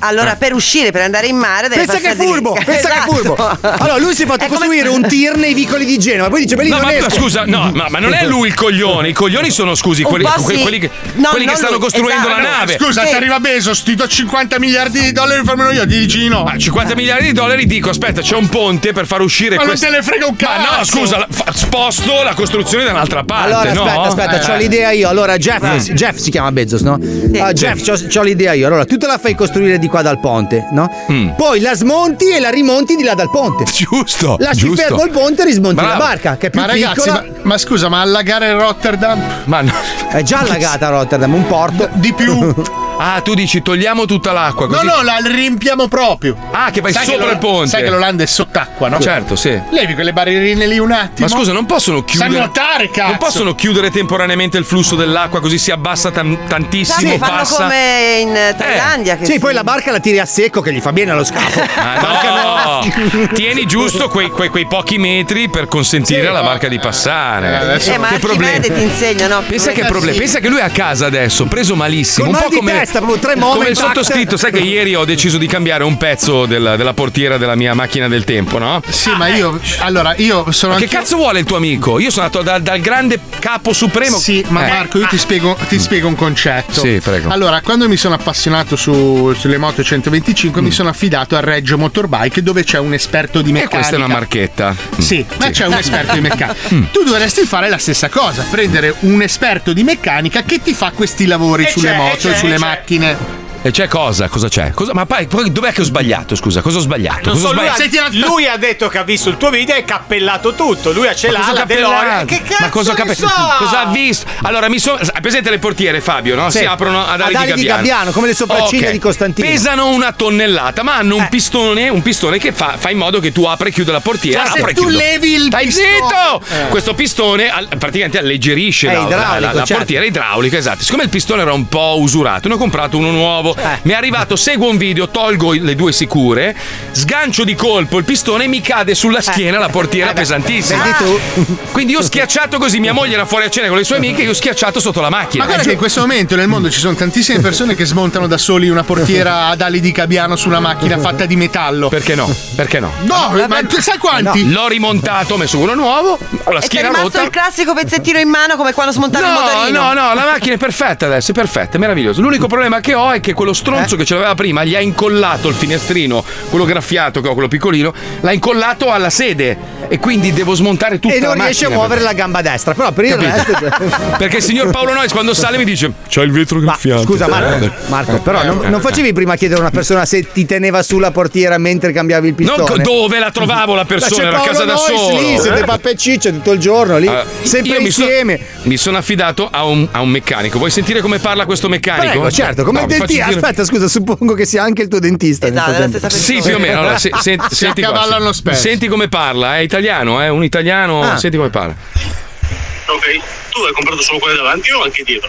G: Allora, per uscire, per andare in mare, deve
B: Pensa che è
G: passare di-
B: furbo, pensa che è
G: Esatto.
B: furbo. Allora, lui si è fatto
G: È come-
B: costruire un tir nei vicoli di Genova, Eh, poi dice, "Belli,
C: No,
B: non
C: ma
B: esco".
C: scusa, no, ma, ma non è lui il coglione. I coglioni sono,
F: Eh,
C: scusi,
B: Un
C: quelli,
B: po'
C: que-
B: sì.
C: quelli che,
B: No,
C: quelli che
B: non
C: stanno
B: lui,
C: costruendo
B: esatto.
C: la nave.
F: Scusa, ti arriva Bezos, ti do 50 miliardi di dollari per farmelo io, dici di no.
C: Ma 50 miliardi di dollari dico aspetta c'è un ponte per far uscire
F: Ma non
C: questo
F: te ne frega un
C: ma no
F: cazzo!
C: scusa la- fa- sposto la costruzione da un'altra parte
B: Allora,
C: no?
B: aspetta, aspetta,
C: Eh,
B: c'ho
C: eh.
B: l'idea io. Allora, Jeff,
T: Mm.
B: Jeff si chiama Bezos, no? Ah, Jeff, c'ho, c'ho l'idea io. Allora, tu te la fai costruire di qua dal ponte, no?
T: Mm.
B: Poi la smonti e la rimonti di là dal ponte.
C: Giusto.
B: Lasci
F: giusto.
B: fermo il ponte e rismonti la
F: Bravo.
B: barca, che è più
F: ma ragazzi,
B: piccola.
F: ma, ma scusa, ma allagare Rotterdam?
C: Ma no.
B: È già allagata Rotterdam, un porto.
F: Di più.
C: Ah, tu dici togliamo tutta l'acqua
F: No,
C: così.
F: no, la riempiamo proprio.
C: Ah, che vai
F: Sai
C: sopra
F: l'Ola-
C: il ponte.
F: Sai che l'Olanda è sott'acqua, no?
C: Certo, sì.
F: Levi quelle barrierine lì un
C: Ma
F: attimo.
C: scusa, non possono chiudere.
F: Sa nuotare, cazzo.
C: Non possono chiudere temporaneamente il flusso dell'acqua così si abbassa tan- tantissimo,
G: Sì, fanno
C: passa.
G: come
T: Eh.
G: in Thailandia. Che
B: sì,
G: si-
B: poi la barca la tiri a secco che gli fa bene allo scafo.
C: Ah, no. Tieni giusto quei, quei- quei pochi metri per consentire alla barca di passare.
G: eh, ma
C: che problema?
G: Archimede ti insegna, no?
C: Pensa che problema, pensa che lui è a casa adesso, preso malissimo.
B: Col
C: un
B: mal
C: po'
B: di
C: come,
B: testa, proprio tre
C: come
B: momenti.
C: il sottoscritto, sai che ieri ho deciso di cambiare un pezzo della, della portiera della mia macchina del tempo, no?
F: Sì, ma io. Allora, io sono.
C: Ma che cazzo vuole il tuo amico? Io sono andato dal- dal grande capo supremo.
F: Sì, ma
C: Eh.
F: Marco, io ti spiego, ti spiego un concetto.
C: Sì, prego.
F: Allora, quando mi sono appassionato su- sulle moto 125, mi sono affidato a Reggio Motorbike, dove c'è un esperto di
C: Mm. E
F: meccanica.
C: questa è una marchetta. Mm.
F: Sì, ma c'è un esperto di meccanica. tu dovresti fare la stessa cosa, prendere un esperto di meccanica che ti fa questi lavori
C: E
F: sulle
C: c'è, e
F: moto
C: c'è,
F: e
C: e
F: sulle
C: c'è.
F: macchine.
C: E c'è cosa? Cosa c'è? Cosa- ma poi, poi dov'è che ho sbagliato? Scusa, cosa ho sbagliato?
T: Non
C: Cosa ho
T: so, lui, ha,
C: sbagliato?
T: lui ha detto che ha visto il tuo video e ha cappellato tutto. Lui ha
C: Ma cosa
T: celato la
C: cappellato?
T: DeLorean. Che cazzo
C: Ma cosa,
T: ne
C: cape-
T: so?
C: cosa ha visto? Allora, mi sono. Hai presente le portiere, Fabio? No?
B: Sì.
C: Ah, Si aprono ad ali,
B: Ad ali di Gabbiano, come le sopracciglia
C: Ok.
B: di Costantino.
C: Pesano una tonnellata, ma hanno
F: Eh.
C: un pistone, un pistone che fa, fa in modo che tu apri e chiudi la portiera.
F: Cioè, se
C: apri e
F: tu
C: chiudi.
F: levi il
C: Stai
F: pistone-
C: zitto!
F: Eh.
C: Questo pistone al- praticamente alleggerisce
F: È
C: la, la- la-
F: idraulico,
C: la
F: certo.
C: portiera idraulica, esatto. Siccome il pistone era un po' usurato, ne ho comprato uno nuovo.
F: Eh.
C: Mi è arrivato, seguo un video, tolgo i- le due sicure, sgancio di colpo il pistone e mi cade sulla schiena la portiera pesantissima.
F: Eh. Vedi tu?
C: Quindi io ho schiacciato così, mia moglie era fuori a cena con le sue amiche, io ho schiacciato sotto la macchina.
F: Ma guarda che in questo momento nel mondo ci sono tantissime persone che smontano da soli una portiera ad ali di Cabiano su una macchina fatta di metallo.
C: Perché no? Perché no?
F: No, ma tu sai quanti?
C: L'ho rimontato, ho messo uno nuovo, ho la
G: E ti è
C: schiena
G: rimasto
C: rotta.
G: il classico pezzettino in mano come quando smontano il
C: No,
G: motorino.
C: no, no, la macchina è perfetta adesso, è perfetta, è meravigliosa. L'unico problema che ho è che quello stronzo
B: Eh?
C: che ce l'aveva prima gli ha incollato il finestrino, quello graffiato che ho, quello piccolino, l'ha incollato alla sede e quindi devo smontare tutta
B: e
C: la
B: non
C: macchina.
B: riesce a muovere la gamba destra, però per il
C: Capito?
B: resto.
C: Perché il signor Paolo Nois quando sale mi dice C'ho il vetro graffiato. Eh.
B: Scusa Marco, Marco, però non, non facevi prima chiedere a una persona se ti teneva sulla portiera mentre cambiavi il
C: Non
B: pistone?
C: co- dove la trovavo la persona?
B: Ma
C: Era a
B: c'è
C: casa da
B: Paolo Nois
C: solo. eh?
B: lì, siete pappa e ciccia tutto il giorno lì,
C: Ah,
B: sempre
C: io mi sono-
B: insieme.
C: mi sono affidato a un, a un meccanico. Vuoi sentire come parla questo meccanico?
B: Prego, certo, come
C: No,
B: il
C: vi faccio
B: dentista.
C: sentire-
B: Aspetta, scusa, suppongo che sia anche il tuo dentista. Esatto,
C: Sì, più o meno. Allora, se- se- senti, qua,
F: accavallano
C: se-
F: spesso.
C: senti come parla, è italiano, è un italiano.
F: Ah.
C: Senti come parla.
R: Ok, tu hai comprato solo quelle davanti o anche dietro?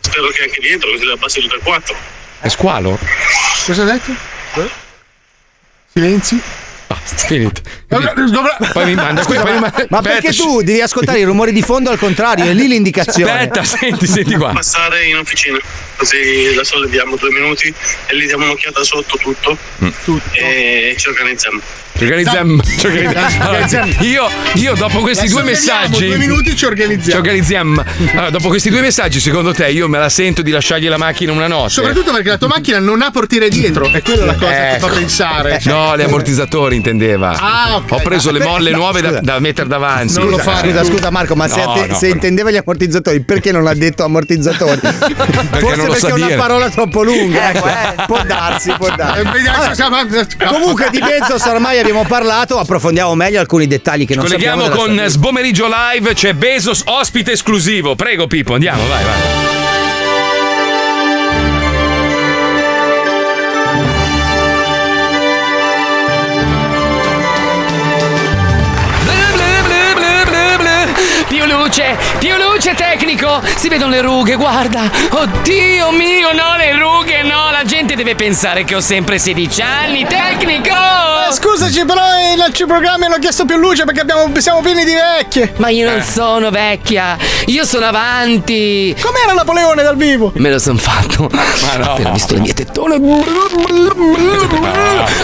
R: Spero che anche dietro, così la passi tutte e quattro.
C: È squalo?
F: Cosa ha detto? Silenzi.
C: Basta, finito. Poi mi manda
B: Scusa,
C: poi mi
B: ma,
C: manda-
B: ma perché
C: aspetta,
B: tu devi ascoltare i rumori di fondo al contrario, è lì l'indicazione.
C: Aspetta, senti, senti qua.
R: Passare in officina.
U: così la solleviamo due minuti e lì diamo un'occhiata sotto tutto,
C: Mm.
U: e Eh, ci organizziamo.
C: Ci organizziamo. ci organizziamo. Allora,
U: Organizziamo.
C: io, io dopo questi
U: La
C: due
U: sorvegliamo,
C: messaggi.
U: due minuti
I: ci organizziamo.
C: Ci organizziamo. Allora, dopo questi due messaggi, secondo te, io me la sento di lasciargli la macchina una notte.
I: Soprattutto perché
C: Eh.
I: la tua macchina non ha portiere dietro, è quella la cosa
C: ecco.
I: che fa pensare.
C: No, gli ammortizzatori intendeva.
I: Ah, ok.
C: Ho preso le
I: Beh,
C: molle
I: no,
C: nuove da, da mettere davanti.
B: Scusa, scusa, scusa Marco, ma se,
C: No,
B: a te-
C: no,
B: se intendeva gli ammortizzatori, perché non ha detto ammortizzatori? Forse
C: non lo
B: perché
C: sa
B: è una
C: dire. Eh,
B: parola troppo lunga.
I: Ecco,
B: ecco. Può darsi, può darsi.
I: Eh, vediamo se siamo-
B: Comunque di Bezos ormai abbiamo parlato, approfondiamo meglio alcuni dettagli che
C: Ci
B: non
C: colleghiamo
B: sappiamo.
C: con Sbomeriggio Live, c'è Bezos, ospite esclusivo. Prego Pippo, andiamo, vai, vai.
M: Più luce, più luce tecnico! Si vedono le rughe, guarda! Oddio mio, no, le rughe, no! La gente deve pensare che ho sempre 16 anni, tecnico!
V: Eh, scusaci, però eh, nel ci programmi hanno chiesto più luce perché abbiamo, siamo pieni di vecchie.
M: Ma io
C: Eh.
M: non sono vecchia, io sono avanti.
V: Com'era Napoleone dal vivo?
M: Me lo son fatto. Ma no. Appena visto le mie tettone.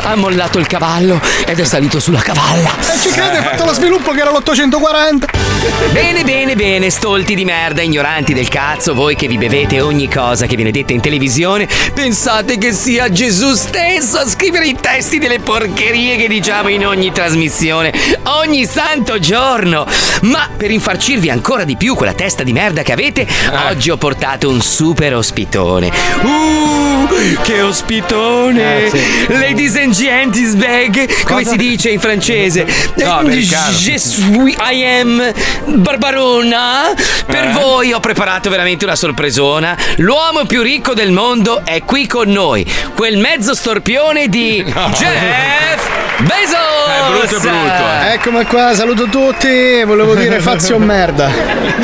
M: Ha mollato il cavallo ed è salito sulla cavalla.
V: E Eh, ci crede, ha fatto lo sviluppo che era l'840.
M: Bene, bene, bene, stolti di merda, ignoranti del cazzo, voi che vi bevete ogni cosa che viene detta in televisione, pensate che sia Gesù stesso a scrivere i testi delle porcherie che diciamo in ogni trasmissione, ogni santo giorno. Ma per infarcirvi ancora di più quella testa di merda che avete, oggi ho portato un super ospitone. Uh, che ospitone! Eh, sì. Ladies and gentlemen, come Cosa? si dice in francese? No, americano. Je suis, I am Barbarona. Per Eh. voi ho preparato veramente una sorpresona. L'uomo più ricco del mondo è qui con noi. Quel mezzo storpione di Jeff
C: Eh,
M: Bezos.
V: Eccomi qua, saluto tutti. Volevo dire Fazio merda.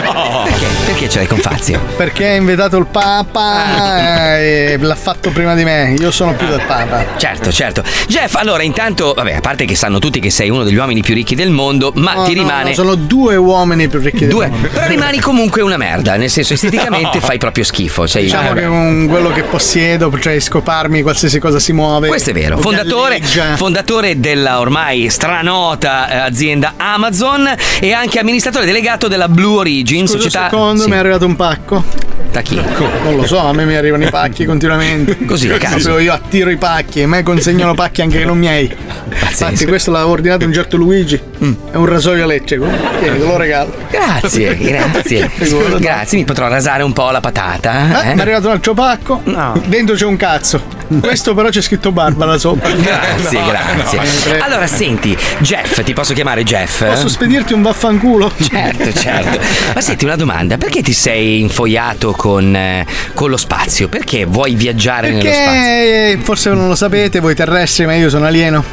M: No. Perché? Perché ce l'hai con Fazio?
V: Perché ha invitato il Papa
M: Ah.
V: e l'ha fatto prima di me. Io sono più del Papa.
M: Certo, certo. Jeff, allora intanto, vabbè, a parte che sanno tutti che sei uno degli uomini più ricchi del mondo, ma
V: No,
M: ti
V: no,
M: rimane...
V: no, sono due uomini più ricchi
M: Due.
V: del mondo.
M: Però rimani comunque una merda, nel senso esteticamente
V: No.
M: fai proprio schifo. Sei
V: Diciamo che con quello che possiedo potrei scoparmi qualsiasi cosa si muove.
M: Questo è vero.
V: O
M: Fondatore, fondatore della ormai stranota eh, azienda Amazon e anche amministratore delegato della Blue Origin,
V: Scusa un
M: società.
V: secondo,
M: sì.
V: mi è arrivato un pacco. Ecco,
M: Da chi?
V: Non lo so, a me mi arrivano i pacchi continuamente.
M: Così, a caso.
V: Proprio Io attiro i pacchi, a me consegnano pacchi anche che non miei. Infatti, questo l'aveva ordinato un certo Luigi.
M: Mm.
V: È un rasoio elettrico. Tieni, te lo regalo.
M: Grazie, grazie.
V: Figurati.
M: grazie, mi potrò rasare un po' la patata.
V: Eh,
M: eh?
V: Mi è arrivato un altro pacco. Dentro c'è un cazzo. Questo però c'è scritto Barbara sopra.
M: Grazie,
V: No,
M: grazie.
V: no, mi prego.
M: allora, senti, Jeff, ti posso chiamare Jeff? eh?
V: Posso spedirti un vaffanculo?
M: Certo, certo. Ma senti una domanda, perché ti sei infoiato con, eh, con lo spazio? Perché vuoi viaggiare nello spazio? Ah.
V: Perché forse non lo sapete voi terrestri, ma io sono alieno.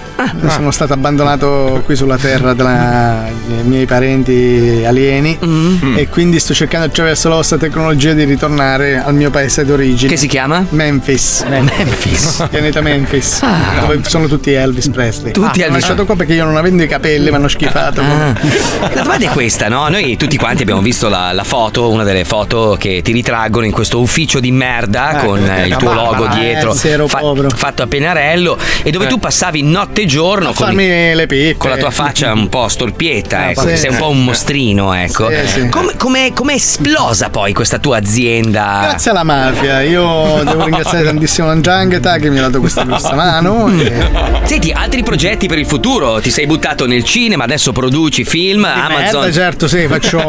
V: sono stato abbandonato qui sulla Terra dai miei parenti alieni
M: Mm.
V: e quindi sto cercando attraverso la vostra tecnologia di ritornare al mio paese d'origine. Che si
M: chiama?
V: Memphis.
M: Memphis. Ah.
V: Pianeta Memphis. Dove sono tutti Elvis Presley.
M: Tutti Elvis.
V: Ho lasciato qua perché io non avendo i capelli mi hanno schifato.
M: La domanda è questa, no? Noi tutti quanti abbiamo visto la, la foto, una delle foto che ti ritraggono in questo ufficio di merda
V: Eh,
M: con eh, il tuo
V: Barbara,
M: logo
V: eh,
M: dietro
V: se ero povero.
M: fatto a pennarello e dove
V: Eh.
M: tu passavi notte e giorno con,
V: farmi le pippe. Ah,
M: con la tua faccia un po' storpietta, ecco,
V: sì.
M: che sei un po' un mostrino, ecco.
V: Sì, sì.
M: Come, come- come è esplosa poi questa tua azienda?
V: Grazie alla mafia, io devo ringraziare tantissimo l'Andrangheta che mi ha dato questa grossa mano.
M: Mm.
V: e-
M: Senti, altri progetti per il futuro? Ti sei buttato nel cinema, adesso produci film, Amazon.
V: Merda, certo, sì, faccio,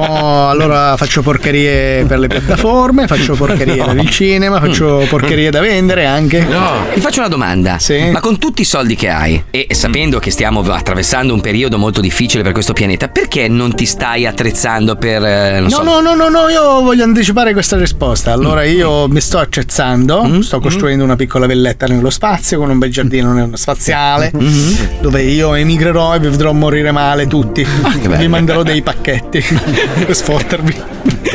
V: allora faccio porcherie per le piattaforme, faccio porcherie per il cinema, faccio porcherie da vendere anche.
M: No. Ti faccio una domanda. Ma con tutti i soldi che hai e sapendo che stiamo attraversando un periodo molto difficile per questo pianeta, perché non ti stai attrezzando per eh, non
V: No,
M: so, Mm.
V: no, no, no, no, io voglio anticipare questa risposta. Allora, io mi sto accezzando, sto costruendo una piccola villetta nello spazio con un bel giardino nello spaziale,
M: Mm.
V: dove io emigrerò
M: Ah,
V: e vi vedrò morire male tutti. vi manderò dei pacchetti per sfottervi.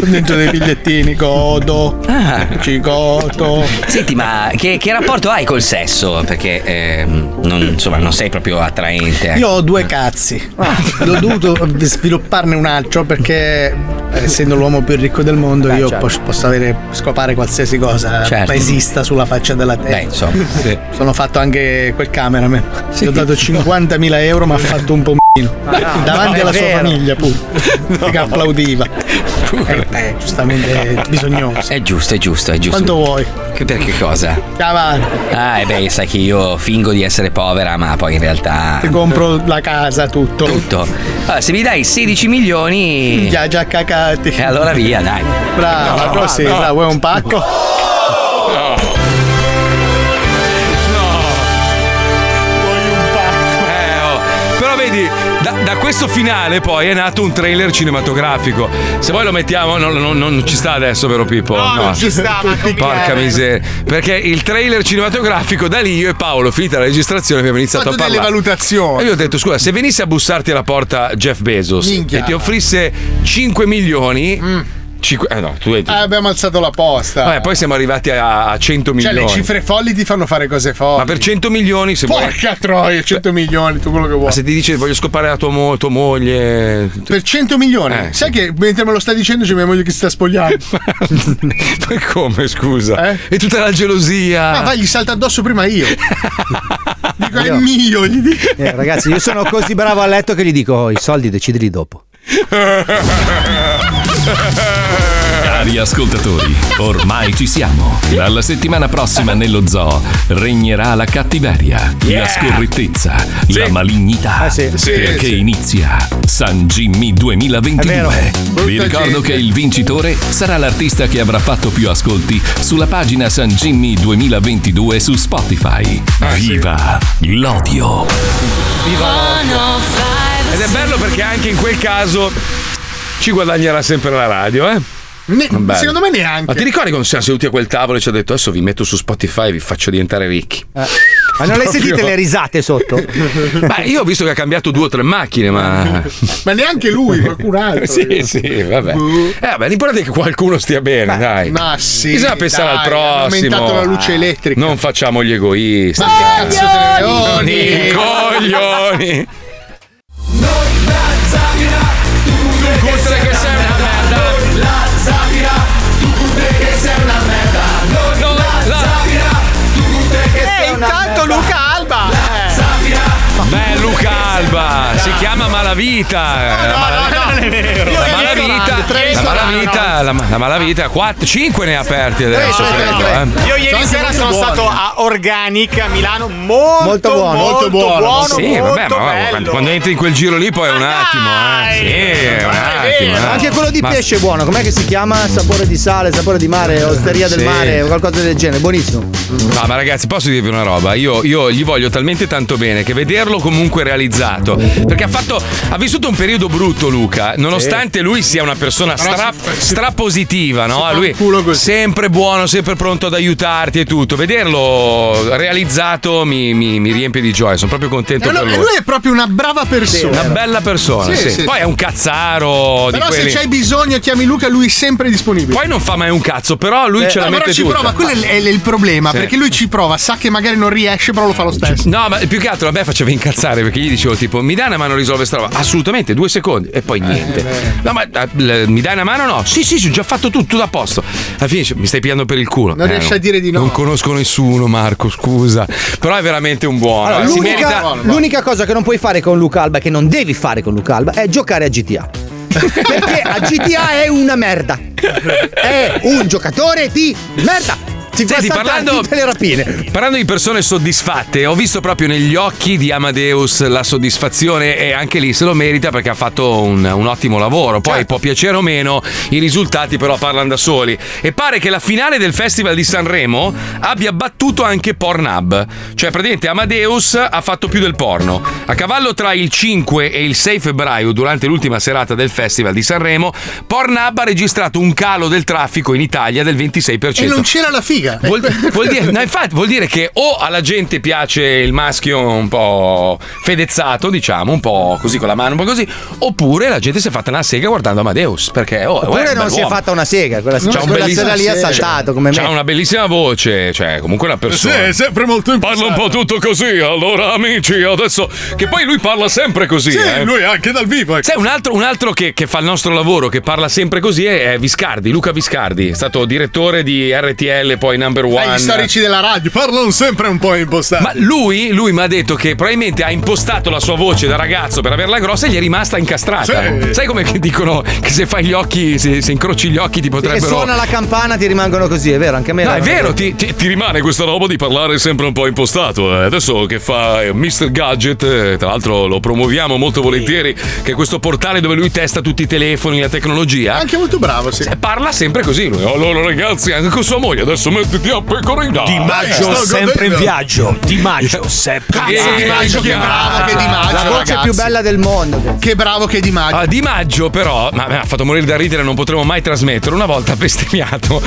V: dentro dei bigliettini, godo,
M: Ah.
V: ci godo.
M: Senti, ma che, che rapporto hai col sesso? Perché ehm, non, insomma, non sei proprio attraente. ecco. Ah.
V: Io ho due cazzi. Ho dovuto svilupparne un altro perché, eh, essendo l'uomo più ricco del mondo, io
M: certo.
V: posso, posso avere, scopare qualsiasi cosa
M: Certo.
V: esista sulla faccia della terra.
M: insomma, sì.
V: Sono fatto anche quel cameraman. Gli ho dato 50.000 euro, ma ha fatto un po'
M: Ah,
I: no,
V: davanti
I: è
V: alla sua
I: vero.
V: famiglia pure che applaudiva Eh, eh, giustamente bisognoso
M: È giusto, è giusto, è giusto.
V: Quanto vuoi?
M: Che- Per che cosa?
V: Avanti,
M: Ah, e beh, sai che io fingo di essere povera, ma poi in realtà.
V: ti compro la casa tutto
M: tutto Allora, se mi dai 16 milioni.
V: già già cacati
M: E allora via, dai. No,
V: brava così
M: no.
V: brava, vuoi un pacco?
C: No. Eh, oh. Però vedi, da, da questo finale poi è nato un trailer cinematografico. Se poi lo mettiamo, non, non- non ci sta adesso, vero Pippo?
D: No, non ci sta, ma come
C: Porca
D: chiama?
C: miseria. Perché il trailer cinematografico, da lì io e Paolo, finita la registrazione, abbiamo iniziato
I: Fatto
C: a
I: delle
C: parlare.
I: valutazioni.
C: E io ho detto, scusa, se venisse a bussarti alla porta Jeff Bezos
I: Minchia. Mm.
C: e ti offrisse 5 milioni... cinque- eh no, tu hai
I: Ah, abbiamo alzato la posta.
C: Vabbè, poi siamo arrivati a a 100
I: Cioè,
C: Ah, milioni.
I: le cifre folli ti fanno fare cose folli.
C: Ma per 100 milioni se vuoi. Cioè,
I: Porca troia, 100 milioni, tu quello che
C: Ma
I: vuoi.
C: se ti dice voglio scopare la tua, mo- tua moglie. cioè
I: Per 100 milioni.
C: Eh,
I: Sai che mentre me lo sta dicendo c'è mia moglie che si sta spogliando.
F: Eh?
C: Poi come, scusa? E tutta la gelosia.
I: Ah, vai, gli salta addosso prima io. Dico, è
B: Io-
I: mio, gli dico.
B: Eh, ragazzi, io sono così bravo a letto che gli dico: "Oh, i soldi decidili dopo.
A: Cari ascoltatori, ormai ci siamo. Dalla settimana prossima nello zoo regnerà la cattiveria,
C: Yeah!
A: la scorrettezza, la malignità.
C: Ah, Sì,
A: perché
C: sì.
A: inizia San Jimmy
C: È vero.
A: 2022. Vi
C: Brutta
A: ricordo
C: gente.
A: che il vincitore sarà l'artista che avrà fatto più ascolti sulla pagina San Jimmy 2022 su Spotify.
C: Ah,
A: Viva l'odio!
C: Ed è bello perché anche in quel caso ci guadagnerà sempre la radio, eh? Bello.
I: secondo me neanche.
C: Ma ti ricordi quando siamo seduti a quel tavolo e ci ha detto adesso vi metto su Spotify e vi faccio diventare ricchi?
I: Eh.
B: Ma non le
C: Proprio-
B: sentite le risate sotto?
C: Beh, io ho visto che ha cambiato due o tre macchine, ma.
I: Ma neanche lui, qualcun altro. Boh.
C: sì, sì, vabbè. Eh, vabbè, l'importante è che qualcuno stia bene, dai.
I: ma sì,
C: Bisogna pensare
I: dai,
C: al
I: hanno
C: prossimo.
I: aumentato la luce elettrica.
C: Non facciamo gli egoisti.
I: Cazzo, te
C: Coglioni!
I: ne-
C: Coglioni!
D: E Eh, intanto Luca Alba! eh.
C: Beh, Luca Alba si chiama Malavita. La mala-
D: non è vero!
C: La malavita, la malavita, la, ma- la malavita, 5 ne ha aperti adesso,
D: Tre,
C: credo.
D: tre,
C: eh.
D: Io ieri sera sono stato a Organic a Milano, molto,
C: Molto
D: buono, molto buono,
C: sì, vabbè,
D: molto
C: ma
D: bello.
C: quando, quando entri in quel giro lì poi è un attimo, eh. Sì, è un attimo. eh.
B: Anche quello di
C: Ma- Eh,
B: pesce è buono, com'è che si chiama? Sapore di sale, sapore di mare, osteria
C: Sì.
B: del mare, qualcosa del genere, buonissimo.
C: No, ma ragazzi, posso dirvi una roba? Io, io gli voglio talmente tanto bene che vederlo comunque realizzato. Perché ha fatto. Ha vissuto un periodo brutto, Luca. Nonostante lui sia una persona
I: Però
C: stra, strapositiva, no?
I: fa
C: Lui sempre buono, sempre pronto ad aiutarti e tutto. Vederlo realizzato mi, mi- mi riempie di gioia. Sono proprio contento
I: Eh, no,
C: per lui.
I: lui è proprio una brava persona.
C: Una bella persona,
I: Sì,
C: sì.
I: sì.
C: Poi è un cazzaro di
I: Però se
C: quelli-
I: c'hai bisogno chiami Luca, lui è sempre disponibile.
C: Poi non fa mai un cazzo, però lui
I: Eh,
C: ce la
I: no,
C: mette
I: però ci
C: tutta.
I: prova, quello è, è il problema,
C: Sì.
I: perché lui ci prova, sa che magari non riesce, però lo fa lo stesso.
C: No, ma più che altro a me faceva incazzare perché gli dicevo tipo mi dai una mano risolve sta roba? Assolutamente, due secondi e
I: Eh,
C: poi niente. No, ma eh, l- mi dai una mano? No. Sì, sì, sì, ho già fatto tutto da posto. Alla fine dice, mi stai pigliando per il culo. Eh,
I: Non riesce a dire di no.
C: Non conosco nessuno, Marco, scusa. Però è veramente un buono. eh.
B: Allora,
C: si
B: l'unica,
C: merita...
B: l'unica cosa che non puoi fare con Luca Alba, che non devi fare con Luca Alba, è giocare a GTA. Perché a GTA è una merda. È un giocatore di merda. Ti fa
C: Senti,
B: saltare
C: parlando-
B: tutte le rapine.
C: Parlando di persone soddisfatte, ho visto proprio negli occhi di Amadeus la soddisfazione e anche lì se lo merita perché ha fatto un, un ottimo lavoro. Poi può piacere o meno, i risultati però parlano da soli. E pare che la finale del Festival di Sanremo abbia battuto anche Pornhub. Cioè praticamente Amadeus ha fatto più del porno. A cavallo tra il 5 e il 6 febbraio, durante l'ultima serata del Festival di Sanremo, Pornhub ha registrato un calo del traffico in Italia del 26%.
I: E non c'era la figa.
F: figa.
C: certo. Eh, Vuol, vuol dire, no, infatti, vuol dire che o alla gente piace il maschio un po' fedezzato, diciamo, un po' così con la mano, un po' così, oppure la gente si è fatta una sega guardando Amadeus. Perché oh,
B: Oppure
C: è un
B: non si è
C: bell'uomo.
B: fatta una sega, quella,
C: C'ha un
B: quella
C: bellissimo-
B: sera lì ha
C: sì, cioè,
B: saltato come
C: C'ha
B: me.
C: una bellissima voce, cioè comunque una persona.
B: Sì, è
C: sempre molto Parla un po' tutto così, allora amici, adesso che poi lui parla sempre così,
I: Sì,
C: eh.
I: lui anche dal vivo. ecco.
C: Sai, un altro, un altro che, che fa il nostro lavoro, che parla sempre così, è, è Viscardi, Luca Viscardi, è stato direttore di RTL, poi number one.
F: Gli storici della radio parlano sempre un po' impostati.
C: Ma lui, lui mi ha detto che probabilmente ha impostato la sua voce da ragazzo per averla grossa e gli è rimasta incastrata.
B: Sì.
C: Sai come che dicono che se fai gli occhi, se, se incroci gli occhi ti
B: Che
C: potrebbero.
B: suona la campana ti rimangono così, è vero, anche a me.
C: No, Ah, è
B: erano-
C: vero, ti, ti- ti rimane questa roba di parlare sempre un po' impostato. eh. Adesso che fa eh, Mr. Gadget, eh, tra l'altro lo promuoviamo molto volentieri, che è questo portale dove lui testa tutti i telefoni, la tecnologia. Anche molto bravo, sì. Parla sempre così lui. Allora ragazzi, anche con sua moglie, adesso mettiti a pecorina.
W: Di Maggio sempre in viaggio. Di Maggio sempre in
C: Cazzo, eh, Di Maggio, che bravo che Di Maggio,
B: La voce
C: ragazzi.
B: più bella del mondo.
F: Che bravo che Di Maggio.
C: Ah, di Maggio, però, ma mi ha fatto morire da ridere, non potremo mai trasmettere. Una volta ha bestemmiato,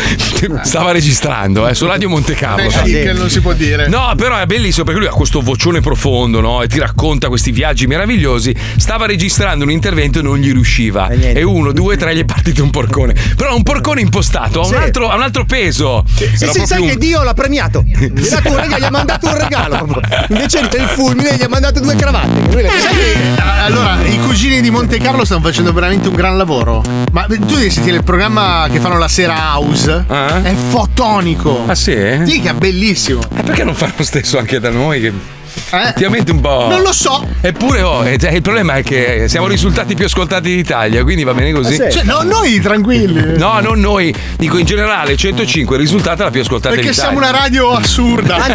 C: stava registrando eh, su Radio Montecavolo.
F: Beh, sì, che non si può dire.
C: No, però è bellissimo perché lui ha questo vocione profondo, no? E ti racconta questi viaggi meravigliosi. Stava registrando un intervento e non gli riusciva.
F: Eh,
C: E uno, due, tre gli è partito un porcone. Però un porcone impostato ha un,
B: Sì.
C: altro, ha un altro peso.
B: Sì,
C: Era
B: sì,
C: proprio
B: sai
C: un-
B: che Dio l'ha premiato. Gli ha dato un regalo, gli ha mandato un regalo. proprio. Invece del fulmine gli ha mandato due cravatte. Lui
E: Eh,
B: ha-
F: Sai che, a- allora, i cugini di Monte Carlo stanno facendo veramente un gran lavoro. Ma tu devi sentire il programma che fanno la sera house? È fotonico.
C: Eh? Ah, sì?
F: Sì, che è bellissimo. Eh?
C: Eh, perché non fa lo stesso anche da noi? Che... Effettivamente un po'.
F: Non lo so.
C: Eppure, oh, eh, cioè, il problema è che siamo i risultati più ascoltati d'Italia, quindi va bene
H: Ah,
C: così.
F: Cioè, no, noi tranquilli.
C: No, non noi, dico in generale 105 è risultata la più ascoltata
F: Perché
C: d'Italia.
F: siamo una radio assurda.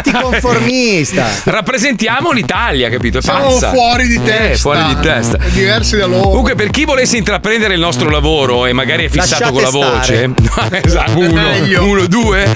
C: Rappresentiamo l'Italia, capito? È
F: Siamo
C: pazza.
F: fuori di
C: Eh,
F: testa.
C: fuori di testa.
F: Diversi da loro.
C: Comunque, per chi volesse intraprendere il nostro lavoro e magari è fissato
F: Lasciate
C: con la voce,
F: stare.
C: No, esatto,
F: È
C: uno,
F: meglio.
C: uno, due.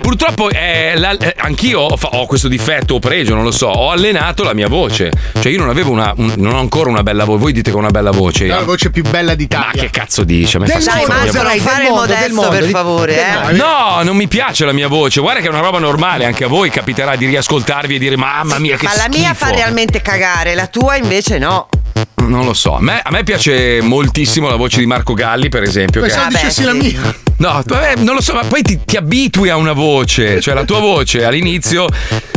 C: Purtroppo, eh, la- eh, anch'io ho, fa- ho questo difetto o pregio, non lo so. Ho allenato la mia voce, cioè io non avevo una, un- non ho ancora una bella voce. Voi dite che ho una bella voce.
F: La voce più bella d'Italia.
C: Ma che cazzo dici? A me fa
G: Dai,
C: schifo.
G: Maggio, non fare il modesto, per favore, eh.
C: No, non mi piace la mia voce. Guarda che è una roba normale. Anche a voi capiterà di riascoltarvi e dire: Mamma mia, che
G: Ma la mia fa
C: schifo."
G: realmente cagare, la tua invece no.
C: Non lo so. A me, a me piace moltissimo la voce di Marco Galli, per esempio.
G: Pensavo
C: che-
G: dicessi la mia.
C: No, vabbè, non lo so, ma poi ti, ti abitui a una voce. Cioè, la tua voce all'inizio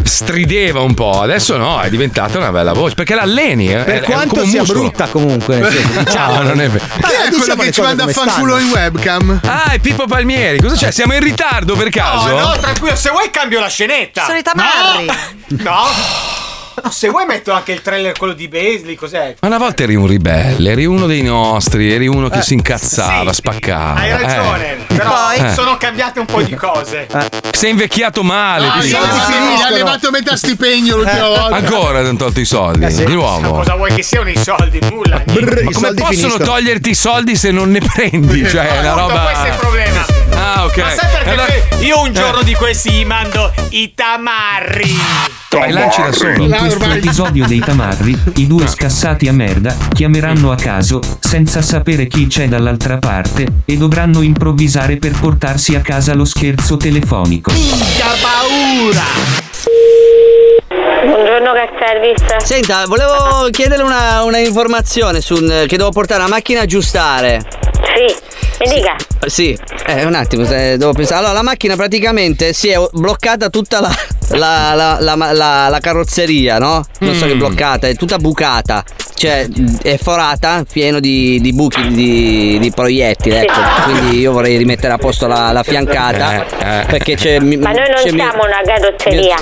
C: strideva un po', adesso no, è diventata una bella voce. Perché l'alleni. eh, è-
B: Per
C: è come
B: quanto
C: un
B: sia
C: muscolo.
B: brutta comunque. nel senso,
C: No,
B: Diciamo.
C: non è vero.
F: Chi è quello che ci manda a fanculo in webcam?
C: Ah, è Pippo Palmieri. Cosa c'è? Siamo in ritardo per caso?
E: No, no, tranquillo, se vuoi cambio la scenetta.
G: Solita
E: No!
G: Marri.
E: No. No, se vuoi metto anche il trailer quello di Basley, cos'è?
C: Ma una volta eri un ribelle, eri uno dei nostri, eri uno che
E: Eh,
C: si incazzava, spaccava.
E: Hai ragione,
C: eh.
E: però
C: Eh.
E: sono cambiate un po' di cose.
C: Sei invecchiato male.
F: Ah,
C: ti
F: i
C: dico.
F: soldi finiti, ha levato metà stipendio l'ultima volta.
C: Eh, Ancora ti hanno tolto i
B: Eh
C: soldi. di nuovo.
E: Cosa vuoi che siano i soldi? Nulla.
C: Ma come possono toglierti i soldi se non ne prendi? Cioè, è una
E: Appunto,
C: roba.
E: Questo è il problema.
C: Ah, ok.
E: Ma sai perché
C: Allora-
E: que- io un giorno
C: Eh.
E: di questi gli mando i tamarri.
C: Vai, lanci da solo. Ah.
D: In questo episodio dei Tamarri, i due scassati a merda chiameranno a caso, senza sapere chi c'è dall'altra parte, e dovranno improvvisare per portarsi a casa lo scherzo telefonico.
X: Minchia paura! Buongiorno che service. Senta, volevo chiederle una, una informazione su un- che devo portare la macchina a aggiustare. Sì, mi dica. Sì, eh, un attimo, se- devo pensare. Allora, la macchina praticamente si è bloccata tutta la, la- la- la- la- la carrozzeria, no? Non so che è bloccata, è tutta bucata. Cioè, è forata, pieno di, di buchi di, di proiettili, ecco. Quindi io vorrei rimettere a posto la, la fiancata. Perché c'è.
K: Ma noi non siamo una carrozzeria,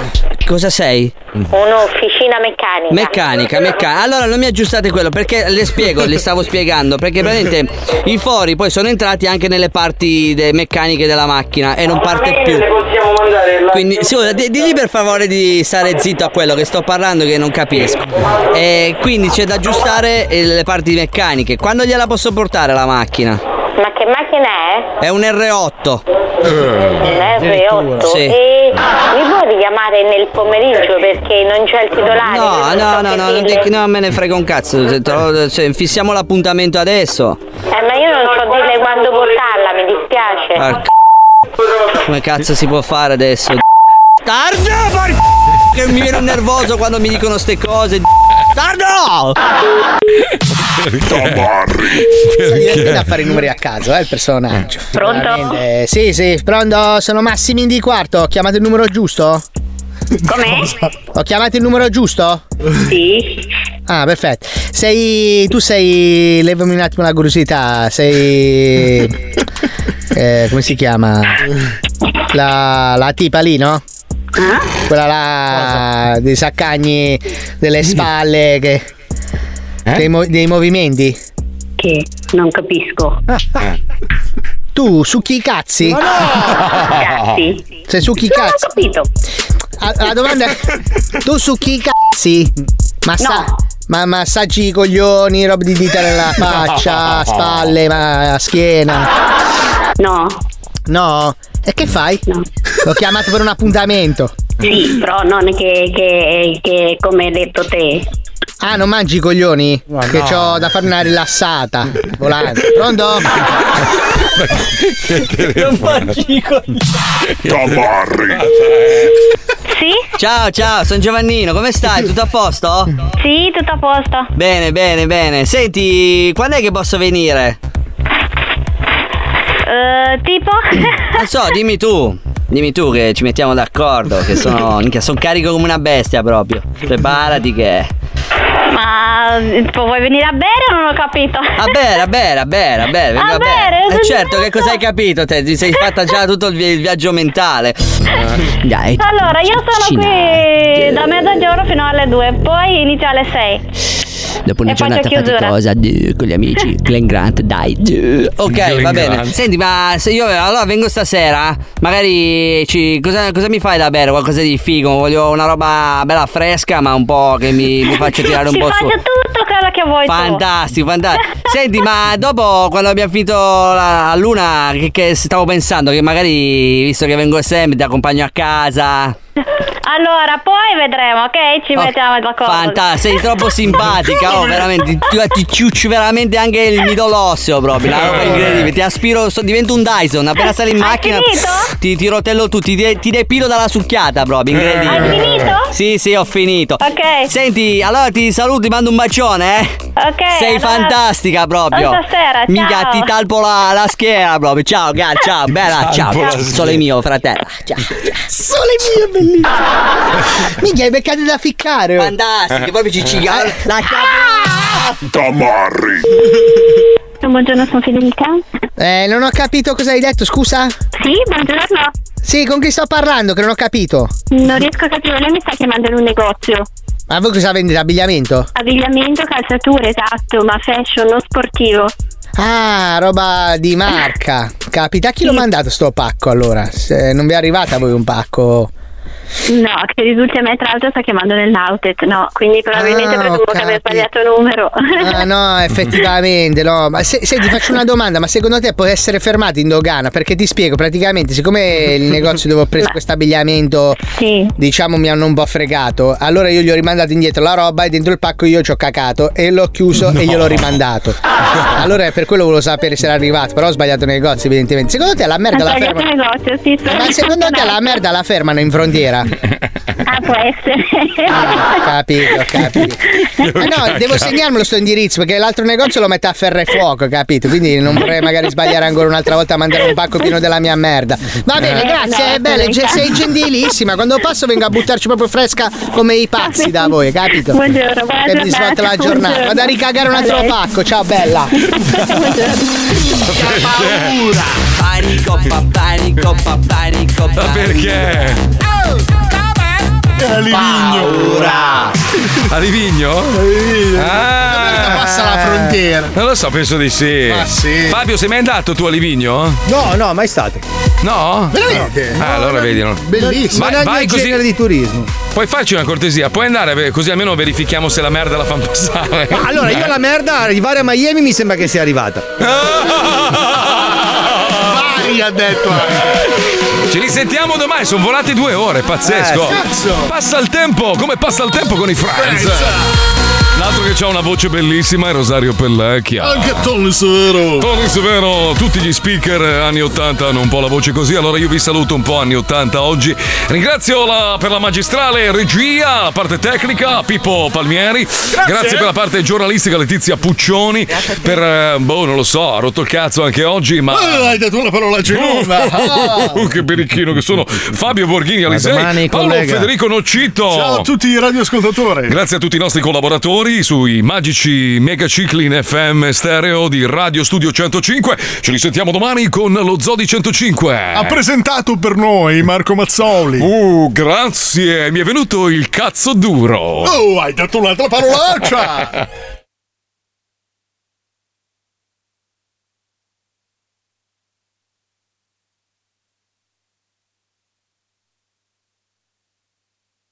X: Cosa sei?
K: un'officina meccanica.
X: Meccanica, meccanica. Allora non mi aggiustate quello perché le spiego, le stavo spiegando, perché praticamente i fori poi sono entrati anche nelle parti de- meccaniche della macchina e non parte più. Quindi scusa, di- digli per favore di stare zitto a quello che sto parlando che non capisco. E quindi c'è da aggiustare eh, le parti meccaniche. Quando gliela posso portare la macchina?
K: Ma che macchina è?
X: È un R8.
K: Un R8.
X: Eh, Sì.
K: E mi può richiamare nel pomeriggio perché non c'è il titolare?
X: No,
K: perché so
X: no, no,
K: che
X: no, non
K: dirle.
X: ti- no, me ne frega un cazzo. se te lo- se fissiamo l'appuntamento adesso.
K: Eh, ma io non so dirle quando portarla, mi dispiace.
X: Ah, c***o, Come cazzo si può fare adesso? Tardo! por- Che mi viene nervoso quando mi dicono ste cose. Tardo!
H: Vieni a fare i numeri a caso, eh, il personaggio.
Y: Pronto?
H: Veramente. Sì, sì, pronto, sono Massimin di quarto, ho chiamato il numero giusto?
Y: Com'è?
H: Ho chiamato il numero giusto?
Y: Sì.
H: Ah, perfetto. Sei. Tu sei. Levami un attimo la curiosità. Sei. eh, come si chiama? La, la tipa lì, no? Quella là. dei saccagni delle spalle. Che, dei, mo- dei movimenti.
Y: Che non capisco.
H: Tu succhi i cazzi?
Y: Ma no! Cazzi?
H: Sei succhi i
Y: Non ho
H: cazzi?
Y: capito.
H: Ah, La, domanda è: tu succhi i cazzi? Ma sa- Ma massaggi i coglioni, roba di dita nella faccia, spalle, ma schiena.
Y: No.
H: No? E che fai? L'ho chiamato per un appuntamento.
Y: Sì, però non che, che, che come hai detto te.
H: Ah, non mangi i coglioni? che
Y: no.
H: c'ho da fare una rilassata. Volante. Pronto?
X: Non mangi i coglioni.
C: Ah,
Y: Sì?
X: Ciao, ciao, sono Giovannino, come stai? Tutto a posto?
Y: Sì, tutto a posto.
X: Bene, bene, bene. Senti, quando è che posso venire?
Y: Eh, tipo?
X: Non so, dimmi tu. Dimmi tu che ci mettiamo d'accordo, che sono, minchia, son carico come una bestia proprio. Preparati che...
Y: Ma tipo, vuoi venire a bere o non ho capito?
X: A bere, a bere, a bere, a bere, vengo
Y: A
X: a
Y: bere,
X: bere. Eh,
Y: sono
X: certo, che cosa hai capito te? Ti sei fatta già tutto il vi- il viaggio mentale. Dai.
Y: Allora, io sono
X: Cinante.
Y: qui da mezzogiorno fino alle 2, poi inizio alle 6.
X: Dopo una
Y: E faccio
X: giornata
Y: chiusura.
X: faticosa d- eh, con gli
K: Eh.
X: amici, Glen Grant, dai. d- Ok,
M: Glen
X: va bene.
M: Grant.
X: Senti, ma se io allora vengo stasera, magari ci- cosa, cosa mi fai da bere? Qualcosa di figo? Voglio una roba bella fresca, ma un po' che mi, mi faccio tirare un
Y: Ci
X: po' su.
Y: faccio tutto quello che vuoi tu.
X: Fantastico, fantastico. Senti, ma dopo quando abbiamo finito la a luna, che, che stavo pensando che magari, visto che vengo sempre, ti accompagno a casa.
Y: Allora, poi vedremo, ok? Ci
X: Oh,
Y: mettiamo d'accordo.
X: Fanta, sei troppo simpatica, oh, veramente. Ti, ti ciucci veramente anche il midollo osseo proprio. Una roba incredibile. Ti aspiro, so- divento un Dyson. Appena sali in
Y: Ah, Hai
X: macchina,
Y: finito?
X: ti, ti rotello tu, ti, de- ti depilo dalla succhiata proprio. Incredibile.
Y: Hai finito?
X: Sì, sì, ho finito.
Y: Ok.
X: Senti, allora ti saluto, ti mando un bacione, eh.
Y: Ok.
X: Sei
Y: allora-
X: fantastica proprio.
Y: A stasera, ciao.
X: Mica ti talpo la, la schiena proprio. Ciao, gara, ciao, bella,
H: Talpo
X: ciao.
H: la
X: Sole
H: schiena.
X: mio, fratello. Ciao.
H: Sole mio, bellissimo. Minchia, hai beccato da ficcare. Eh. oh.
X: Fantastico, proprio ci cigano. La
E: Tamarri.
Y: Buongiorno, sono Federica.
H: Eh, non ho capito cosa hai detto, scusa?
Y: Sì, buongiorno.
H: Sì, con chi sto parlando? Che non ho capito.
Y: Non riesco a capire, lei mi sta chiamando in un negozio.
H: Ma voi cosa vendete? Abbigliamento?
Y: Abbigliamento, calzature, esatto, ma fashion, non sportivo.
H: Ah, roba di marca. Capita, a chi l'ho mandato sto pacco allora? Se non vi è arrivata a voi un pacco.
Y: No, che risulta a me tra l'altro sta chiamando nell'outlet, no, quindi probabilmente
H: Ah,
Y: presumo
H: ho
Y: che abbia sbagliato numero.
H: Ah no, effettivamente no. Ma se, se ti faccio una domanda, ma secondo te può essere fermato in dogana? Perché ti spiego, praticamente, siccome il negozio dove ho preso questo abbigliamento, diciamo, mi hanno un po' fregato, allora io gli ho rimandato indietro la roba e dentro il pacco io ci ho cacato e l'ho chiuso e gliel'ho rimandato. Allora per quello volevo sapere se era arrivato, però ho sbagliato negozio, evidentemente. Secondo te la merda la
Y: sbagliato
H: fermano?
Y: negozio, sì, sono
H: Ma secondo te la merda la fermano in frontiera?
Y: Ah, può essere.
H: Ah. Capito, capito. Ah, no, devo segnarmelo sto indirizzo perché l'altro negozio lo mette a ferro e fuoco, capito? Quindi non vorrei magari sbagliare ancora un'altra volta a mandare un pacco pieno della mia merda. Va bene,
Y: Eh,
H: grazie,
Y: no,
H: è bella,
Y: scusa.
H: sei gentilissima. Quando passo vengo a buttarci proprio fresca come i pazzi da voi, capito?
Y: Buongiorno, buona
H: Che mi
Y: giornata,
H: svolta la giornata.
Y: buongiorno.
H: Vado a ricagare un altro
Y: Vabbè.
H: pacco, ciao bella.
X: paura. Panico, pa- panico, pa- panico, pa-
C: Perché?
X: A
C: Paura. A Livigno? Ah.
V: Eh, passa la frontiera.
C: Non lo so, penso di sì.
V: Ma sì.
C: Fabio, sei mai andato tu a Livigno?
B: Ah, No, no, mai stato.
C: No?
B: Veramente?
C: Ah, allora vedi. non-
B: Bellissimo.
C: Vai,
B: Non è il
C: vai
B: mio
C: così.
B: genere di turismo.
C: Puoi farci una cortesia, puoi andare beh, così almeno verifichiamo se la merda la fanno passare.
B: Ma allora, io la merda, arrivare a Miami mi sembra che
C: Ah,
B: sia arrivata.
C: Vari
V: ha detto.
I: Ci risentiamo domani, sono volate due ore, pazzesco.
O: Eh, cazzo.
I: passa il tempo, come passa il tempo con i Friends.
O: Friends.
I: L'altro che ha una voce bellissima è Rosario Pellecchia.
O: Anche Tony Severo.
I: Tony Severo, tutti gli speaker eh, anni 80 hanno un po' la voce così, allora io vi saluto un po' anni 80 oggi. Ringrazio la- per la magistrale regia, la parte tecnica, Pippo Palmieri. Grazie, per la parte giornalistica Letizia Puccioni. Per, eh, boh, non lo so, ha rotto il cazzo anche oggi, ma...
O: Ah, hai dato una parola genova. Ah.
I: Oh. che birichino che sono Fabio Borghini Alisei,
O: domani,
I: Paolo
O: collega.
I: Federico Nocito.
O: Ciao a tutti i radioascoltatori.
I: Grazie a tutti i nostri collaboratori sui magici megacicli in FM stereo di Radio Studio 105. Ci risentiamo domani con lo Zodi 105.
O: Ha presentato per noi Marco Mazzoli.
I: Uh, grazie, mi è venuto il cazzo duro.
O: Oh, hai dato un'altra parolaccia.